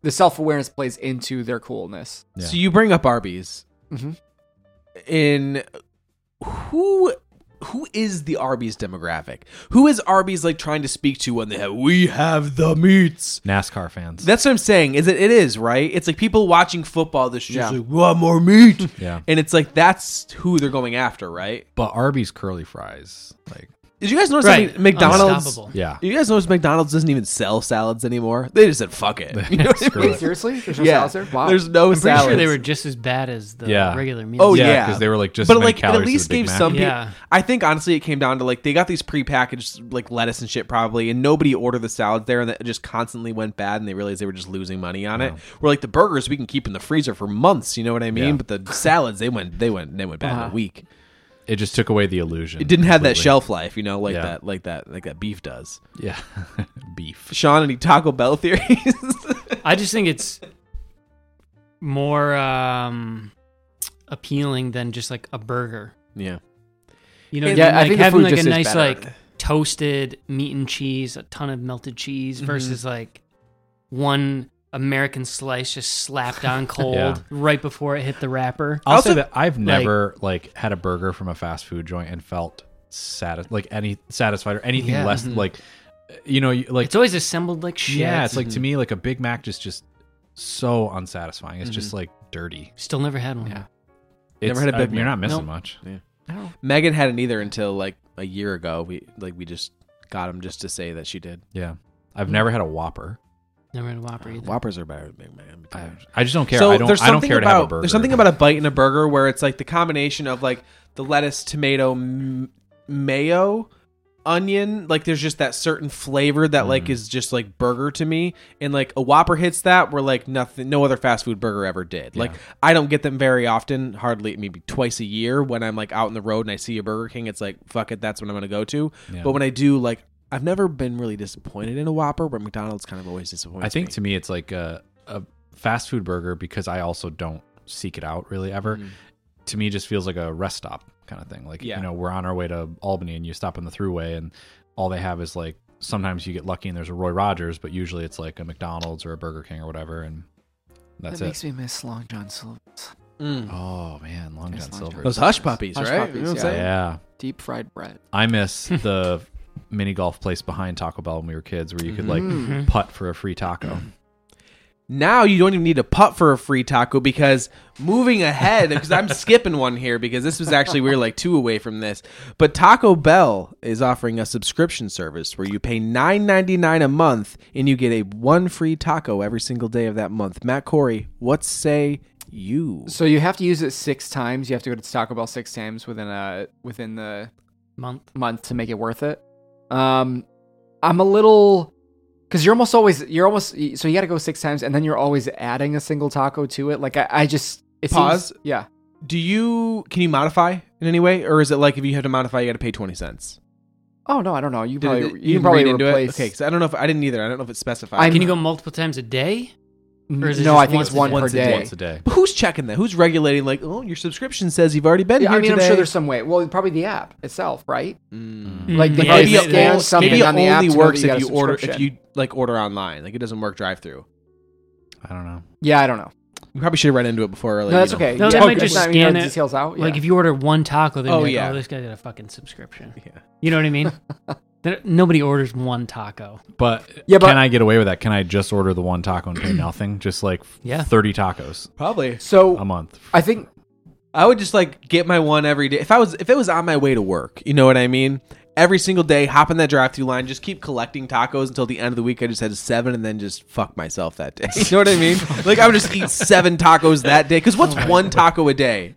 [SPEAKER 3] the self awareness plays into their coolness.
[SPEAKER 2] Yeah.
[SPEAKER 1] So you bring up Arby's.
[SPEAKER 4] Mm-hmm.
[SPEAKER 3] Mhm.
[SPEAKER 1] In who who is the Arby's demographic? Who is Arby's like trying to speak to when they have we have the meats?
[SPEAKER 2] NASCAR fans.
[SPEAKER 1] That's what I'm saying. Is it? It is right. It's like people watching football. This just
[SPEAKER 3] Yeah.
[SPEAKER 1] like want more meat,
[SPEAKER 2] yeah,
[SPEAKER 1] and it's like that's who they're going after, right?
[SPEAKER 2] but Arby's curly fries, like
[SPEAKER 1] Did you guys notice
[SPEAKER 4] Right.
[SPEAKER 1] that McDonald's?
[SPEAKER 4] Unstoppable.
[SPEAKER 2] yeah,
[SPEAKER 1] You guys notice McDonald's doesn't even sell salads anymore. They just said fuck it. You know what I
[SPEAKER 2] Screw
[SPEAKER 1] mean?
[SPEAKER 2] it.
[SPEAKER 3] Seriously, there's no
[SPEAKER 1] Yeah,
[SPEAKER 3] salads there? Wow.
[SPEAKER 1] there's no
[SPEAKER 4] I'm pretty
[SPEAKER 1] salads.
[SPEAKER 4] sure they were just as bad as the
[SPEAKER 2] Yeah.
[SPEAKER 4] regular meals.
[SPEAKER 1] Oh yeah,
[SPEAKER 2] Yeah, 'cause they were, like, just as
[SPEAKER 1] but
[SPEAKER 2] many
[SPEAKER 1] like it
[SPEAKER 2] calories
[SPEAKER 1] at
[SPEAKER 2] as
[SPEAKER 1] least
[SPEAKER 2] a Big
[SPEAKER 1] gave
[SPEAKER 2] Mac.
[SPEAKER 1] some people.
[SPEAKER 4] Yeah.
[SPEAKER 1] I think honestly, it came down to like they got these prepackaged like lettuce and shit probably, and nobody ordered the salads there, and that just constantly went bad, and they realized they were just losing money on it. Where like the burgers we can keep in the freezer for months, you know what I mean?
[SPEAKER 2] Yeah.
[SPEAKER 1] But the salads they went they went they went bad in a week.
[SPEAKER 2] it just took away the illusion.
[SPEAKER 1] It didn't have that shelf life, you know, like
[SPEAKER 2] Yeah.
[SPEAKER 1] that like that like that beef does.
[SPEAKER 2] Yeah, beef.
[SPEAKER 1] Sean, any Taco Bell theories?
[SPEAKER 4] I just think it's more um, appealing than just like a burger.
[SPEAKER 1] yeah,
[SPEAKER 4] You know,
[SPEAKER 3] Yeah,
[SPEAKER 4] yeah,
[SPEAKER 3] I
[SPEAKER 4] like
[SPEAKER 3] think the
[SPEAKER 4] having
[SPEAKER 3] food
[SPEAKER 4] like a
[SPEAKER 3] just is
[SPEAKER 4] nice
[SPEAKER 3] better.
[SPEAKER 4] like toasted meat and cheese, a ton of melted cheese,
[SPEAKER 3] Mm-hmm.
[SPEAKER 4] versus like one American slice just slapped on cold
[SPEAKER 2] Yeah.
[SPEAKER 4] right before it hit the wrapper.
[SPEAKER 3] Uh,
[SPEAKER 2] I'll
[SPEAKER 1] Also-
[SPEAKER 2] say that I've never like, had a burger from a fast food joint and felt satis- like any satisfied or anything
[SPEAKER 1] mm-hmm.
[SPEAKER 4] Yeah.
[SPEAKER 2] less like you know, you- like
[SPEAKER 4] it's always assembled like shit.
[SPEAKER 2] yeah, it's
[SPEAKER 1] mm-hmm.
[SPEAKER 2] like to me like a Big Mac just just so unsatisfying. It's just like dirty.
[SPEAKER 4] Still never had one.
[SPEAKER 3] Yeah.
[SPEAKER 1] Mm-hmm. Never
[SPEAKER 2] It's,
[SPEAKER 1] had a Big
[SPEAKER 2] I- You're
[SPEAKER 1] Mac.
[SPEAKER 2] not missing
[SPEAKER 4] Nope.
[SPEAKER 2] much.
[SPEAKER 3] No.
[SPEAKER 1] Megan hadn't either until like a year ago. We like we just got him just to say that she did.
[SPEAKER 2] Yeah, I've never had a Whopper.
[SPEAKER 4] Never had a
[SPEAKER 3] Uh,
[SPEAKER 4] Whopper either.
[SPEAKER 1] Whoppers are better than Big Mac. I'm
[SPEAKER 2] I,
[SPEAKER 1] tired.
[SPEAKER 2] I just don't care.
[SPEAKER 1] So
[SPEAKER 2] I don't.
[SPEAKER 1] there's
[SPEAKER 2] I don't
[SPEAKER 1] something
[SPEAKER 2] care to have a
[SPEAKER 1] about
[SPEAKER 2] burger.
[SPEAKER 1] there's something about a bite in a burger where it's like the combination of like the lettuce, tomato, m- mayo, onion. Like there's just that certain flavor that
[SPEAKER 2] Mm.
[SPEAKER 1] like is just like burger to me, and like a Whopper hits that where like nothing, no other fast food burger ever did. Like I don't get them very often, hardly maybe twice a year when I'm like out in the road and I see a Burger King. It's like fuck it, that's what I'm gonna go to.
[SPEAKER 2] Yeah.
[SPEAKER 1] But when I do like. I've never been really disappointed in a Whopper, but McDonald's kind of always disappoints
[SPEAKER 2] I think
[SPEAKER 1] me.
[SPEAKER 2] to me it's like a, a fast food burger because I also don't seek it out really ever. To me, it just feels like a rest stop kind of thing. Like
[SPEAKER 1] Yeah.
[SPEAKER 2] you know, we're on our way to Albany and you stop on the thruway and all they have is like sometimes you get lucky and there's a Roy Rogers, but usually it's like a McDonald's or a Burger King or whatever, and that's
[SPEAKER 3] that
[SPEAKER 2] it.
[SPEAKER 3] makes me miss Long John Silver's
[SPEAKER 1] Mm.
[SPEAKER 2] oh man, Long
[SPEAKER 3] Yes,
[SPEAKER 2] John
[SPEAKER 3] Long
[SPEAKER 2] Silver's.
[SPEAKER 1] Those hush puppies,
[SPEAKER 3] Hush
[SPEAKER 1] right?
[SPEAKER 3] puppies,
[SPEAKER 1] you know what
[SPEAKER 3] yeah.
[SPEAKER 1] I'm saying?
[SPEAKER 2] yeah.
[SPEAKER 3] deep fried bread.
[SPEAKER 2] I miss the mini golf place behind Taco Bell when we were kids, where you could like
[SPEAKER 3] Mm-hmm.
[SPEAKER 4] Mhm.
[SPEAKER 2] putt for a free taco.
[SPEAKER 1] Now you don't even need to putt for a free taco because moving ahead, because I'm skipping one here because this was actually, we were like two away from this. But Taco Bell is offering a subscription service where you pay $9.99 a month and you get a one free taco every single day of that month. Matt Corey, what say you?
[SPEAKER 3] So you have to use it six times. You have to go to Taco Bell six times within a within the
[SPEAKER 4] Month.
[SPEAKER 3] month to make it worth it. Um, I'm a little because you're almost always you're almost so you got to go six times, and then you're always adding a single taco to it. Like I, I just it seems-
[SPEAKER 1] Pause.
[SPEAKER 3] yeah,
[SPEAKER 1] Do you, can you modify in any way? Or is it like if you have to modify, you got to pay 20 cents?
[SPEAKER 3] Oh no, I don't know. You
[SPEAKER 1] Did
[SPEAKER 3] probably
[SPEAKER 1] it-
[SPEAKER 3] you, can
[SPEAKER 1] can
[SPEAKER 3] probably
[SPEAKER 1] read into
[SPEAKER 3] replace.
[SPEAKER 1] it? Okay, because I don't know if, I didn't either. I don't know if it's specified.
[SPEAKER 3] I'm-
[SPEAKER 4] Can you go multiple times a day? or is it
[SPEAKER 3] no,
[SPEAKER 4] just
[SPEAKER 3] I think
[SPEAKER 4] once
[SPEAKER 3] it's
[SPEAKER 4] a
[SPEAKER 3] one per
[SPEAKER 4] day? Once a
[SPEAKER 3] day.
[SPEAKER 2] Once a day.
[SPEAKER 1] But who's checking that? Who's regulating? Like, oh, your subscription says you've already been
[SPEAKER 3] Yeah,
[SPEAKER 1] here
[SPEAKER 3] I mean,
[SPEAKER 1] today.
[SPEAKER 3] I'm sure there's some way. Well, probably the app itself, right?
[SPEAKER 1] Mm.
[SPEAKER 4] Mm,
[SPEAKER 3] Mm-hmm. Like, they
[SPEAKER 4] yeah,
[SPEAKER 3] probably
[SPEAKER 1] Maybe
[SPEAKER 4] they-
[SPEAKER 1] it,
[SPEAKER 3] scan
[SPEAKER 4] they-
[SPEAKER 1] only,
[SPEAKER 3] something
[SPEAKER 1] maybe it
[SPEAKER 3] on the app
[SPEAKER 1] only
[SPEAKER 3] to know
[SPEAKER 1] works
[SPEAKER 3] that you
[SPEAKER 1] if
[SPEAKER 3] got a
[SPEAKER 1] you order if you
[SPEAKER 3] subscription.
[SPEAKER 1] like order online. Like, it doesn't work drive through.
[SPEAKER 2] I don't know.
[SPEAKER 3] Yeah, I don't know.
[SPEAKER 1] We probably should have read into it before earlier.
[SPEAKER 3] no, that's
[SPEAKER 1] you know.
[SPEAKER 3] okay.
[SPEAKER 4] No,
[SPEAKER 3] yeah,
[SPEAKER 4] they might just
[SPEAKER 3] not- you know,
[SPEAKER 4] scan
[SPEAKER 3] the
[SPEAKER 4] it,
[SPEAKER 3] Details out.
[SPEAKER 4] Like
[SPEAKER 3] yeah.
[SPEAKER 4] if you order one taco, they'd be
[SPEAKER 1] Oh,
[SPEAKER 4] like,
[SPEAKER 1] yeah.
[SPEAKER 4] oh, this guy got a fucking subscription.
[SPEAKER 1] Yeah.
[SPEAKER 4] You know what I mean? There- Nobody orders one taco.
[SPEAKER 2] But,
[SPEAKER 3] Yeah, but-
[SPEAKER 2] can I get away with that? Can I just order the one taco and pay nothing? Just like
[SPEAKER 4] Yeah.
[SPEAKER 2] 30 tacos
[SPEAKER 1] Probably.
[SPEAKER 3] so
[SPEAKER 2] a month.
[SPEAKER 3] I think
[SPEAKER 1] I would just like get my one every day. If I was if it was on my way to work, you know what I mean? Every single day, hop in that drive through line, just keep collecting tacos until the end of the week. I just had seven and then just fuck myself that day. You know what I mean? like I would just eat seven tacos that day. Cause what's one taco a day?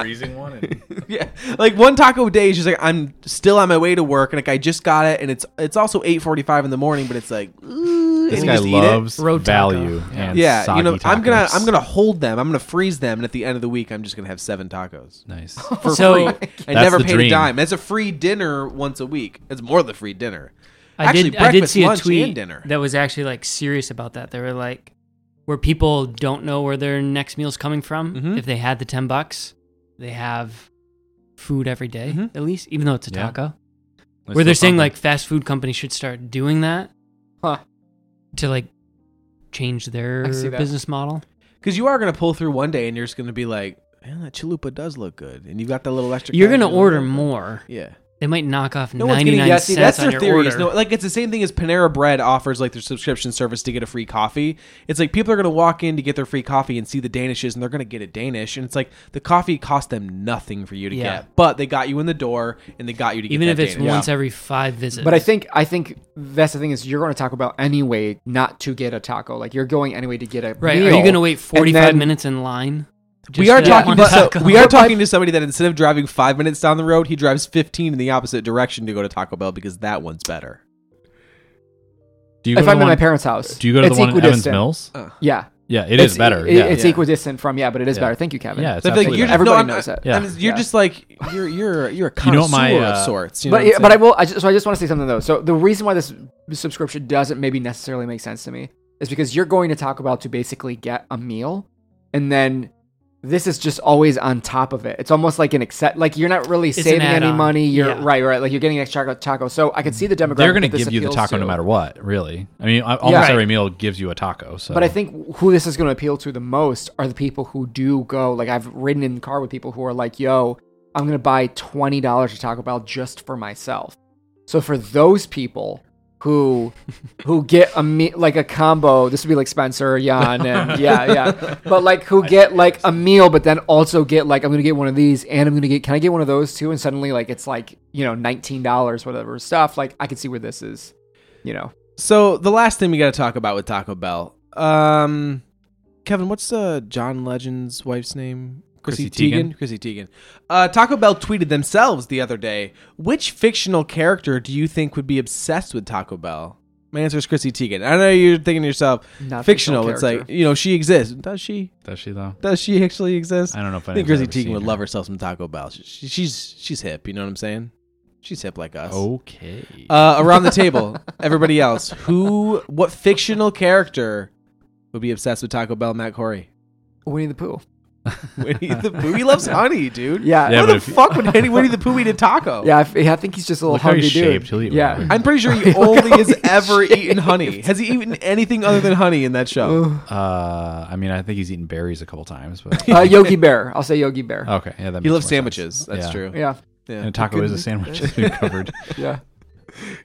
[SPEAKER 2] Freezing one.
[SPEAKER 1] yeah, like one taco a day is just like I'm still on my way to work, and like I just got it, and it's it's also eight forty five in the morning, but it's like ooh,
[SPEAKER 2] this
[SPEAKER 1] and you
[SPEAKER 2] guy
[SPEAKER 1] just eat it.
[SPEAKER 2] loves
[SPEAKER 4] Road taco.
[SPEAKER 2] value and
[SPEAKER 1] Yeah, you know,
[SPEAKER 2] soggy
[SPEAKER 1] I'm gonna
[SPEAKER 2] tacos.
[SPEAKER 1] I'm gonna hold them, I'm gonna freeze them, and at the end of the week, I'm just gonna have seven tacos
[SPEAKER 2] Nice.
[SPEAKER 1] for free.
[SPEAKER 4] So-
[SPEAKER 1] I
[SPEAKER 2] That's
[SPEAKER 1] never
[SPEAKER 2] the
[SPEAKER 1] paid a
[SPEAKER 2] dream.
[SPEAKER 1] dime. That's a free dinner once a week. It's more than free dinner.
[SPEAKER 4] I
[SPEAKER 1] Actually,
[SPEAKER 4] did. I did
[SPEAKER 1] breakfast,
[SPEAKER 4] see a
[SPEAKER 1] lunch,
[SPEAKER 4] tweet
[SPEAKER 1] and dinner.
[SPEAKER 4] that was actually like serious about that. They were like, where people don't know where their next meal's coming from.
[SPEAKER 1] Mhm.
[SPEAKER 4] If they had the ten bucks, they have food every day,
[SPEAKER 1] Mhm.
[SPEAKER 4] at least, even though it's a
[SPEAKER 2] Yeah.
[SPEAKER 4] taco.
[SPEAKER 2] That's
[SPEAKER 4] where
[SPEAKER 2] still
[SPEAKER 4] they're saying
[SPEAKER 2] something.
[SPEAKER 4] like fast food companies should start doing that
[SPEAKER 3] Huh.
[SPEAKER 4] to like change their
[SPEAKER 3] I see that.
[SPEAKER 4] business model.
[SPEAKER 1] Because you are gonna pull through one day, and you're just gonna be like, man, that chalupa does look good, and you got that little extra.
[SPEAKER 4] You're
[SPEAKER 1] cash,
[SPEAKER 4] gonna
[SPEAKER 1] you know,
[SPEAKER 4] order
[SPEAKER 1] like-
[SPEAKER 4] more.
[SPEAKER 1] Yeah.
[SPEAKER 4] They might knock off
[SPEAKER 1] No one's
[SPEAKER 4] ninety
[SPEAKER 1] getting
[SPEAKER 4] nine
[SPEAKER 1] yeah,
[SPEAKER 4] cents
[SPEAKER 1] see, that's
[SPEAKER 4] on
[SPEAKER 1] their
[SPEAKER 4] your
[SPEAKER 1] theory. is
[SPEAKER 4] order.
[SPEAKER 1] No, like it's the same thing as Panera Bread offers like their subscription service to get a free coffee. It's like people are gonna walk in to get their free coffee and see the Danishes and they're gonna get a Danish and it's like the coffee cost them nothing for you to
[SPEAKER 4] Yeah.
[SPEAKER 1] get, but they got you in the door and they got you to get
[SPEAKER 4] even
[SPEAKER 1] that
[SPEAKER 4] if it's
[SPEAKER 1] Danish.
[SPEAKER 4] once every five visits.
[SPEAKER 3] But I think I think that's the thing is you're going to Taco Bell anyway, not to get a taco. Like you're going anyway to get a
[SPEAKER 4] right?
[SPEAKER 3] Meal.
[SPEAKER 4] Are you gonna wait forty five
[SPEAKER 3] then-
[SPEAKER 4] minutes in line?
[SPEAKER 1] we
[SPEAKER 4] Just
[SPEAKER 1] are
[SPEAKER 4] for that
[SPEAKER 1] talking
[SPEAKER 4] one
[SPEAKER 1] to
[SPEAKER 4] taco?
[SPEAKER 1] so we are talking to somebody that instead of driving five minutes down the road, he drives fifteen in the opposite direction to go to Taco Bell because that one's better.
[SPEAKER 2] do you go
[SPEAKER 3] If
[SPEAKER 2] to
[SPEAKER 3] I'm
[SPEAKER 2] the
[SPEAKER 3] in my
[SPEAKER 2] one,
[SPEAKER 3] parents' house,
[SPEAKER 2] do you go to the
[SPEAKER 3] it's
[SPEAKER 2] one in Evans
[SPEAKER 3] equidistant.
[SPEAKER 2] Mills?
[SPEAKER 3] Yeah,
[SPEAKER 2] Yeah, it is better.
[SPEAKER 3] it-
[SPEAKER 2] yeah.
[SPEAKER 3] It's
[SPEAKER 1] Yeah.
[SPEAKER 3] equidistant from yeah, but it is
[SPEAKER 2] Yeah.
[SPEAKER 3] better. Thank you, Kevin.
[SPEAKER 2] yeah, it's
[SPEAKER 1] But, like,
[SPEAKER 2] absolutely
[SPEAKER 1] you're
[SPEAKER 2] better.
[SPEAKER 1] just-
[SPEAKER 3] Everybody
[SPEAKER 1] I'm-
[SPEAKER 3] knows that.
[SPEAKER 1] I'm- You're
[SPEAKER 3] Yeah.
[SPEAKER 1] just like you're you're you're a
[SPEAKER 2] You
[SPEAKER 1] connoisseur
[SPEAKER 2] know what my,
[SPEAKER 1] of
[SPEAKER 2] uh,
[SPEAKER 1] sorts. You know
[SPEAKER 3] but
[SPEAKER 1] what
[SPEAKER 3] yeah,
[SPEAKER 1] I'm
[SPEAKER 3] but I
[SPEAKER 1] saying?
[SPEAKER 3] will. I just so I just want to say something though. So the reason why this subscription doesn't maybe necessarily make sense to me is because you're going to Taco Bell to basically get a meal, and then this is just always on top of it. It's almost like an accept. Like you're not really
[SPEAKER 4] an
[SPEAKER 3] saving any
[SPEAKER 4] add-on.
[SPEAKER 3] money. You're
[SPEAKER 4] Yeah.
[SPEAKER 3] right, right. Like you're getting an extra taco- taco. So I can see the demographic.
[SPEAKER 2] They're going
[SPEAKER 3] that
[SPEAKER 2] to
[SPEAKER 3] this
[SPEAKER 2] give you the
[SPEAKER 3] appeals
[SPEAKER 2] taco no
[SPEAKER 3] to.
[SPEAKER 2] matter what, really. I mean, I- almost
[SPEAKER 4] Right.
[SPEAKER 2] every meal gives you a taco. So,
[SPEAKER 3] But I think who this is going to appeal to the most are the people who do go. Like I've ridden in the car with people who are like, "Yo, I'm going to buy twenty dollars to Taco Bell just for myself." So for those people, who who get a me- like a combo. This would be like Spencer, Jan, and yeah, yeah. But like who get like a meal, but then also get like I'm gonna get one of these, and I'm gonna get can I get one of those too? And suddenly like it's like you know nineteen dollars whatever stuff. Like I can see where this is, you know.
[SPEAKER 1] So the last thing we got to talk about with Taco Bell, um, Kevin, what's uh, John Legend's wife's name?
[SPEAKER 2] Chrissy Teigen.
[SPEAKER 1] Chrissy Teigen. Uh, Taco Bell tweeted themselves the other day. Which fictional character do you think would be obsessed with Taco Bell? My answer is Chrissy Teigen. I know you're thinking to yourself,
[SPEAKER 3] Not
[SPEAKER 1] fictional. it's like
[SPEAKER 3] character.
[SPEAKER 1] you know she exists. Does she?
[SPEAKER 2] Does she though?
[SPEAKER 1] Does she actually exist?
[SPEAKER 2] I don't know if
[SPEAKER 1] I think Chrissy Teigen would
[SPEAKER 2] her.
[SPEAKER 1] love herself some Taco Bell. She, she- she's she's hip. You know what I'm saying? She's hip like
[SPEAKER 2] Oh,
[SPEAKER 1] us.
[SPEAKER 2] Okay.
[SPEAKER 1] Uh, around the table, everybody else, who, what fictional character would be obsessed with Taco Bell? Matt Corey.
[SPEAKER 3] Winnie the Pooh.
[SPEAKER 1] Winnie the Pooh. He loves honey, dude.
[SPEAKER 3] Yeah.
[SPEAKER 2] Yeah,
[SPEAKER 1] Who
[SPEAKER 2] but
[SPEAKER 1] the
[SPEAKER 2] if you-
[SPEAKER 1] fuck would any Winnie the Pooh eat a taco?
[SPEAKER 3] Yeah, I, f- yeah, I think he's just a little
[SPEAKER 2] Look how
[SPEAKER 3] hungry
[SPEAKER 2] he's
[SPEAKER 3] dude.
[SPEAKER 2] shaped. He'll eat
[SPEAKER 3] yeah.
[SPEAKER 2] whatever.
[SPEAKER 1] I'm pretty sure he
[SPEAKER 3] Look
[SPEAKER 1] only
[SPEAKER 3] how
[SPEAKER 1] has
[SPEAKER 3] he's
[SPEAKER 1] ever
[SPEAKER 3] shaped.
[SPEAKER 1] eaten honey. Has he eaten anything other than honey in that show?
[SPEAKER 3] Ugh.
[SPEAKER 2] Uh, I mean, I think he's eaten berries a couple times, but
[SPEAKER 3] uh, Yogi Bear. I'll say Yogi Bear.
[SPEAKER 2] okay, yeah, that
[SPEAKER 1] He loves
[SPEAKER 2] makes more sense.
[SPEAKER 1] sandwiches. That's
[SPEAKER 2] Yeah.
[SPEAKER 1] true.
[SPEAKER 3] Yeah.
[SPEAKER 1] Yeah.
[SPEAKER 2] And a taco is a sandwich. it's been covered.
[SPEAKER 3] Yeah.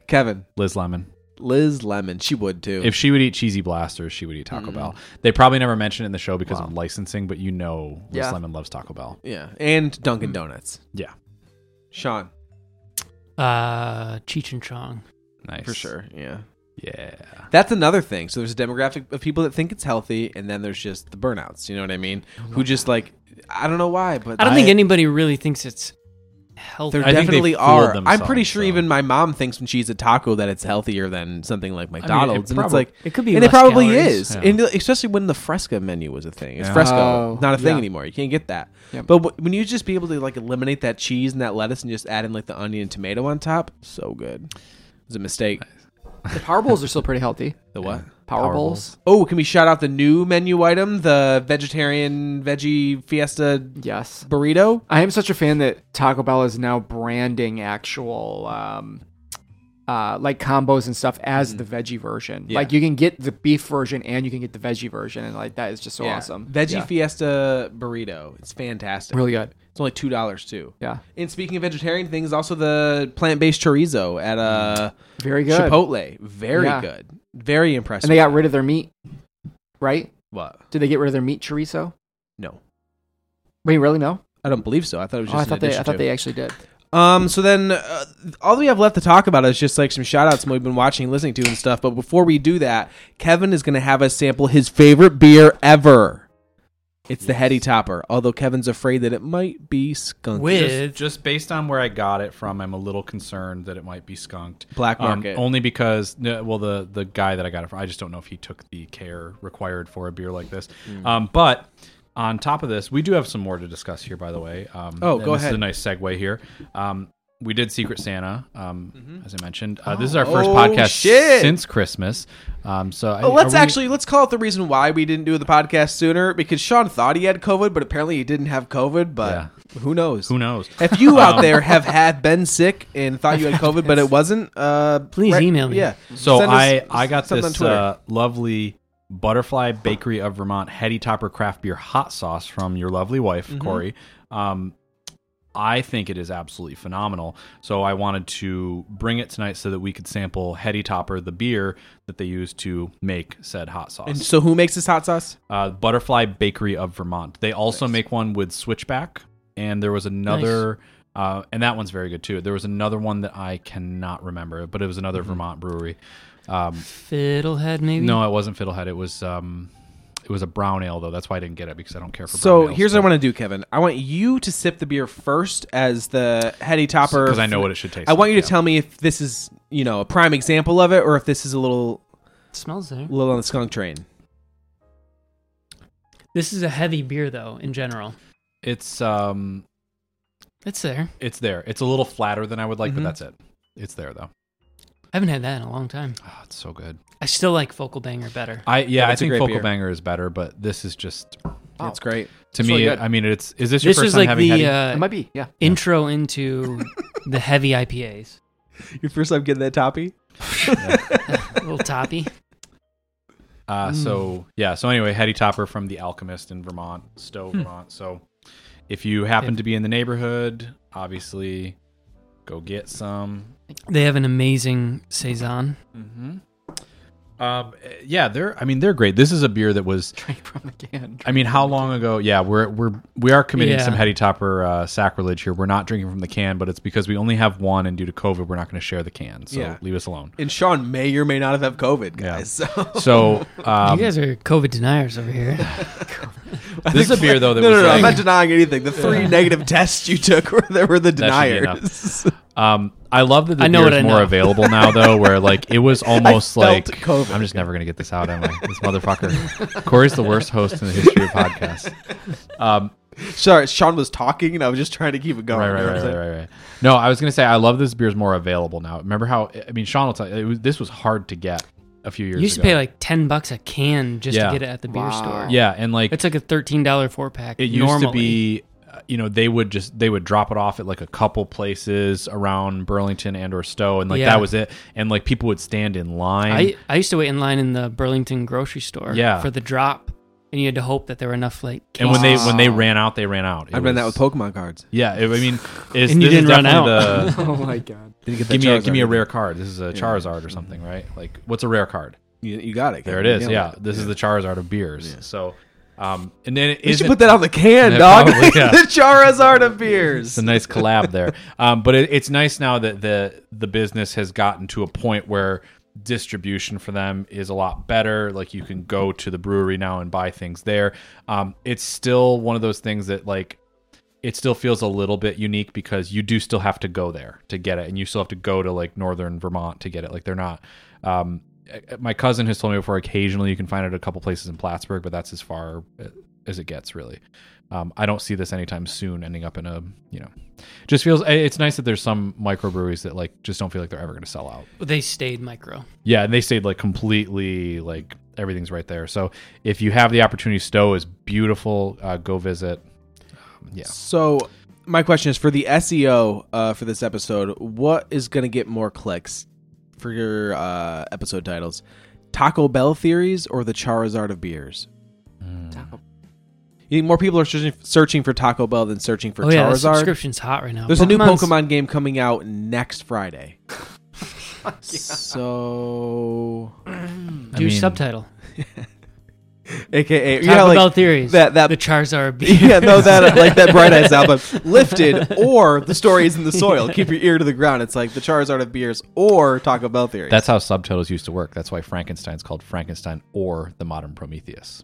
[SPEAKER 1] Kevin,
[SPEAKER 2] Liz Lemon.
[SPEAKER 1] Liz Lemon, she would too.
[SPEAKER 2] If she would eat cheesy blasters, she would eat Taco Bell. They probably never mentioned it in the show because of licensing, but you know, Liz
[SPEAKER 3] Yeah.
[SPEAKER 2] Lemon loves Taco Bell.
[SPEAKER 1] yeah, and Dunkin' Donuts.
[SPEAKER 2] Yeah,
[SPEAKER 1] Sean,
[SPEAKER 4] Uh, Cheech and Chong.
[SPEAKER 2] nice
[SPEAKER 1] for sure. Yeah.
[SPEAKER 2] Yeah,
[SPEAKER 1] That's another thing. So there's a demographic of people that think it's healthy, and then there's just the burnouts. You know what I mean? Who just like I don't know why, but
[SPEAKER 4] I don't think
[SPEAKER 1] any.
[SPEAKER 4] anybody really thinks it's healthy.
[SPEAKER 1] There
[SPEAKER 2] I think they
[SPEAKER 1] definitely
[SPEAKER 2] fooled
[SPEAKER 1] are. I'm
[SPEAKER 2] themselves,
[SPEAKER 1] pretty sure
[SPEAKER 2] so.
[SPEAKER 1] even my mom thinks when she eats a taco that it's healthier than something like McDonald's, and it's
[SPEAKER 2] prob-
[SPEAKER 1] like,
[SPEAKER 4] It could be.
[SPEAKER 1] and it
[SPEAKER 4] less
[SPEAKER 1] probably
[SPEAKER 4] calories.
[SPEAKER 1] is,
[SPEAKER 2] Yeah.
[SPEAKER 1] and especially when the Fresca menu was a thing. It's
[SPEAKER 2] Yeah.
[SPEAKER 1] Fresco,
[SPEAKER 3] Oh,
[SPEAKER 1] not a thing
[SPEAKER 3] yeah.
[SPEAKER 1] anymore. You can't get that.
[SPEAKER 3] Yep.
[SPEAKER 1] But w- when you just be able to like eliminate that cheese and that lettuce and just add in like the onion and tomato on top, so good. It was a mistake.
[SPEAKER 3] The Power Bowls are still pretty healthy.
[SPEAKER 1] The what?
[SPEAKER 3] Power,
[SPEAKER 2] Power
[SPEAKER 3] Bowls.
[SPEAKER 1] Oh, can we shout out the new menu item, the vegetarian veggie fiesta
[SPEAKER 3] Yes.
[SPEAKER 1] burrito?
[SPEAKER 3] I am such a fan that Taco Bell is now branding actual um uh like combos and stuff as the veggie version.
[SPEAKER 1] Yeah.
[SPEAKER 3] Like you can get the beef version and you can get the veggie version and like that is just so awesome.
[SPEAKER 1] Veggie
[SPEAKER 3] yeah.
[SPEAKER 1] fiesta burrito. It's fantastic.
[SPEAKER 3] really good.
[SPEAKER 1] It's only two dollars too.
[SPEAKER 3] Yeah.
[SPEAKER 1] And speaking of vegetarian things, also the plant-based chorizo at uh,
[SPEAKER 3] Very good.
[SPEAKER 1] Chipotle, very
[SPEAKER 3] Yeah.
[SPEAKER 1] good, very impressive.
[SPEAKER 3] And they got rid of their meat. Right?
[SPEAKER 1] what?
[SPEAKER 3] Did they get rid of their meat chorizo?
[SPEAKER 1] No,
[SPEAKER 3] Wait, really? No.
[SPEAKER 1] I don't believe so. I thought it was
[SPEAKER 3] Oh,
[SPEAKER 1] just.
[SPEAKER 3] I
[SPEAKER 1] an
[SPEAKER 3] thought they. I
[SPEAKER 1] addition
[SPEAKER 3] thought
[SPEAKER 1] to.
[SPEAKER 3] they actually did.
[SPEAKER 1] Um. So then, uh, all we have left to talk about is just like some shout-outs and what we've been watching, listening to, and stuff. But before we do that, Kevin is going to have us sample his favorite beer ever. It's the Heady Topper. Although Kevin's afraid that it might be skunk
[SPEAKER 4] With
[SPEAKER 2] Just, just based on where I got it from, I'm a little concerned that it might be skunked.
[SPEAKER 1] black
[SPEAKER 2] Um,
[SPEAKER 1] market.
[SPEAKER 2] only because, no, well, the the guy that I got it from, I just don't know if he took the care required for a beer like this. Um, but on top of this, we do have some more to discuss here, by the way. Um,
[SPEAKER 1] Oh,
[SPEAKER 2] and
[SPEAKER 1] go
[SPEAKER 2] this
[SPEAKER 1] ahead.
[SPEAKER 2] Is a nice segue here. Um, we did Secret Santa, um, as I mentioned. Uh, this is our first
[SPEAKER 1] Oh,
[SPEAKER 2] podcast
[SPEAKER 1] shit.
[SPEAKER 2] since Christmas. Um, so I-
[SPEAKER 1] Oh, let's
[SPEAKER 2] are we-
[SPEAKER 1] actually let's call it the reason why we didn't do the podcast sooner because Sean thought he had COVID, but apparently he didn't have COVID. But who knows?
[SPEAKER 2] Who Um, knows?
[SPEAKER 1] If you out there have had been sick and thought you had COVID, but it wasn't, uh,
[SPEAKER 4] Please email me.
[SPEAKER 1] Yeah.
[SPEAKER 2] So
[SPEAKER 1] Send us-
[SPEAKER 2] I I got
[SPEAKER 1] send it on
[SPEAKER 2] this
[SPEAKER 1] Twitter.
[SPEAKER 2] uh, lovely Butterfly Bakery of Vermont Hetty Topper craft beer hot sauce from your lovely wife
[SPEAKER 1] Mm-hmm.
[SPEAKER 2] Corey. Um, I think it is absolutely phenomenal. So I wanted to bring it tonight so that we could sample Hetty Topper, the beer that they use to make said hot sauce.
[SPEAKER 1] and so who makes this hot sauce?
[SPEAKER 2] uh, Butterfly Bakery of Vermont. They also make one with Switchback, and there was another, uh, and that one's very good too. There was another one that I cannot remember, but it was
[SPEAKER 1] Mm-hmm.
[SPEAKER 2] another Vermont brewery. Um,
[SPEAKER 4] Fiddlehead, maybe.
[SPEAKER 2] no, it wasn't Fiddlehead. It was um, it was a brown ale though. That's why I didn't get it because I don't care for.
[SPEAKER 1] So
[SPEAKER 2] brown ales,
[SPEAKER 1] here's what I
[SPEAKER 2] but-
[SPEAKER 1] want to do, Kevin. I want you to sip the beer first as the heady topper.
[SPEAKER 2] 'cause I know what it should taste
[SPEAKER 1] I want
[SPEAKER 2] like,
[SPEAKER 1] you to
[SPEAKER 2] yeah.
[SPEAKER 1] tell me if this is you know a prime example of it, or if this is a little
[SPEAKER 4] It smells there.
[SPEAKER 1] little on the skunk train.
[SPEAKER 4] This is a heavy beer, though. In general,
[SPEAKER 2] It's um,
[SPEAKER 4] it's there.
[SPEAKER 2] it's there. It's a little flatter than I would like,
[SPEAKER 1] Mhm.
[SPEAKER 2] but that's it. It's there though.
[SPEAKER 4] I haven't had that in a long time.
[SPEAKER 2] Oh, it's so good.
[SPEAKER 4] I still like Focal Banger better.
[SPEAKER 2] I yeah,
[SPEAKER 1] Yeah,
[SPEAKER 2] I
[SPEAKER 1] it's a
[SPEAKER 2] think
[SPEAKER 1] great
[SPEAKER 2] Focal
[SPEAKER 1] beer.
[SPEAKER 2] Banger is better, but this is just
[SPEAKER 4] Oh.
[SPEAKER 3] Wow.
[SPEAKER 1] It's great.
[SPEAKER 2] to
[SPEAKER 3] It's
[SPEAKER 2] me.
[SPEAKER 3] really good.
[SPEAKER 2] I mean, it's is this your
[SPEAKER 4] this
[SPEAKER 2] first
[SPEAKER 4] is
[SPEAKER 2] time
[SPEAKER 4] like
[SPEAKER 2] having
[SPEAKER 4] the
[SPEAKER 2] Hetty?
[SPEAKER 4] uh,
[SPEAKER 3] It might be. Yeah.
[SPEAKER 4] intro into the heavy IPAs.
[SPEAKER 1] Your first time getting that toppy.
[SPEAKER 4] A little toppy.
[SPEAKER 2] Uh,
[SPEAKER 4] Mm.
[SPEAKER 2] So yeah. So anyway, Hetty Topper from the Alchemist in Vermont, Stowe, Vermont. So if you happen
[SPEAKER 4] Yeah.
[SPEAKER 2] to be in the neighborhood, obviously Go get some.
[SPEAKER 4] They have an amazing saison.
[SPEAKER 2] Mm-hmm. Um, eh, yeah, they're. I mean, they're great. This is a beer that was.
[SPEAKER 3] Drink from again.
[SPEAKER 2] I mean, how long ago? Yeah, we're we're we are committing
[SPEAKER 4] Yeah.
[SPEAKER 2] some heady topper uh, sacrilege here. We're not drinking from the can, but it's because we only have one, and due to COVID, we're not going to share the can. So
[SPEAKER 1] Yeah.
[SPEAKER 2] leave us alone.
[SPEAKER 1] And Sean may or may not have COVID, guys. So
[SPEAKER 2] So um,
[SPEAKER 4] you guys are COVID deniers over here.
[SPEAKER 2] this is a beer though that
[SPEAKER 1] no, no,
[SPEAKER 2] was
[SPEAKER 1] no, I'm
[SPEAKER 2] like,
[SPEAKER 1] not denying anything. The three negative tests you took were, that were the
[SPEAKER 2] That should be
[SPEAKER 1] deniers.
[SPEAKER 2] Um, I love that the
[SPEAKER 4] I know
[SPEAKER 2] beer
[SPEAKER 4] what
[SPEAKER 2] is
[SPEAKER 4] I
[SPEAKER 2] more
[SPEAKER 4] know.
[SPEAKER 2] available now, though, where like it was almost
[SPEAKER 1] felt
[SPEAKER 2] like
[SPEAKER 1] COVID.
[SPEAKER 2] I'm just never gonna get this out, am I? This motherfucker. Corey's the worst host in the history of podcasts. Um,
[SPEAKER 1] Sorry, Sean was talking, and I was just trying to keep it going.
[SPEAKER 2] right,
[SPEAKER 1] you
[SPEAKER 2] right,
[SPEAKER 1] know what I'm
[SPEAKER 2] right, right,
[SPEAKER 1] saying?
[SPEAKER 2] right, right. No, I was gonna say I love this beer is more available now. Remember how? I mean, Sean will tell you it was, this was hard to get a few years.
[SPEAKER 4] you used to
[SPEAKER 2] ago.
[SPEAKER 4] pay like ten bucks a can just
[SPEAKER 2] Yeah.
[SPEAKER 4] to get it at the beer
[SPEAKER 3] Wow.
[SPEAKER 4] store.
[SPEAKER 2] yeah, and like
[SPEAKER 4] It's like a thirteen dollar four pack.
[SPEAKER 2] it used
[SPEAKER 4] normally.
[SPEAKER 2] to be uh, you know they would just they would drop it off at like a couple places around burlington and or stowe and like
[SPEAKER 4] Yeah.
[SPEAKER 2] that was it and like people would stand in line
[SPEAKER 4] I, I used to wait in line in the Burlington grocery store
[SPEAKER 2] Yeah.
[SPEAKER 4] for the drop, and you had to hope that there were enough like.
[SPEAKER 2] and when they
[SPEAKER 4] cases.
[SPEAKER 2] when they ran out they ran out It
[SPEAKER 1] I've done that
[SPEAKER 2] was-
[SPEAKER 1] with Pokemon cards.
[SPEAKER 2] yeah it, i mean it's,
[SPEAKER 4] And you
[SPEAKER 2] this is
[SPEAKER 4] didn't run
[SPEAKER 2] definitely
[SPEAKER 4] out.
[SPEAKER 2] the-
[SPEAKER 3] Oh my god.
[SPEAKER 1] Didn't get that
[SPEAKER 2] give me a
[SPEAKER 1] Charizard.
[SPEAKER 2] give me a rare card this is a charizard or something right like what's a rare card
[SPEAKER 1] You, you got it.
[SPEAKER 2] there it
[SPEAKER 1] Kevin.
[SPEAKER 2] is
[SPEAKER 1] You
[SPEAKER 2] yeah
[SPEAKER 1] nailed it.
[SPEAKER 2] this is the charizard of beers so um and then it
[SPEAKER 1] You should
[SPEAKER 2] isn't-
[SPEAKER 1] put that on the can,
[SPEAKER 2] Yeah,
[SPEAKER 1] dog.
[SPEAKER 2] probably, yeah.
[SPEAKER 1] the Charizard of beers.
[SPEAKER 2] It's a nice collab there. Um, but it, it's nice now that the the business has gotten to a point where distribution for them is a lot better. Like you can go to the brewery now and buy things there. Um, it's still one of those things that like it still feels a little bit unique because you do still have to go there to get it, and you still have to go to like northern Vermont to get it. Like they're not. Um, uh, my cousin has told me before. Occasionally, you can find it at a couple places in Plattsburgh, but that's as far uh, as it gets, really. Um, I don't see this anytime soon ending up in a you know. Just feels i- it's nice that there's some microbreweries that like just don't feel like they're ever going to sell out.
[SPEAKER 4] they stayed micro.
[SPEAKER 2] Yeah, and they stayed like completely like everything's right there. So if you have the opportunity, Stowe is beautiful. Uh, go visit. Um, yeah.
[SPEAKER 1] So, my question is for the SEO uh, for this episode: What is going to get more clicks for your uh, episode titles? Taco Bell theories or the Charizard of beers? You think more people are searching, searching for Taco Bell than searching for
[SPEAKER 4] oh yeah, the
[SPEAKER 1] Charizard?
[SPEAKER 4] subscription's hot right now.
[SPEAKER 1] There's a new
[SPEAKER 4] Pokemon's-
[SPEAKER 1] Pokemon game coming out next Friday. So,
[SPEAKER 2] I
[SPEAKER 4] Do
[SPEAKER 2] mean,
[SPEAKER 4] subtitle.
[SPEAKER 1] aka
[SPEAKER 4] Talk
[SPEAKER 1] yeah, like
[SPEAKER 4] about theories.
[SPEAKER 1] that that
[SPEAKER 4] the Charizard. of beer.
[SPEAKER 1] yeah, no,
[SPEAKER 2] uh,
[SPEAKER 1] that uh, like that Bright Eyes album, lifted, or the story is in the soil. Keep your ear to the ground. It's like the Charizard of beers or Taco Bell theory.
[SPEAKER 2] That's how subtitles used to work. That's why Frankenstein's called Frankenstein or the modern Prometheus.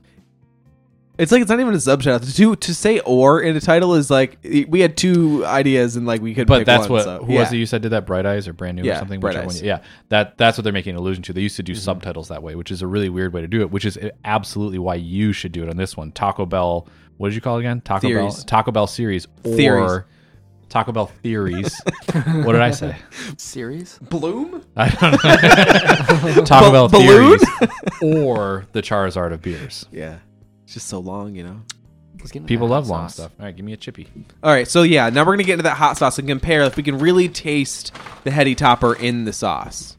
[SPEAKER 1] it's like it's not even a subtitle. To to say or in a title is like we had two ideas and like we could.
[SPEAKER 2] But
[SPEAKER 1] pick
[SPEAKER 2] that's
[SPEAKER 1] one,
[SPEAKER 2] what
[SPEAKER 1] so,
[SPEAKER 2] who
[SPEAKER 1] yeah.
[SPEAKER 2] was it you said did that? Bright Eyes or Brand New
[SPEAKER 1] Yeah,
[SPEAKER 2] or something?
[SPEAKER 1] Bright
[SPEAKER 2] Whichever one
[SPEAKER 1] Eyes. Mm-hmm.
[SPEAKER 2] you- yeah, that that's what they're making an allusion to. They used to do subtitles that way, which is a really weird way to do it. Which is absolutely why you should do it on this one. Taco Bell. What did you call it again? Taco
[SPEAKER 1] Theories.
[SPEAKER 2] Bell. Taco Bell series or
[SPEAKER 1] Theories.
[SPEAKER 2] Taco Bell theories. what did I say?
[SPEAKER 3] Series?
[SPEAKER 1] Bloom?
[SPEAKER 2] I don't know. Taco
[SPEAKER 1] Ba-
[SPEAKER 2] Bell
[SPEAKER 1] balloon?
[SPEAKER 2] theories or the Charizard of beers.
[SPEAKER 1] Yeah, it's just so long, you know.
[SPEAKER 3] Let's get into
[SPEAKER 2] People
[SPEAKER 3] that
[SPEAKER 2] love
[SPEAKER 3] hot
[SPEAKER 2] long
[SPEAKER 3] sauce.
[SPEAKER 2] stuff. All right, give me a chippy.
[SPEAKER 1] All right, so yeah, now we're gonna get into that hot sauce and compare if we can really taste the heady topper in the sauce.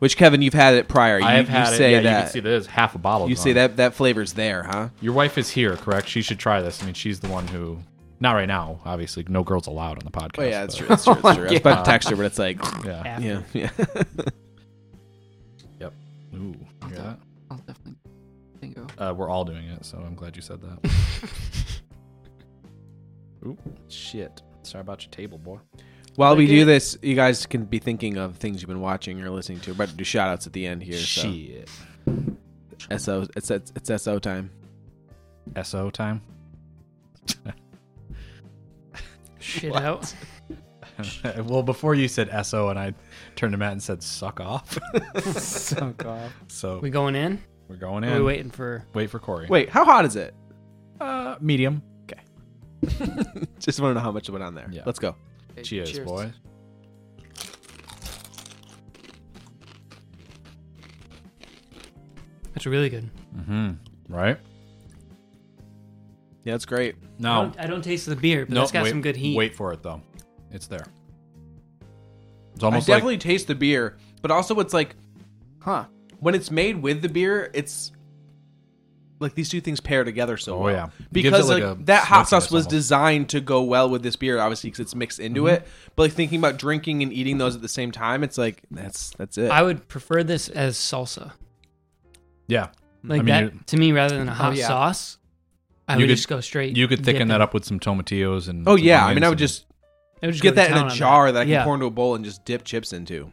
[SPEAKER 1] Which Kevin, you've had it prior. You,
[SPEAKER 2] I have
[SPEAKER 1] you
[SPEAKER 2] had
[SPEAKER 1] say
[SPEAKER 2] it. Yeah,
[SPEAKER 1] that.
[SPEAKER 2] you can see there's half a bottle.
[SPEAKER 1] you
[SPEAKER 2] gone.
[SPEAKER 1] say that that flavor's there, huh?
[SPEAKER 2] Your wife is here, correct? She should try this. I mean, she's the one who, not right now, obviously. No girls allowed on the podcast.
[SPEAKER 1] Oh yeah, that's true.
[SPEAKER 2] but-
[SPEAKER 1] That's true. That's true. I was about to text her, but it's like,
[SPEAKER 2] Yeah.
[SPEAKER 4] After.
[SPEAKER 1] yeah, yeah.
[SPEAKER 2] Ooh, you hear that?
[SPEAKER 3] I'll definitely bingo.
[SPEAKER 2] Uh, we're all doing it, so I'm glad you said that. Ooh, shit. Sorry about your table, boy.
[SPEAKER 1] While we
[SPEAKER 4] Like
[SPEAKER 1] do
[SPEAKER 4] it-
[SPEAKER 1] this, you guys can be thinking of things you've been watching or listening to. We're about to do shout outs at the end here. So.
[SPEAKER 2] Shit.
[SPEAKER 1] SO, it's, it's, it's SO time.
[SPEAKER 2] SO time?
[SPEAKER 4] Shit out.
[SPEAKER 2] well, before you said SO, and I turned to Matt and said, suck off.
[SPEAKER 3] so god.
[SPEAKER 2] so
[SPEAKER 4] We going in?
[SPEAKER 2] we're going
[SPEAKER 4] Or we
[SPEAKER 2] in.
[SPEAKER 4] waiting for?
[SPEAKER 2] Wait for Corey.
[SPEAKER 1] Wait, how hot is it?
[SPEAKER 2] Uh, medium.
[SPEAKER 1] Just want to know how much went on there.
[SPEAKER 2] Yeah.
[SPEAKER 1] Let's go.
[SPEAKER 2] Cheers, boy.
[SPEAKER 4] That's really good.
[SPEAKER 2] Mm-hmm. Right?
[SPEAKER 1] Yeah, that's great.
[SPEAKER 4] I,
[SPEAKER 2] Now,
[SPEAKER 4] don't, I don't taste the beer, but
[SPEAKER 2] No,
[SPEAKER 4] it's got
[SPEAKER 2] wait-
[SPEAKER 4] some good heat.
[SPEAKER 2] Wait for it though. It's there. It's almost
[SPEAKER 1] I
[SPEAKER 2] like
[SPEAKER 1] definitely taste the beer, but also it's like
[SPEAKER 3] Huh.
[SPEAKER 1] when it's made with the beer, it's like these two things pair together so
[SPEAKER 2] Oh,
[SPEAKER 1] well.
[SPEAKER 2] yeah. It gives
[SPEAKER 1] Because
[SPEAKER 2] it,
[SPEAKER 1] like,
[SPEAKER 2] like, a
[SPEAKER 1] that hot
[SPEAKER 2] smokiness
[SPEAKER 1] sauce was
[SPEAKER 2] almost. Mm-hmm.
[SPEAKER 1] designed to go well with this beer, obviously, because it's mixed into it. But like thinking about drinking and eating those at the same time, it's like that's that's it.
[SPEAKER 4] I would prefer this as salsa.
[SPEAKER 2] Yeah.
[SPEAKER 4] Like
[SPEAKER 2] I mean,
[SPEAKER 4] that
[SPEAKER 2] you-
[SPEAKER 4] to me, rather
[SPEAKER 1] Oh,
[SPEAKER 4] than a hot
[SPEAKER 3] yeah.
[SPEAKER 4] sauce, I
[SPEAKER 2] You
[SPEAKER 4] would
[SPEAKER 2] could-
[SPEAKER 4] just go straight.
[SPEAKER 2] You could thicken that up with some tomatillos and.
[SPEAKER 1] oh
[SPEAKER 2] some
[SPEAKER 1] yeah, I
[SPEAKER 2] onions
[SPEAKER 1] mean, I would
[SPEAKER 2] and-
[SPEAKER 1] just
[SPEAKER 4] I would just
[SPEAKER 1] get
[SPEAKER 4] go to
[SPEAKER 1] that in
[SPEAKER 4] town
[SPEAKER 1] a
[SPEAKER 4] on
[SPEAKER 1] jar that I can
[SPEAKER 4] Yeah.
[SPEAKER 1] pour into a bowl and just dip chips into,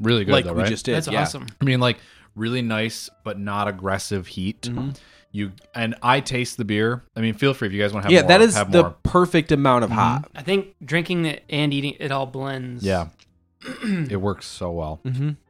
[SPEAKER 2] really good
[SPEAKER 1] like
[SPEAKER 2] though,
[SPEAKER 1] we
[SPEAKER 2] right?
[SPEAKER 1] just did.
[SPEAKER 4] That's
[SPEAKER 1] yeah.
[SPEAKER 4] awesome.
[SPEAKER 2] I mean, like really nice but not aggressive heat.
[SPEAKER 1] Mm-hmm.
[SPEAKER 2] You and I taste the beer. I mean, feel free if you guys want to have
[SPEAKER 1] yeah,
[SPEAKER 2] more.
[SPEAKER 1] that is
[SPEAKER 2] have
[SPEAKER 1] the
[SPEAKER 2] more. Mm-hmm.
[SPEAKER 1] perfect amount of hot.
[SPEAKER 4] I think drinking it and eating it all blends.
[SPEAKER 2] Yeah, it works so well.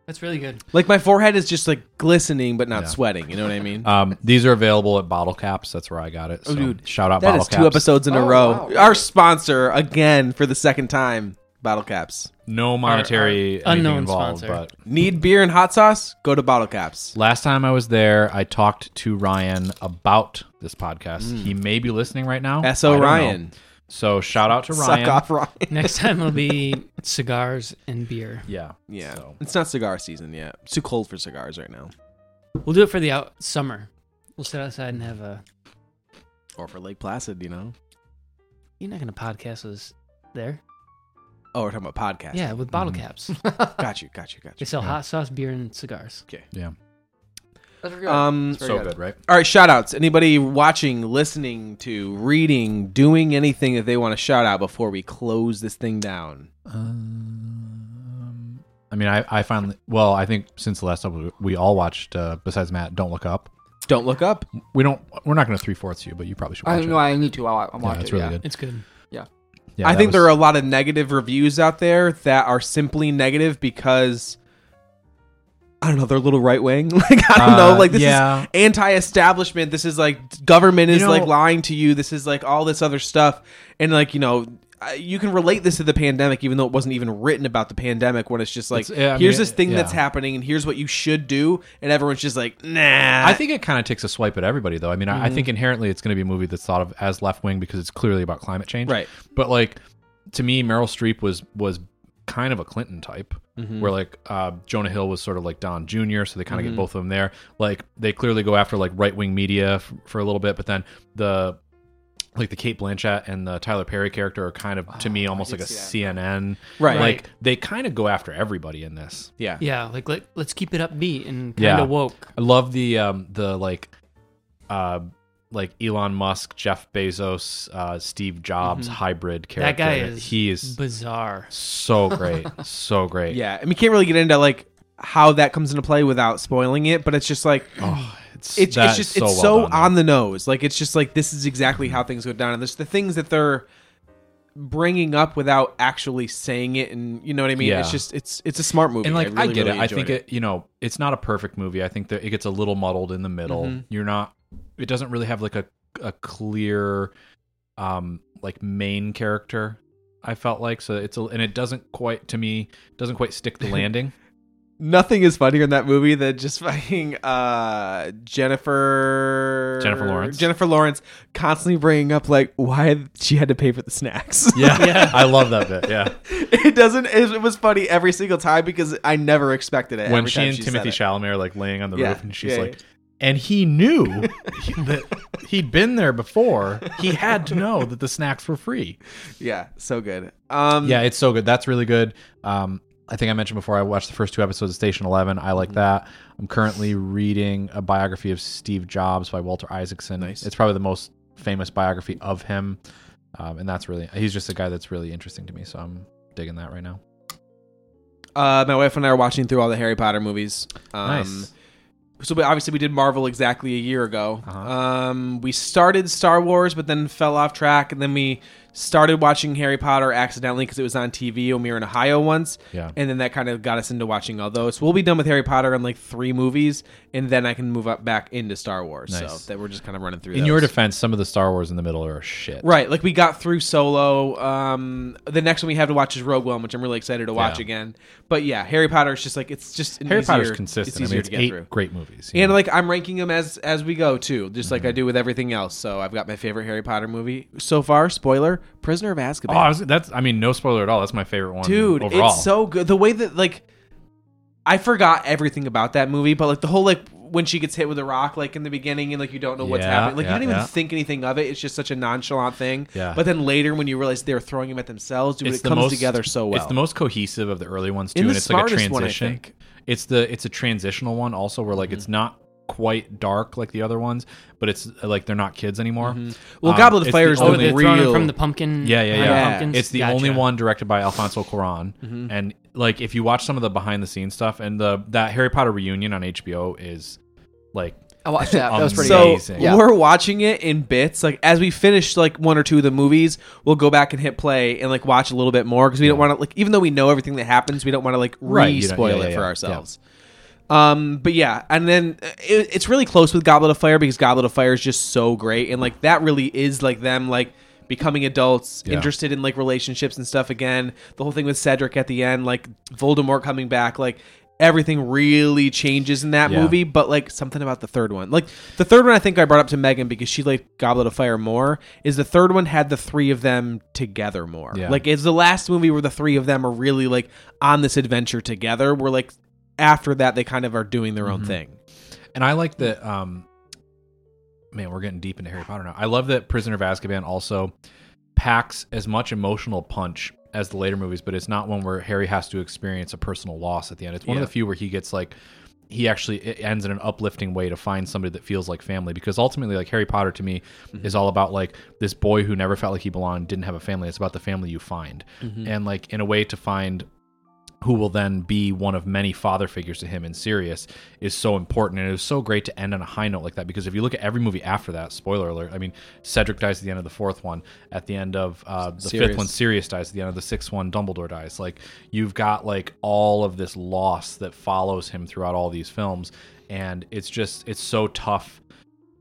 [SPEAKER 4] that's really good.
[SPEAKER 1] Like my forehead is just like glistening but not
[SPEAKER 2] Yeah.
[SPEAKER 1] sweating. You know what I mean?
[SPEAKER 2] Um, these are available at Bottle Caps. That's where I got it. So
[SPEAKER 1] Mm-hmm. Oh, dude.
[SPEAKER 2] shout out
[SPEAKER 1] that
[SPEAKER 2] Bottle
[SPEAKER 1] is
[SPEAKER 2] Caps.
[SPEAKER 1] two episodes in a
[SPEAKER 3] Oh,
[SPEAKER 1] row.
[SPEAKER 3] wow.
[SPEAKER 1] Our sponsor again for the second time. Bottle caps.
[SPEAKER 2] No monetary
[SPEAKER 4] our
[SPEAKER 2] anything
[SPEAKER 4] unknown
[SPEAKER 2] involved,
[SPEAKER 4] sponsor.
[SPEAKER 2] but
[SPEAKER 1] Need beer and hot sauce? Go to bottle caps.
[SPEAKER 2] Last time I was there, I talked to Ryan about this podcast. He may be listening right now. I
[SPEAKER 1] S.O.
[SPEAKER 2] don't
[SPEAKER 1] Hmm. Ryan.
[SPEAKER 2] know. So shout out to Ryan.
[SPEAKER 1] Suck off Ryan.
[SPEAKER 4] Next time it'll be cigars and beer.
[SPEAKER 2] Yeah.
[SPEAKER 1] Yeah.
[SPEAKER 2] So,
[SPEAKER 1] It's not cigar season yet. It's too cold for cigars right now.
[SPEAKER 4] We'll do it for the out- summer. We'll sit outside and have a.
[SPEAKER 1] Or for Lake Placid, you know?
[SPEAKER 4] You're not gonna podcast with us there.
[SPEAKER 1] Oh, we're talking about podcasts.
[SPEAKER 4] Yeah, with
[SPEAKER 1] Mm-hmm.
[SPEAKER 4] bottle caps.
[SPEAKER 1] Got you, got you, got
[SPEAKER 4] They
[SPEAKER 1] you.
[SPEAKER 4] sell hot sauce, beer, and cigars.
[SPEAKER 2] yeah.
[SPEAKER 1] Um,
[SPEAKER 3] Very
[SPEAKER 2] So
[SPEAKER 3] good.
[SPEAKER 2] good, right?
[SPEAKER 1] all right, shout outs. Anybody watching, listening to, reading, doing anything that they want to shout out before we close this thing down?
[SPEAKER 2] Um, I mean, I, I finally, well, I think since the last time we, we all watched, uh, besides Matt, Don't Look Up.
[SPEAKER 1] Don't look up.
[SPEAKER 2] We don't, we're not going to three fourths you, but you probably should watch
[SPEAKER 3] I
[SPEAKER 2] it.
[SPEAKER 3] know I need to. I'll,
[SPEAKER 2] yeah,
[SPEAKER 3] I'll watch
[SPEAKER 2] it's
[SPEAKER 3] it.
[SPEAKER 2] really
[SPEAKER 3] yeah.
[SPEAKER 2] good.
[SPEAKER 4] It's good.
[SPEAKER 2] Yeah,
[SPEAKER 1] I
[SPEAKER 2] that
[SPEAKER 1] think
[SPEAKER 2] was-
[SPEAKER 1] there are a lot of negative reviews out there that are simply negative because I don't know, they're a little right wing. Like I don't
[SPEAKER 2] Uh,
[SPEAKER 1] know, like this
[SPEAKER 2] yeah.
[SPEAKER 1] is anti-establishment. This is like government is
[SPEAKER 2] You know-
[SPEAKER 1] like lying to you. This is like all this other stuff, and like you know. I- You can relate this to the pandemic, even though it wasn't even written about the pandemic. When it's just like,
[SPEAKER 2] It's- yeah, I
[SPEAKER 1] here's
[SPEAKER 2] mean,
[SPEAKER 1] this thing that's
[SPEAKER 2] yeah.
[SPEAKER 1] happening, and here's what you should do, and everyone's just like, nah.
[SPEAKER 2] I think it kind of takes a swipe at everybody, though. I mean, I,
[SPEAKER 1] Hmm.
[SPEAKER 2] I think inherently it's going to be a movie that's thought of as left wing because it's clearly about climate change.
[SPEAKER 1] Right.
[SPEAKER 2] But like, to me, Meryl Streep was was kind of a Clinton type,
[SPEAKER 4] Mm-hmm.
[SPEAKER 2] where like uh, Jonah Hill was sort of like Don Jr. So they kind of get both of them there. Like they clearly go after like right wing media f- for a little bit, but then the like the Kate Blanchett and the Tyler Perry character are kind of to me
[SPEAKER 4] Oh,
[SPEAKER 2] almost like
[SPEAKER 3] can
[SPEAKER 2] a
[SPEAKER 3] see
[SPEAKER 2] CNN.
[SPEAKER 1] Right.
[SPEAKER 2] Like they kind of go after everybody in this.
[SPEAKER 1] yeah,
[SPEAKER 4] Yeah, like let, let's keep it upbeat and kind
[SPEAKER 2] Yeah.
[SPEAKER 4] of woke.
[SPEAKER 2] I love the um the like uh like Elon Musk, Jeff Bezos, uh Steve Jobs hybrid character.
[SPEAKER 4] Mm-hmm. That guy
[SPEAKER 2] in it.
[SPEAKER 4] is
[SPEAKER 2] he is
[SPEAKER 4] bizarre.
[SPEAKER 2] so great. so great.
[SPEAKER 1] yeah. And we can't really get into like how that comes into play without spoiling it, but it's just like,
[SPEAKER 2] Oh, it's,
[SPEAKER 1] it's,
[SPEAKER 2] that
[SPEAKER 1] it's
[SPEAKER 2] is
[SPEAKER 1] just
[SPEAKER 2] so
[SPEAKER 1] it's
[SPEAKER 2] well
[SPEAKER 1] so
[SPEAKER 2] done.
[SPEAKER 1] on the nose like it's just like this is exactly how things go down and there's the things that they're bringing up without actually saying it and you know what i mean
[SPEAKER 2] Yeah.
[SPEAKER 1] it's just it's it's a smart movie
[SPEAKER 2] and like I,
[SPEAKER 1] really,
[SPEAKER 2] get
[SPEAKER 1] really
[SPEAKER 2] it. I
[SPEAKER 1] enjoyed
[SPEAKER 2] think it. you know, it's not a perfect movie. I think that it gets a little muddled in the middle.
[SPEAKER 1] Mm-hmm.
[SPEAKER 2] You're not it doesn't really have like a a clear um like main character. I felt like so it's a, and it doesn't quite to me doesn't quite stick the landing.
[SPEAKER 1] nothing is funnier in that movie than just fucking uh jennifer
[SPEAKER 2] Jennifer Lawrence.
[SPEAKER 1] jennifer lawrence constantly bringing up like why she had to pay for the snacks
[SPEAKER 2] yeah. yeah. I love that bit. Yeah.
[SPEAKER 1] it doesn't it, was funny every single time because i never expected it
[SPEAKER 2] when
[SPEAKER 1] every
[SPEAKER 2] she
[SPEAKER 1] time
[SPEAKER 2] and
[SPEAKER 1] said
[SPEAKER 2] Timothy
[SPEAKER 1] it.
[SPEAKER 2] Chalamet are like laying on the
[SPEAKER 1] Yeah,
[SPEAKER 2] roof, and she's
[SPEAKER 1] yeah,
[SPEAKER 2] like, and he knew that he'd been there before. He had to know that the snacks were free.
[SPEAKER 1] yeah so good um
[SPEAKER 2] Yeah, it's so good. That's really good. Um, I think I mentioned before I watched the first two episodes of Station Eleven. I
[SPEAKER 1] Mm-hmm.
[SPEAKER 2] like that. I'm currently reading a biography of Steve Jobs by Walter Isaacson.
[SPEAKER 1] Nice.
[SPEAKER 2] It's probably the most famous biography of him, um, and that's really he's just a guy that's really interesting to me. So I'm digging that right now.
[SPEAKER 1] Uh, my wife and I are watching through all the Harry Potter movies. Um,
[SPEAKER 2] Nice.
[SPEAKER 1] So we, obviously we did Marvel exactly a year ago.
[SPEAKER 2] Uh-huh.
[SPEAKER 1] Um, we started Star Wars, but then fell off track, and then we started watching Harry Potter accidentally because it was on TV when we were in Ohio once.
[SPEAKER 2] Yeah.
[SPEAKER 1] And then that kind of got us into watching all those. So we'll be done with Harry Potter in like three movies, and then I can move up back into Star Wars.
[SPEAKER 2] Nice.
[SPEAKER 1] So that we're just kind of running through.
[SPEAKER 2] In your
[SPEAKER 1] those.
[SPEAKER 2] defense, some of the Star Wars in the middle are shit.
[SPEAKER 1] Right, like we got through Solo. Um, the next one we have to watch is Rogue One, which I'm really excited to watch
[SPEAKER 2] Yeah.
[SPEAKER 1] again. But yeah, Harry Potter is just like it's just an
[SPEAKER 2] Harry
[SPEAKER 1] easier,
[SPEAKER 2] Potter's consistent.
[SPEAKER 1] It's
[SPEAKER 2] I
[SPEAKER 1] easier
[SPEAKER 2] mean, it's
[SPEAKER 1] to get
[SPEAKER 2] eight
[SPEAKER 1] through.
[SPEAKER 2] great movies. you
[SPEAKER 1] And
[SPEAKER 2] know?
[SPEAKER 1] like I'm ranking them as as we go too, just
[SPEAKER 2] Mm-hmm.
[SPEAKER 1] like I do with everything else. So I've got my favorite Harry Potter movie so far. Spoiler: Prisoner of Azkaban.
[SPEAKER 2] oh, I was, that's I mean, no spoiler at all. That's my favorite one,
[SPEAKER 1] Dude,
[SPEAKER 2] Overall,
[SPEAKER 1] it's so good. The way that like I forgot everything about that movie, but like the whole like when she gets hit with a rock, like in the beginning, and like you don't know what's
[SPEAKER 2] Yeah,
[SPEAKER 1] happening. Like
[SPEAKER 2] yeah,
[SPEAKER 1] you don't even
[SPEAKER 2] yeah.
[SPEAKER 1] think anything of it. It's just such a nonchalant thing.
[SPEAKER 2] Yeah.
[SPEAKER 1] But then later, when you realize they were throwing him at themselves, dude, it comes together so well.
[SPEAKER 2] It's the most cohesive of the early ones too,
[SPEAKER 1] And
[SPEAKER 2] and,
[SPEAKER 1] the
[SPEAKER 2] it's like a
[SPEAKER 1] smartest one, I
[SPEAKER 2] transition.
[SPEAKER 1] think. Mm-hmm.
[SPEAKER 2] It's the it's a transitional one also where like it's not quite dark like the other ones, but it's uh, like they're not kids anymore.
[SPEAKER 1] Mm-hmm. Well,
[SPEAKER 2] Um,
[SPEAKER 1] Goblet of
[SPEAKER 2] it's
[SPEAKER 1] Fire
[SPEAKER 2] the
[SPEAKER 1] is
[SPEAKER 4] Oh,
[SPEAKER 1] the
[SPEAKER 4] they
[SPEAKER 2] only-
[SPEAKER 4] thrown
[SPEAKER 1] real-
[SPEAKER 4] it from the pumpkin.
[SPEAKER 2] Yeah, yeah,
[SPEAKER 4] high
[SPEAKER 1] yeah. Mm-hmm.
[SPEAKER 4] pumpkins?
[SPEAKER 2] It's the only
[SPEAKER 4] Gotcha.
[SPEAKER 2] one directed by Alfonso Cuarón, and like if you watch some of the behind the scenes stuff and the that Harry Potter reunion on HBO is like
[SPEAKER 3] I watched that. That was pretty
[SPEAKER 1] so
[SPEAKER 2] amazing.
[SPEAKER 3] good. Yeah.
[SPEAKER 1] we're watching it in bits. Like as we finish like one or two of the movies, we'll go back and hit play and like watch a little bit more because we don't want to like even though we know everything that happens, we don't want to like
[SPEAKER 2] Right,
[SPEAKER 1] re
[SPEAKER 2] you don't-
[SPEAKER 1] spoil
[SPEAKER 2] yeah,
[SPEAKER 1] it
[SPEAKER 2] yeah,
[SPEAKER 1] for
[SPEAKER 2] yeah,
[SPEAKER 1] ourselves. Um, but yeah, and then uh, it, it's really close with Goblet of Fire because Goblet of Fire is just so great, and like that really is like them like becoming adults,
[SPEAKER 2] Yeah.
[SPEAKER 1] interested in like relationships and stuff again. The whole thing with Cedric at the end, like Voldemort coming back, like everything really changes in that
[SPEAKER 2] Yeah.
[SPEAKER 1] movie but like something about the third one. Like the third one, I think I brought up to Megan because she liked Goblet of Fire more. Is the third one had the three of them together more?
[SPEAKER 2] Yeah.
[SPEAKER 1] Like it's the last movie where the three of them are really like on this adventure together. Where like after that they kind of are doing their own
[SPEAKER 2] Mhm.
[SPEAKER 1] thing.
[SPEAKER 2] And I like that. Um, man, we're getting deep into Harry Potter now. I love that Prisoner of Azkaban also packs as much emotional punch as the later movies, but it's not one where Harry has to experience a personal loss at the end. It's one
[SPEAKER 1] Yeah.
[SPEAKER 2] of the few where he gets like he actually it ends in an uplifting way to find somebody that feels like family because ultimately like Harry Potter to me is all about like this boy who never felt like he belonged, didn't have a family. It's about the family you find.
[SPEAKER 1] Mm-hmm.
[SPEAKER 2] And like in a way to find who will then be one of many father figures to him in Sirius is so important. And it was so great to end on a high note like that because if you look at every movie after that, spoiler alert, I mean, Cedric dies at the end of the fourth one. At the end of uh, the
[SPEAKER 1] Sirius.
[SPEAKER 2] fifth one, Sirius dies. At the end of the sixth one, Dumbledore dies. Like, you've got like all of this loss that follows him throughout all these films. And it's just, it's so tough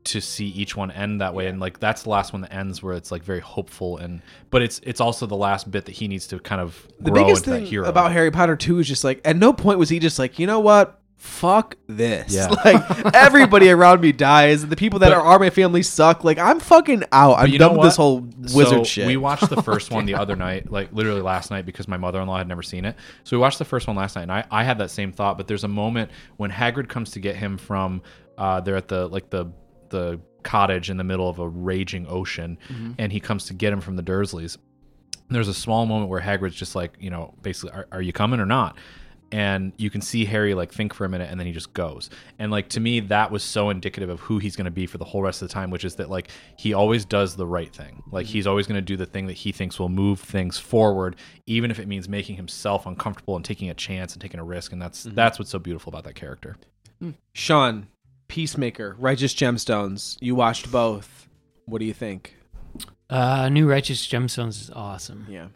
[SPEAKER 2] to see each one end that way and like that's the last one that ends where it's like very hopeful and but it's it's also the last bit that he needs to kind of
[SPEAKER 1] The
[SPEAKER 2] grow
[SPEAKER 1] biggest
[SPEAKER 2] into that
[SPEAKER 1] thing
[SPEAKER 2] hero
[SPEAKER 1] about Harry Potter two is just like at no point was he just like you know what. Fuck this.
[SPEAKER 2] Yeah.
[SPEAKER 1] Like everybody around me dies. The people that
[SPEAKER 2] But-
[SPEAKER 1] are, are my family suck. Like I'm fucking out. I'm
[SPEAKER 2] you know
[SPEAKER 1] done with this
[SPEAKER 2] what?
[SPEAKER 1] whole wizard
[SPEAKER 2] so
[SPEAKER 1] shit.
[SPEAKER 2] We watched the first one the other night, like literally last night, because my mother in law had never seen it. So we watched the first one last night, and I, I had that same thought. But there's a moment when Hagrid comes to get him from uh, they're at the like the the cottage in the middle of a raging ocean,
[SPEAKER 1] Mm-hmm.
[SPEAKER 2] and he comes to get him from the Dursleys. And there's a small moment where Hagrid's just like, you know, basically, are, are you coming or not? And you can see Harry like think for a minute and then he just goes. And like to me, that was so indicative of who he's going to be for the whole rest of the time, which is that like he always does the right thing. Like
[SPEAKER 1] Mm-hmm.
[SPEAKER 2] he's always going to do the thing that he thinks will move things forward, even if it means making himself uncomfortable and taking a chance and taking a risk. And
[SPEAKER 1] Mm-hmm.
[SPEAKER 2] that's that's what's so beautiful about that character.
[SPEAKER 1] Sean, Peacemaker, Righteous Gemstones. You watched both. What do you think?
[SPEAKER 4] Uh, New Righteous Gemstones is awesome.
[SPEAKER 1] Yeah,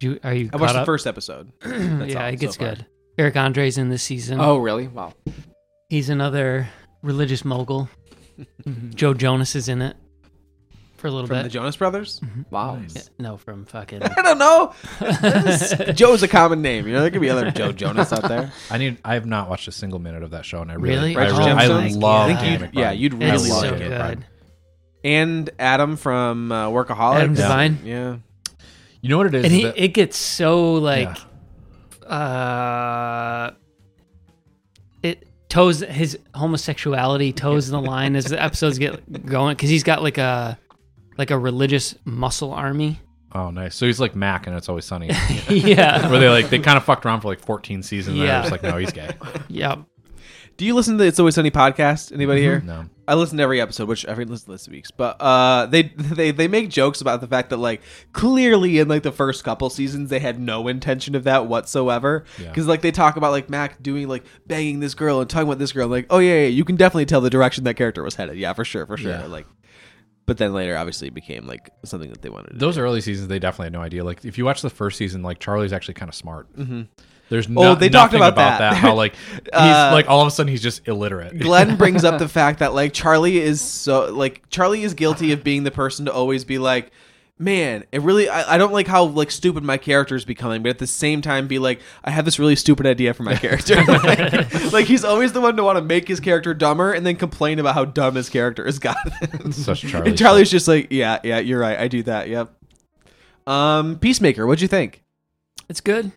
[SPEAKER 4] Do, are you?
[SPEAKER 1] I watched
[SPEAKER 4] caught
[SPEAKER 1] the
[SPEAKER 4] up?
[SPEAKER 1] first episode. That's
[SPEAKER 4] yeah,
[SPEAKER 1] all
[SPEAKER 4] it
[SPEAKER 1] so
[SPEAKER 4] gets
[SPEAKER 1] far.
[SPEAKER 4] good. Eric Andre's in this season.
[SPEAKER 3] Oh, really? Wow.
[SPEAKER 4] He's another religious mogul.
[SPEAKER 3] Mm-hmm.
[SPEAKER 4] Joe Jonas is in it for a little
[SPEAKER 1] From the
[SPEAKER 4] bit.
[SPEAKER 1] Jonas Brothers.
[SPEAKER 3] Wow.
[SPEAKER 4] Yeah, no, from fucking.
[SPEAKER 1] I don't know. Joe's a common name. You know, there could be other Joe Jonas out there.
[SPEAKER 2] I need. I have not watched a single minute of that show, and I really,
[SPEAKER 4] Really?
[SPEAKER 2] I,
[SPEAKER 1] Righteous
[SPEAKER 2] really, I
[SPEAKER 1] Gemstones?
[SPEAKER 2] love.
[SPEAKER 4] I think
[SPEAKER 2] Danny
[SPEAKER 1] you'd- yeah,
[SPEAKER 2] McBride.
[SPEAKER 1] you'd
[SPEAKER 2] I
[SPEAKER 1] really
[SPEAKER 4] it's
[SPEAKER 2] love
[SPEAKER 4] so
[SPEAKER 1] like
[SPEAKER 2] Danny
[SPEAKER 1] it,
[SPEAKER 2] McBride.
[SPEAKER 4] good.
[SPEAKER 1] And Adam from uh, Workaholics.
[SPEAKER 4] Adam
[SPEAKER 1] yeah.
[SPEAKER 4] Devine?
[SPEAKER 1] Yeah.
[SPEAKER 2] You know what it is?
[SPEAKER 4] And
[SPEAKER 2] is
[SPEAKER 4] he,
[SPEAKER 2] that-
[SPEAKER 4] it gets so like, uh, it toes his homosexuality toes the line as the episodes get going because he's got like a like a religious muscle army.
[SPEAKER 2] Oh, nice. So he's like Mac, and it's always sunny.
[SPEAKER 4] yeah.
[SPEAKER 2] Where they like they kind of fucked around for like 14 seasons, and
[SPEAKER 4] Yeah.
[SPEAKER 2] they're just like, no, he's gay.
[SPEAKER 4] Yep.
[SPEAKER 1] Do you listen to the It's Always Sunny podcast? Anybody here?
[SPEAKER 2] Mm-hmm. No.
[SPEAKER 1] I listen to every episode, which I've listened to this week's, but uh, they they they make jokes about the fact that like clearly in like the first couple seasons they had no intention of that whatsoever,
[SPEAKER 2] Yeah.
[SPEAKER 1] because like they talk about like Mac doing like banging this girl and talking about this girl, like oh yeah, yeah, you can definitely tell the direction that character was headed, yeah for sure for sure,
[SPEAKER 2] Yeah.
[SPEAKER 1] like, but then later obviously it became like something that they wanted. to do.
[SPEAKER 2] Those early seasons, they definitely had no idea. Like if you watch the first season, like Charlie's actually kind of smart. Mm-hmm. There's no,
[SPEAKER 1] Oh, they talked
[SPEAKER 2] nothing
[SPEAKER 1] about
[SPEAKER 2] about,
[SPEAKER 1] that.
[SPEAKER 2] that. How like he's
[SPEAKER 1] Uh,
[SPEAKER 2] like all of a sudden he's just illiterate.
[SPEAKER 1] Glenn brings up the fact that like Charlie is so like Charlie is guilty of being the person to always be like, man, it really I, I don't like how like stupid my character is becoming, but at the same time be like, I have this really stupid idea for my character. like, like, he's always the one to want to make his character dumber and then complain about how dumb his character has gotten.
[SPEAKER 2] Such Charlie.
[SPEAKER 1] and Charlie's just like, yeah, yeah, you're right, I do that, yep. Um, Peacemaker, what'd you think?
[SPEAKER 4] It's good.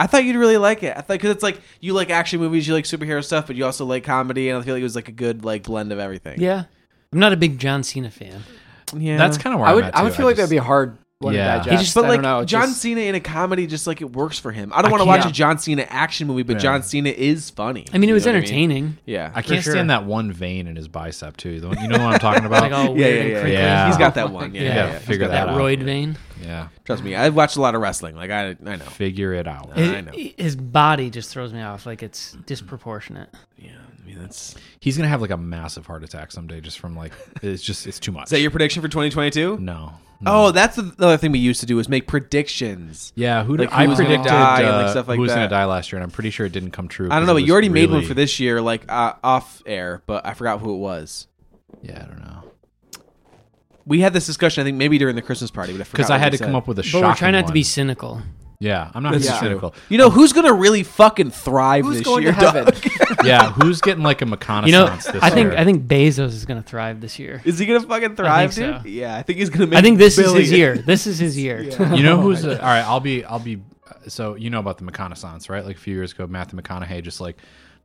[SPEAKER 1] I thought you'd really like it. I thought because it's like you like action movies, you like superhero stuff, but you also like comedy, and I feel like it was like a good like blend of everything.
[SPEAKER 4] Yeah. I'm not a big John Cena fan.
[SPEAKER 1] yeah.
[SPEAKER 2] That's kind of where
[SPEAKER 3] I
[SPEAKER 2] I'm
[SPEAKER 3] would
[SPEAKER 2] at,
[SPEAKER 3] I would
[SPEAKER 2] too.
[SPEAKER 3] feel like
[SPEAKER 2] just-
[SPEAKER 3] that'd be a hard one
[SPEAKER 2] Yeah. He
[SPEAKER 3] to digest.
[SPEAKER 1] He just, but
[SPEAKER 3] I
[SPEAKER 1] like
[SPEAKER 3] don't know. It's
[SPEAKER 1] John
[SPEAKER 3] just-
[SPEAKER 1] Cena in a comedy, just like it works for him. I don't
[SPEAKER 2] I
[SPEAKER 1] want to watch a
[SPEAKER 2] can't-
[SPEAKER 1] John Cena action movie, but
[SPEAKER 2] Yeah.
[SPEAKER 1] John Cena is funny.
[SPEAKER 4] I mean, it
[SPEAKER 1] You
[SPEAKER 4] was
[SPEAKER 1] know what
[SPEAKER 4] entertaining.
[SPEAKER 1] Yeah,
[SPEAKER 2] I can't
[SPEAKER 4] sure.
[SPEAKER 2] stand that one vein in his bicep too. The one- You know what I'm talking about?
[SPEAKER 4] Like all
[SPEAKER 1] yeah,
[SPEAKER 4] weird
[SPEAKER 1] yeah,
[SPEAKER 4] and
[SPEAKER 1] yeah,
[SPEAKER 4] crinkly.
[SPEAKER 1] yeah.
[SPEAKER 2] Yeah.
[SPEAKER 1] He's got that one.
[SPEAKER 4] my
[SPEAKER 1] Yeah,
[SPEAKER 4] God.
[SPEAKER 1] yeah, yeah.
[SPEAKER 2] Figure
[SPEAKER 1] He's got
[SPEAKER 2] that
[SPEAKER 4] That
[SPEAKER 2] out.
[SPEAKER 4] roid vein.
[SPEAKER 2] yeah,
[SPEAKER 1] Trust me, I've watched a lot of wrestling. Like I, I know.
[SPEAKER 2] figure it out.
[SPEAKER 1] Yeah.
[SPEAKER 4] His,
[SPEAKER 1] I know.
[SPEAKER 4] his body just throws me off. Like it's disproportionate.
[SPEAKER 1] Yeah, I mean that's.
[SPEAKER 2] He's gonna have like a massive heart attack someday, just from like it's just it's too much.
[SPEAKER 1] Is that your prediction for 2022?
[SPEAKER 2] no? no.
[SPEAKER 1] Oh, that's the the other thing we used to do is make predictions.
[SPEAKER 2] yeah. Who
[SPEAKER 1] like,
[SPEAKER 2] did I
[SPEAKER 1] who's gonna
[SPEAKER 2] predicted
[SPEAKER 1] die and,
[SPEAKER 2] uh,
[SPEAKER 1] like, stuff like
[SPEAKER 2] who was
[SPEAKER 1] that.
[SPEAKER 2] gonna die last year, and I'm pretty sure it didn't come true.
[SPEAKER 1] I don't
[SPEAKER 2] 'cause
[SPEAKER 1] know,
[SPEAKER 2] it
[SPEAKER 1] but
[SPEAKER 2] was
[SPEAKER 1] you already made one
[SPEAKER 2] really-
[SPEAKER 1] for this year, like uh, off air, but I forgot who it was.
[SPEAKER 2] Yeah, I don't know
[SPEAKER 1] We had this discussion, I think, maybe during the Christmas party, but I forgot.
[SPEAKER 2] because I
[SPEAKER 1] what
[SPEAKER 2] had
[SPEAKER 1] we
[SPEAKER 2] to come
[SPEAKER 1] said.
[SPEAKER 2] up with a.
[SPEAKER 4] But
[SPEAKER 2] shocking
[SPEAKER 4] we're trying not to be
[SPEAKER 2] one.
[SPEAKER 4] cynical.
[SPEAKER 2] Yeah, I'm not
[SPEAKER 1] That's
[SPEAKER 2] being
[SPEAKER 1] true.
[SPEAKER 2] cynical.
[SPEAKER 1] You know who's gonna really fucking thrive
[SPEAKER 3] who's
[SPEAKER 1] this
[SPEAKER 3] going
[SPEAKER 1] year?
[SPEAKER 3] to heaven?
[SPEAKER 1] dog?
[SPEAKER 2] yeah, who's getting like a reconnaissance
[SPEAKER 4] You know,
[SPEAKER 2] this
[SPEAKER 4] I think
[SPEAKER 2] year?
[SPEAKER 4] I think Bezos is going to thrive this year.
[SPEAKER 1] Is he gonna fucking thrive,
[SPEAKER 4] think so.
[SPEAKER 1] dude? Yeah, I think he's gonna. Make
[SPEAKER 4] I think this is his
[SPEAKER 1] billions.
[SPEAKER 4] year. This is his year.
[SPEAKER 2] you know who's a, all right. I'll be I'll be. uh, So you know about the reconnaissance, right? Like a few years ago, Matthew McConaughey just like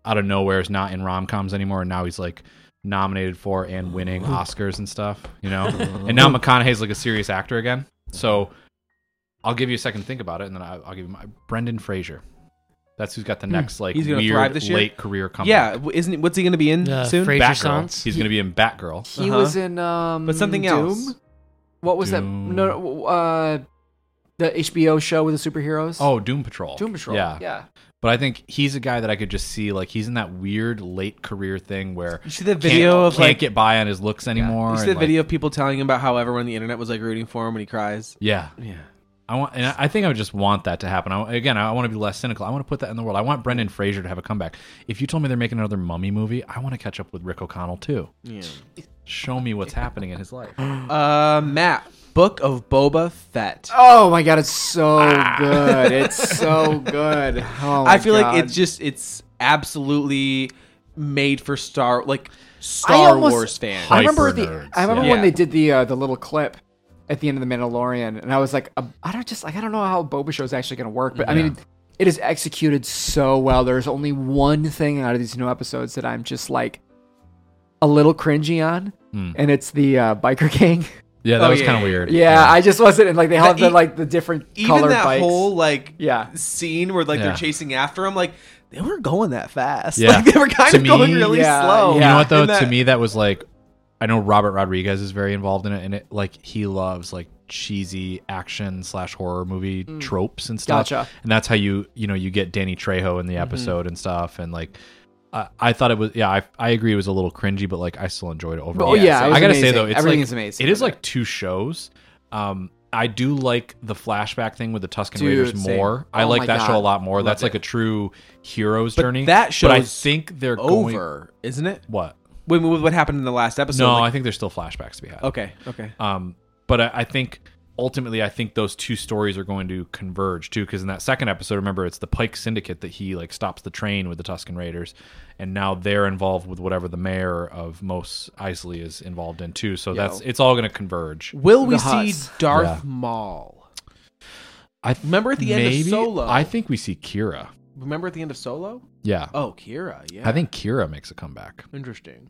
[SPEAKER 2] out of nowhere is not in rom coms anymore, and now he's like nominated for and winning Oscars and stuff. You know, and now McConaughey's like a serious actor again. So I'll give you a second to think about it, and then I, I'll give you my Brendan Fraser. That's who's got the next like
[SPEAKER 1] Hmm. He's gonna
[SPEAKER 2] weird
[SPEAKER 1] thrive this year?
[SPEAKER 2] late career
[SPEAKER 1] Yeah,
[SPEAKER 2] comeback.
[SPEAKER 1] w- isn't what's he gonna be in
[SPEAKER 4] The
[SPEAKER 1] soon?
[SPEAKER 4] Fra- Frasier
[SPEAKER 2] Batgirl.
[SPEAKER 4] Sons?
[SPEAKER 2] He's gonna be in Batgirl.
[SPEAKER 3] he
[SPEAKER 1] Uh-huh.
[SPEAKER 3] was in um
[SPEAKER 1] but something
[SPEAKER 3] Doom?
[SPEAKER 1] else.
[SPEAKER 3] What was that?
[SPEAKER 2] Doom.
[SPEAKER 3] No, no, uh, the HBO show with the superheroes.
[SPEAKER 2] Oh, Doom Patrol.
[SPEAKER 3] Doom Patrol.
[SPEAKER 2] Yeah.
[SPEAKER 3] yeah.
[SPEAKER 2] But I think he's a guy that I could just see like he's in that weird late career thing where
[SPEAKER 1] You see the
[SPEAKER 2] can't-
[SPEAKER 1] video of
[SPEAKER 2] can't
[SPEAKER 1] like.
[SPEAKER 2] get by on his looks anymore.
[SPEAKER 1] You see
[SPEAKER 2] and,
[SPEAKER 1] the
[SPEAKER 2] like-
[SPEAKER 1] video of people telling him about how everyone on the internet was like rooting for him when he cries.
[SPEAKER 2] Yeah,
[SPEAKER 1] Yeah.
[SPEAKER 2] I want, and I- I think I would just want that to happen. I, again, I want to be less cynical. I want to put that in the world. I want Brendan Fraser to have a comeback. If you told me they're making another Mummy movie, I want to catch up with Rick O'Connell too.
[SPEAKER 1] Yeah.
[SPEAKER 2] Show me what's happening in his life.
[SPEAKER 1] Uh, Matt, Book of Boba Fett.
[SPEAKER 3] Oh my god, it's so
[SPEAKER 2] Ah.
[SPEAKER 3] good. It's so good. Oh my
[SPEAKER 1] I feel
[SPEAKER 3] God.
[SPEAKER 1] like it's just it's absolutely made for Star like
[SPEAKER 3] I
[SPEAKER 1] Star
[SPEAKER 3] almost-
[SPEAKER 1] Wars fans.
[SPEAKER 3] I
[SPEAKER 2] Hyper
[SPEAKER 3] remember the
[SPEAKER 2] nerds,
[SPEAKER 3] I remember
[SPEAKER 1] yeah.
[SPEAKER 3] when
[SPEAKER 1] Yeah.
[SPEAKER 3] they did the uh, the little clip at the end of the Mandalorian, and I was like, um, I don't just like I don't know how Boba show is actually going to work, but I mean, it, it is executed so well. There's only one thing out of these new episodes that I'm just like a little cringy on,
[SPEAKER 2] Hmm.
[SPEAKER 3] and it's the uh, biker gang.
[SPEAKER 2] Yeah, that
[SPEAKER 1] Oh,
[SPEAKER 2] was
[SPEAKER 1] yeah,
[SPEAKER 2] kind of
[SPEAKER 1] yeah,
[SPEAKER 2] weird.
[SPEAKER 3] yeah, I just wasn't, and like they have the,
[SPEAKER 1] e-
[SPEAKER 3] like the different
[SPEAKER 1] Even
[SPEAKER 3] color
[SPEAKER 1] that
[SPEAKER 3] bikes.
[SPEAKER 1] whole like
[SPEAKER 3] yeah,
[SPEAKER 1] scene where like
[SPEAKER 2] Yeah.
[SPEAKER 1] they're chasing after him, like they weren't going that fast.
[SPEAKER 2] Yeah.
[SPEAKER 1] Like they were kind
[SPEAKER 2] To
[SPEAKER 1] of going
[SPEAKER 2] me-
[SPEAKER 1] really
[SPEAKER 3] Yeah,
[SPEAKER 1] slow.
[SPEAKER 2] You
[SPEAKER 3] yeah.
[SPEAKER 2] know what though?
[SPEAKER 1] And that-
[SPEAKER 2] to me, that was like, I know Robert Rodriguez is very involved in it, and it like he loves like cheesy action slash horror movie tropes and stuff.
[SPEAKER 3] Mm. Gotcha. Mm-hmm.
[SPEAKER 2] And that's how you you know you get Danny Trejo in the episode and stuff, and like. I, I thought it was yeah I, I agree it was a little cringy but like I still enjoyed it overall.
[SPEAKER 3] Oh, yeah, it was
[SPEAKER 2] I gotta say
[SPEAKER 3] amazing.
[SPEAKER 2] though it's
[SPEAKER 3] Everything
[SPEAKER 2] like,
[SPEAKER 3] is amazing
[SPEAKER 2] It is
[SPEAKER 3] with
[SPEAKER 2] like two shows. Um, I do like the flashback thing with the Tuscan
[SPEAKER 3] Dude,
[SPEAKER 2] Raiders
[SPEAKER 3] same.
[SPEAKER 2] more. I
[SPEAKER 3] Oh my
[SPEAKER 2] like that show
[SPEAKER 3] God.
[SPEAKER 2] a lot more. That's
[SPEAKER 1] it.
[SPEAKER 2] like a true hero's
[SPEAKER 1] But
[SPEAKER 2] journey.
[SPEAKER 1] that
[SPEAKER 2] but I
[SPEAKER 1] show's
[SPEAKER 2] think they're going-
[SPEAKER 1] over, isn't it?
[SPEAKER 2] what?
[SPEAKER 1] When, with what happened in the last episode?
[SPEAKER 2] no,
[SPEAKER 1] like-
[SPEAKER 2] I think there's still flashbacks to be had.
[SPEAKER 1] okay, okay.
[SPEAKER 2] Um, but I, I think ultimately, I think those two stories are going to converge too. Because in that second episode, remember, it's the Pike Syndicate that he like stops the train with the Tuscan Raiders, and now they're involved with whatever the mayor of Mos Eisley is involved in too. So that's it's all going to converge.
[SPEAKER 1] Will we
[SPEAKER 3] The
[SPEAKER 1] see
[SPEAKER 3] Hutts.
[SPEAKER 1] Darth
[SPEAKER 2] Yeah.
[SPEAKER 1] Maul?
[SPEAKER 2] I
[SPEAKER 1] Remember at the end of Solo?
[SPEAKER 2] I think we see Kira.
[SPEAKER 1] Remember at the end of Solo?
[SPEAKER 2] Yeah.
[SPEAKER 1] Oh, Kira. Yeah,
[SPEAKER 2] I think Kira makes a comeback.
[SPEAKER 1] interesting.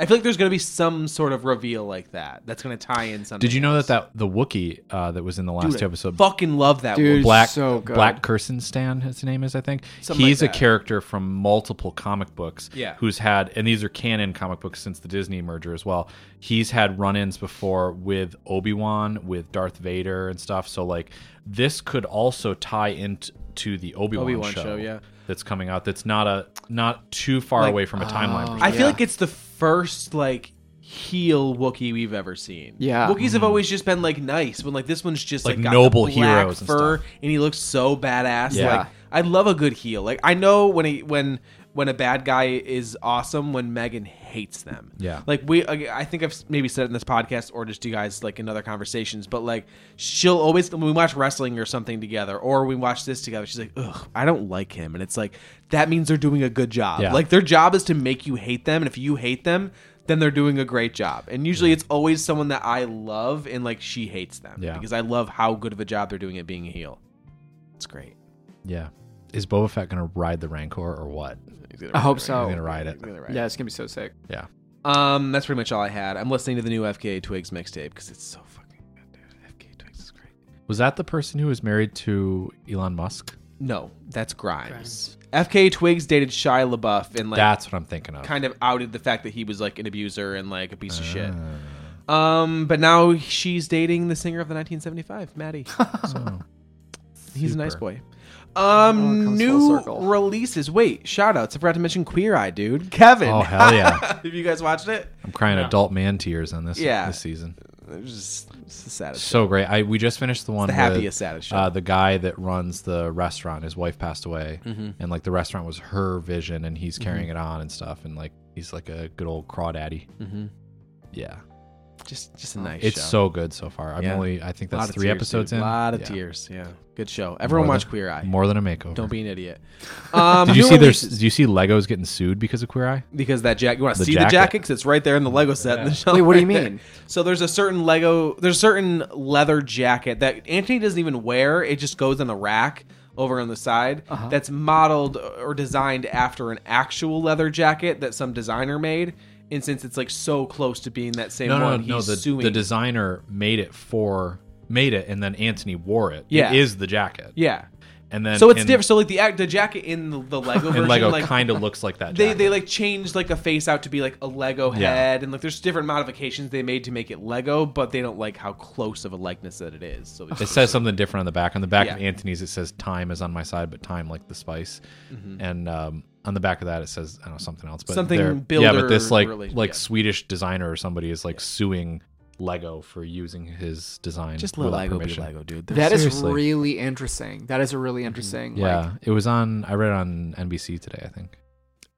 [SPEAKER 1] I feel like there's going to be some sort of reveal like that. That's going to tie in something.
[SPEAKER 2] Did you know that
[SPEAKER 1] else.
[SPEAKER 2] that the Wookiee uh, that was in the last
[SPEAKER 1] Dude,
[SPEAKER 2] two
[SPEAKER 1] I
[SPEAKER 2] episodes?
[SPEAKER 1] Fucking love that
[SPEAKER 3] dude,
[SPEAKER 1] one.
[SPEAKER 2] Black
[SPEAKER 3] so good.
[SPEAKER 2] Black Kirsten Stan, his name is, I think.
[SPEAKER 1] Something
[SPEAKER 2] He's
[SPEAKER 1] like
[SPEAKER 2] a
[SPEAKER 1] that.
[SPEAKER 2] character from multiple comic books.
[SPEAKER 1] Yeah.
[SPEAKER 2] Who's had, and these are canon comic books since the Disney merger as well. He's had run-ins before with Obi Wan, with Darth Vader, and stuff. So like, this could also tie into the Obi Wan
[SPEAKER 1] Obi-Wan
[SPEAKER 2] show,
[SPEAKER 1] show, yeah.
[SPEAKER 2] That's coming out. That's not a not too far
[SPEAKER 1] Like, uh,
[SPEAKER 2] away from a timeline. perspective.
[SPEAKER 1] I feel like it's the first like heel Wookiee we've ever seen.
[SPEAKER 3] Yeah.
[SPEAKER 1] Wookiees have always just been like nice, when like this one's just like,
[SPEAKER 2] Like
[SPEAKER 1] got
[SPEAKER 2] noble
[SPEAKER 1] the black
[SPEAKER 2] heroes and
[SPEAKER 1] fur,
[SPEAKER 2] stuff.
[SPEAKER 1] and he looks so badass.
[SPEAKER 2] Yeah.
[SPEAKER 1] Like I love a good heel. Like I know when he when when a bad guy is awesome when Megan hates them.
[SPEAKER 2] Yeah.
[SPEAKER 1] Like we I I think I've maybe said it in this podcast or just you guys like in other conversations, but like she'll always when we watch wrestling or something together or we watch this together, she's like, "Ugh, I don't like him." And it's like that means they're doing a good job.
[SPEAKER 2] Yeah.
[SPEAKER 1] Like their job is to make you hate them, and if you hate them, then they're doing a great job. And usually it's always someone that I love and like she hates them
[SPEAKER 2] Yeah.
[SPEAKER 1] because I love how good of a job they're doing at being a heel. It's great.
[SPEAKER 2] yeah. is Boba Fett gonna ride the Rancor or what? He's
[SPEAKER 1] He's gonna
[SPEAKER 3] I
[SPEAKER 1] ride
[SPEAKER 3] hope
[SPEAKER 1] it.
[SPEAKER 3] so.
[SPEAKER 2] gonna ride it.
[SPEAKER 1] He's gonna ride it.
[SPEAKER 3] Yeah, it's gonna be so sick.
[SPEAKER 1] Um, that's pretty much all I had. I'm listening to the new FKA Twigs mixtape because it's so fucking good, dude. FKA Twigs is great.
[SPEAKER 2] Was that the person who was married to Elon Musk?
[SPEAKER 1] No, that's Grimes. FKA Twigs dated Shia LaBeouf and like
[SPEAKER 2] That's what I'm thinking of.
[SPEAKER 1] kind of outed the fact that he was like an abuser and like a piece of shit.
[SPEAKER 2] Ah.
[SPEAKER 1] Um, but now she's dating the singer of the 1975, Maddie.
[SPEAKER 2] So,
[SPEAKER 1] He's a nice
[SPEAKER 2] Oh. Super.
[SPEAKER 1] boy. Um,
[SPEAKER 3] it comes full
[SPEAKER 1] new
[SPEAKER 3] circle.
[SPEAKER 1] releases. Wait, shout outs. I forgot to mention Queer Eye, dude. Kevin.
[SPEAKER 2] Oh, hell yeah.
[SPEAKER 1] Have you guys watched it?
[SPEAKER 2] I'm crying
[SPEAKER 4] Yeah.
[SPEAKER 2] adult man tears on this
[SPEAKER 1] Yeah.
[SPEAKER 2] this season.
[SPEAKER 1] It was just it's the saddest.
[SPEAKER 2] So great. I we just finished the one
[SPEAKER 1] the
[SPEAKER 2] with,
[SPEAKER 1] happiest, saddest show.
[SPEAKER 2] Uh, the guy that runs the restaurant, his wife passed away,
[SPEAKER 1] Mm-hmm.
[SPEAKER 2] and like the restaurant was her vision, and he's carrying it on and stuff, and like he's like a good old crawdaddy.
[SPEAKER 1] mm-hmm.
[SPEAKER 2] Yeah,
[SPEAKER 1] Just, just a nice.
[SPEAKER 2] Oh, it's
[SPEAKER 1] show.
[SPEAKER 2] so good so far. I'm
[SPEAKER 1] Yeah.
[SPEAKER 2] only I think
[SPEAKER 1] Lot
[SPEAKER 2] that's
[SPEAKER 1] of
[SPEAKER 2] three
[SPEAKER 1] tears,
[SPEAKER 2] episodes
[SPEAKER 1] dude.
[SPEAKER 2] in.
[SPEAKER 1] A lot of
[SPEAKER 2] Yeah.
[SPEAKER 1] tears. Yeah, good show. Everyone
[SPEAKER 2] More
[SPEAKER 1] watch
[SPEAKER 2] than-
[SPEAKER 1] Queer Eye.
[SPEAKER 2] More than a makeover.
[SPEAKER 1] Don't be an idiot. Um,
[SPEAKER 2] Did you
[SPEAKER 1] new
[SPEAKER 2] see there's?
[SPEAKER 1] releases-
[SPEAKER 2] Do you see Legos getting sued because of Queer Eye?
[SPEAKER 1] because that jacket. You want to
[SPEAKER 2] The
[SPEAKER 1] see the
[SPEAKER 2] jacket.
[SPEAKER 1] jacket because it's right there in the Lego set. In the shelf
[SPEAKER 3] Wait, what do you
[SPEAKER 1] right there.
[SPEAKER 3] mean?
[SPEAKER 1] So there's a certain Lego, there's a certain leather jacket that Anthony doesn't even wear. It just goes on the rack over on the side. That's modeled or designed after an actual leather jacket that some designer made. And since it's like so close to being that same
[SPEAKER 2] No, no,
[SPEAKER 1] one,
[SPEAKER 2] no.
[SPEAKER 1] he's
[SPEAKER 2] no, The,
[SPEAKER 1] suing.
[SPEAKER 2] the designer made it for made it, and then Anthony wore it.
[SPEAKER 1] Yeah.
[SPEAKER 2] it is the jacket.
[SPEAKER 1] yeah.
[SPEAKER 2] and then
[SPEAKER 1] So it's
[SPEAKER 2] and,
[SPEAKER 1] different. So like the act- the jacket in the, the Lego version,
[SPEAKER 2] And Lego
[SPEAKER 1] like
[SPEAKER 2] kind of looks like that.
[SPEAKER 1] they
[SPEAKER 2] jacket.
[SPEAKER 1] they like changed like a face out to be like a Lego
[SPEAKER 2] Yeah.
[SPEAKER 1] head, and like there's different modifications they made to make it Lego, but they don't like how close of a likeness that it is. So it's
[SPEAKER 2] It says something different on the back. On the back of
[SPEAKER 1] Yeah.
[SPEAKER 2] Anthony's, it says "Time is on my side," but time like the spice. And um, on the back of that, it says I don't know something else, but
[SPEAKER 1] Mm-hmm. Something
[SPEAKER 2] they're- Yeah,
[SPEAKER 1] builder
[SPEAKER 2] but this like
[SPEAKER 1] related,
[SPEAKER 2] like
[SPEAKER 1] yeah.
[SPEAKER 2] Swedish designer or somebody is like suing Lego for using his design. without permission.
[SPEAKER 1] dude.
[SPEAKER 3] That is
[SPEAKER 2] Seriously. Mm-hmm.
[SPEAKER 3] really interesting. That is a really interesting.
[SPEAKER 2] Yeah,
[SPEAKER 3] Like,
[SPEAKER 2] it was on. I read it on NBC today. I think.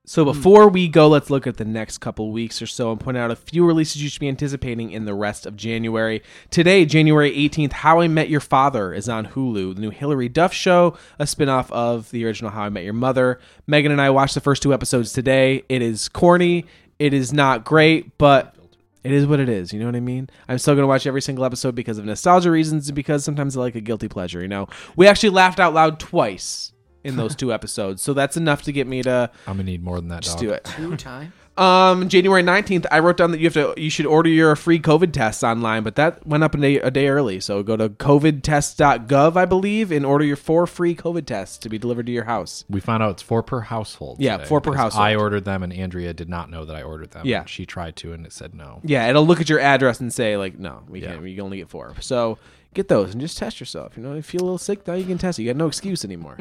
[SPEAKER 1] So before we go, let's look at the next couple weeks or so and point out a few releases you should be anticipating in the rest of January. Today, January 18th, How I Met Your Father is on Hulu, the new Hillary Duff show, a spin-off of the original How I Met Your Mother. Megan and I watched the first two episodes today. It is corny, it is not great, but it is what it is. You know what I mean? I'm still going to watch every single episode because of nostalgia reasons and because sometimes I like a guilty pleasure, you know? We actually laughed out loud twice in those two episodes. So that's enough to get me to
[SPEAKER 2] I'm gonna need more than that.
[SPEAKER 1] just
[SPEAKER 2] dog.
[SPEAKER 1] do it.
[SPEAKER 3] Two time.
[SPEAKER 1] Um, January 19th, I wrote down that you have to, you should order your free COVID tests online, but that went up a day, a day early. So go to covidtest.gov, I believe, and order your four free COVID tests to be delivered to your house.
[SPEAKER 2] We found out it's four per household.
[SPEAKER 1] Yeah,
[SPEAKER 2] today,
[SPEAKER 1] four per
[SPEAKER 2] because
[SPEAKER 1] household.
[SPEAKER 2] I ordered them, and Andrea did not know that I ordered them.
[SPEAKER 1] Yeah.
[SPEAKER 2] she tried to, and it said no.
[SPEAKER 1] Yeah, it'll look at your address and say like, no, we
[SPEAKER 2] Yeah.
[SPEAKER 1] can't. You can only get four. So get those and just test yourself. You know, if you feel a little sick, now you can test. it. You got no excuse anymore.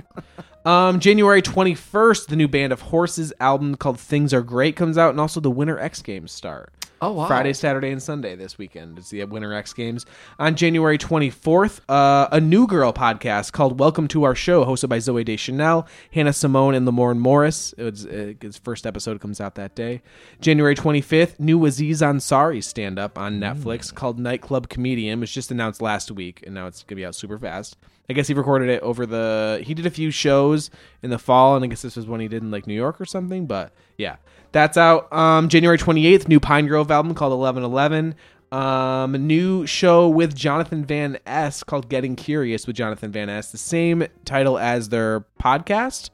[SPEAKER 1] um, January 21st, the new Band of Horses album called Things Are Great comes out, and also the Winter X Games start.
[SPEAKER 3] Oh wow.
[SPEAKER 1] Friday, Saturday, and Sunday this weekend. It's the Winter X Games. On January 24th, uh, a New Girl podcast called Welcome to Our Show, hosted by Zoe Deschanel, Hannah Simone, and Lamorne Morris. It was, uh, its first episode comes out that day. January 25th, new Aziz Ansari stand up on Netflix called Nightclub Comedian, was just announced last week, and now it's going to be out super fast. I guess he recorded it over the. He did a few shows in the fall, and I guess this was when he did in like New York or something. But yeah, that's out. Um, January twenty eighth, new Pine Grove album called Eleven Eleven. Um, a new show with Jonathan Van S called Getting Curious with Jonathan Van S. The same title as their podcast,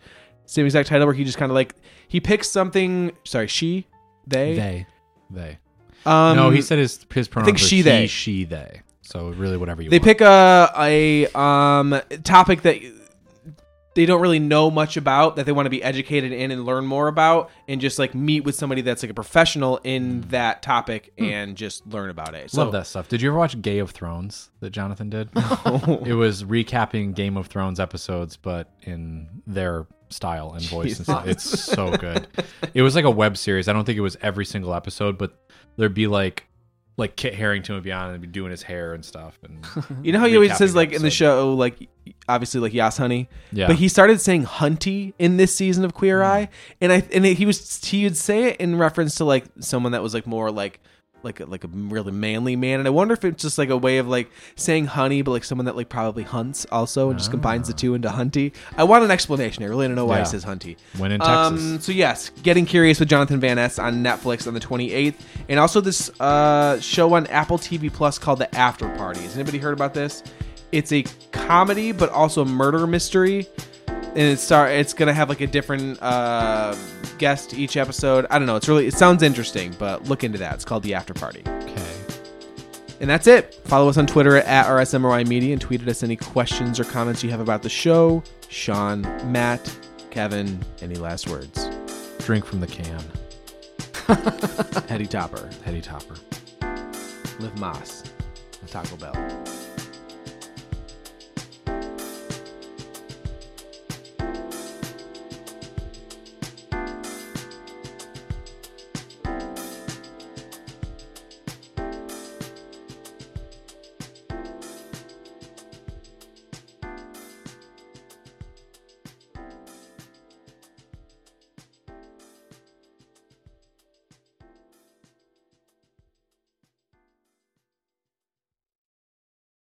[SPEAKER 1] same exact title where he just kind of like he picks something. Sorry, she, they.
[SPEAKER 2] They, they.
[SPEAKER 1] Um,
[SPEAKER 2] no, he said his his pronouns.
[SPEAKER 1] think
[SPEAKER 2] are
[SPEAKER 1] she,
[SPEAKER 2] he,
[SPEAKER 1] they.
[SPEAKER 2] she, they. So really, whatever you
[SPEAKER 1] they
[SPEAKER 2] want.
[SPEAKER 1] pick a a um topic that they don't really know much about that they want to be educated in and learn more about and just like meet with somebody that's like a professional in that topic and just learn about it. So
[SPEAKER 2] Hmm. Love that stuff. Did you ever watch Game of Thrones that Jonathan did? it was recapping Game of Thrones episodes, but in their style and voice. And stuff. It's so good. it was like a web series. I don't think it was every single episode, but there'd be like like Kit Harrington would be on and be doing his hair and stuff. And
[SPEAKER 1] you know how he always
[SPEAKER 2] recapping
[SPEAKER 1] says like in the
[SPEAKER 2] episode.
[SPEAKER 1] show like obviously like Yas Honey,
[SPEAKER 2] Yeah. Mm.
[SPEAKER 1] but he started saying hunty in this season of Queer Eye, and I and he was he would say it in reference to like someone that was like more like like a, like a really manly man, and I wonder if it's just like a way of like saying honey, but like someone that like probably hunts also, and just combines the two into hunty. I want an explanation. I really don't know why
[SPEAKER 2] Ah. Yeah.
[SPEAKER 1] he says hunty.
[SPEAKER 2] When in
[SPEAKER 1] Um,
[SPEAKER 2] Texas.
[SPEAKER 1] so yes, getting curious with Jonathan Van Ness on Netflix on the 28th, and also this uh, show on Apple TV Plus called The After Party. Has anybody heard about this? It's a comedy, but also a murder mystery and it's start it's gonna have like a different uh, guest each episode. I don't know. It's really it sounds interesting, but look into that. It's called the After Party.
[SPEAKER 2] Okay.
[SPEAKER 1] And that's it. Follow us on Twitter at RSMRY Media and tweet at us any questions or comments you have about the show. Sean, Matt, Kevin, any last words?
[SPEAKER 2] Drink from the can.
[SPEAKER 1] Hetty Topper,
[SPEAKER 2] Hetty Topper.
[SPEAKER 1] Live Moss, Taco Bell.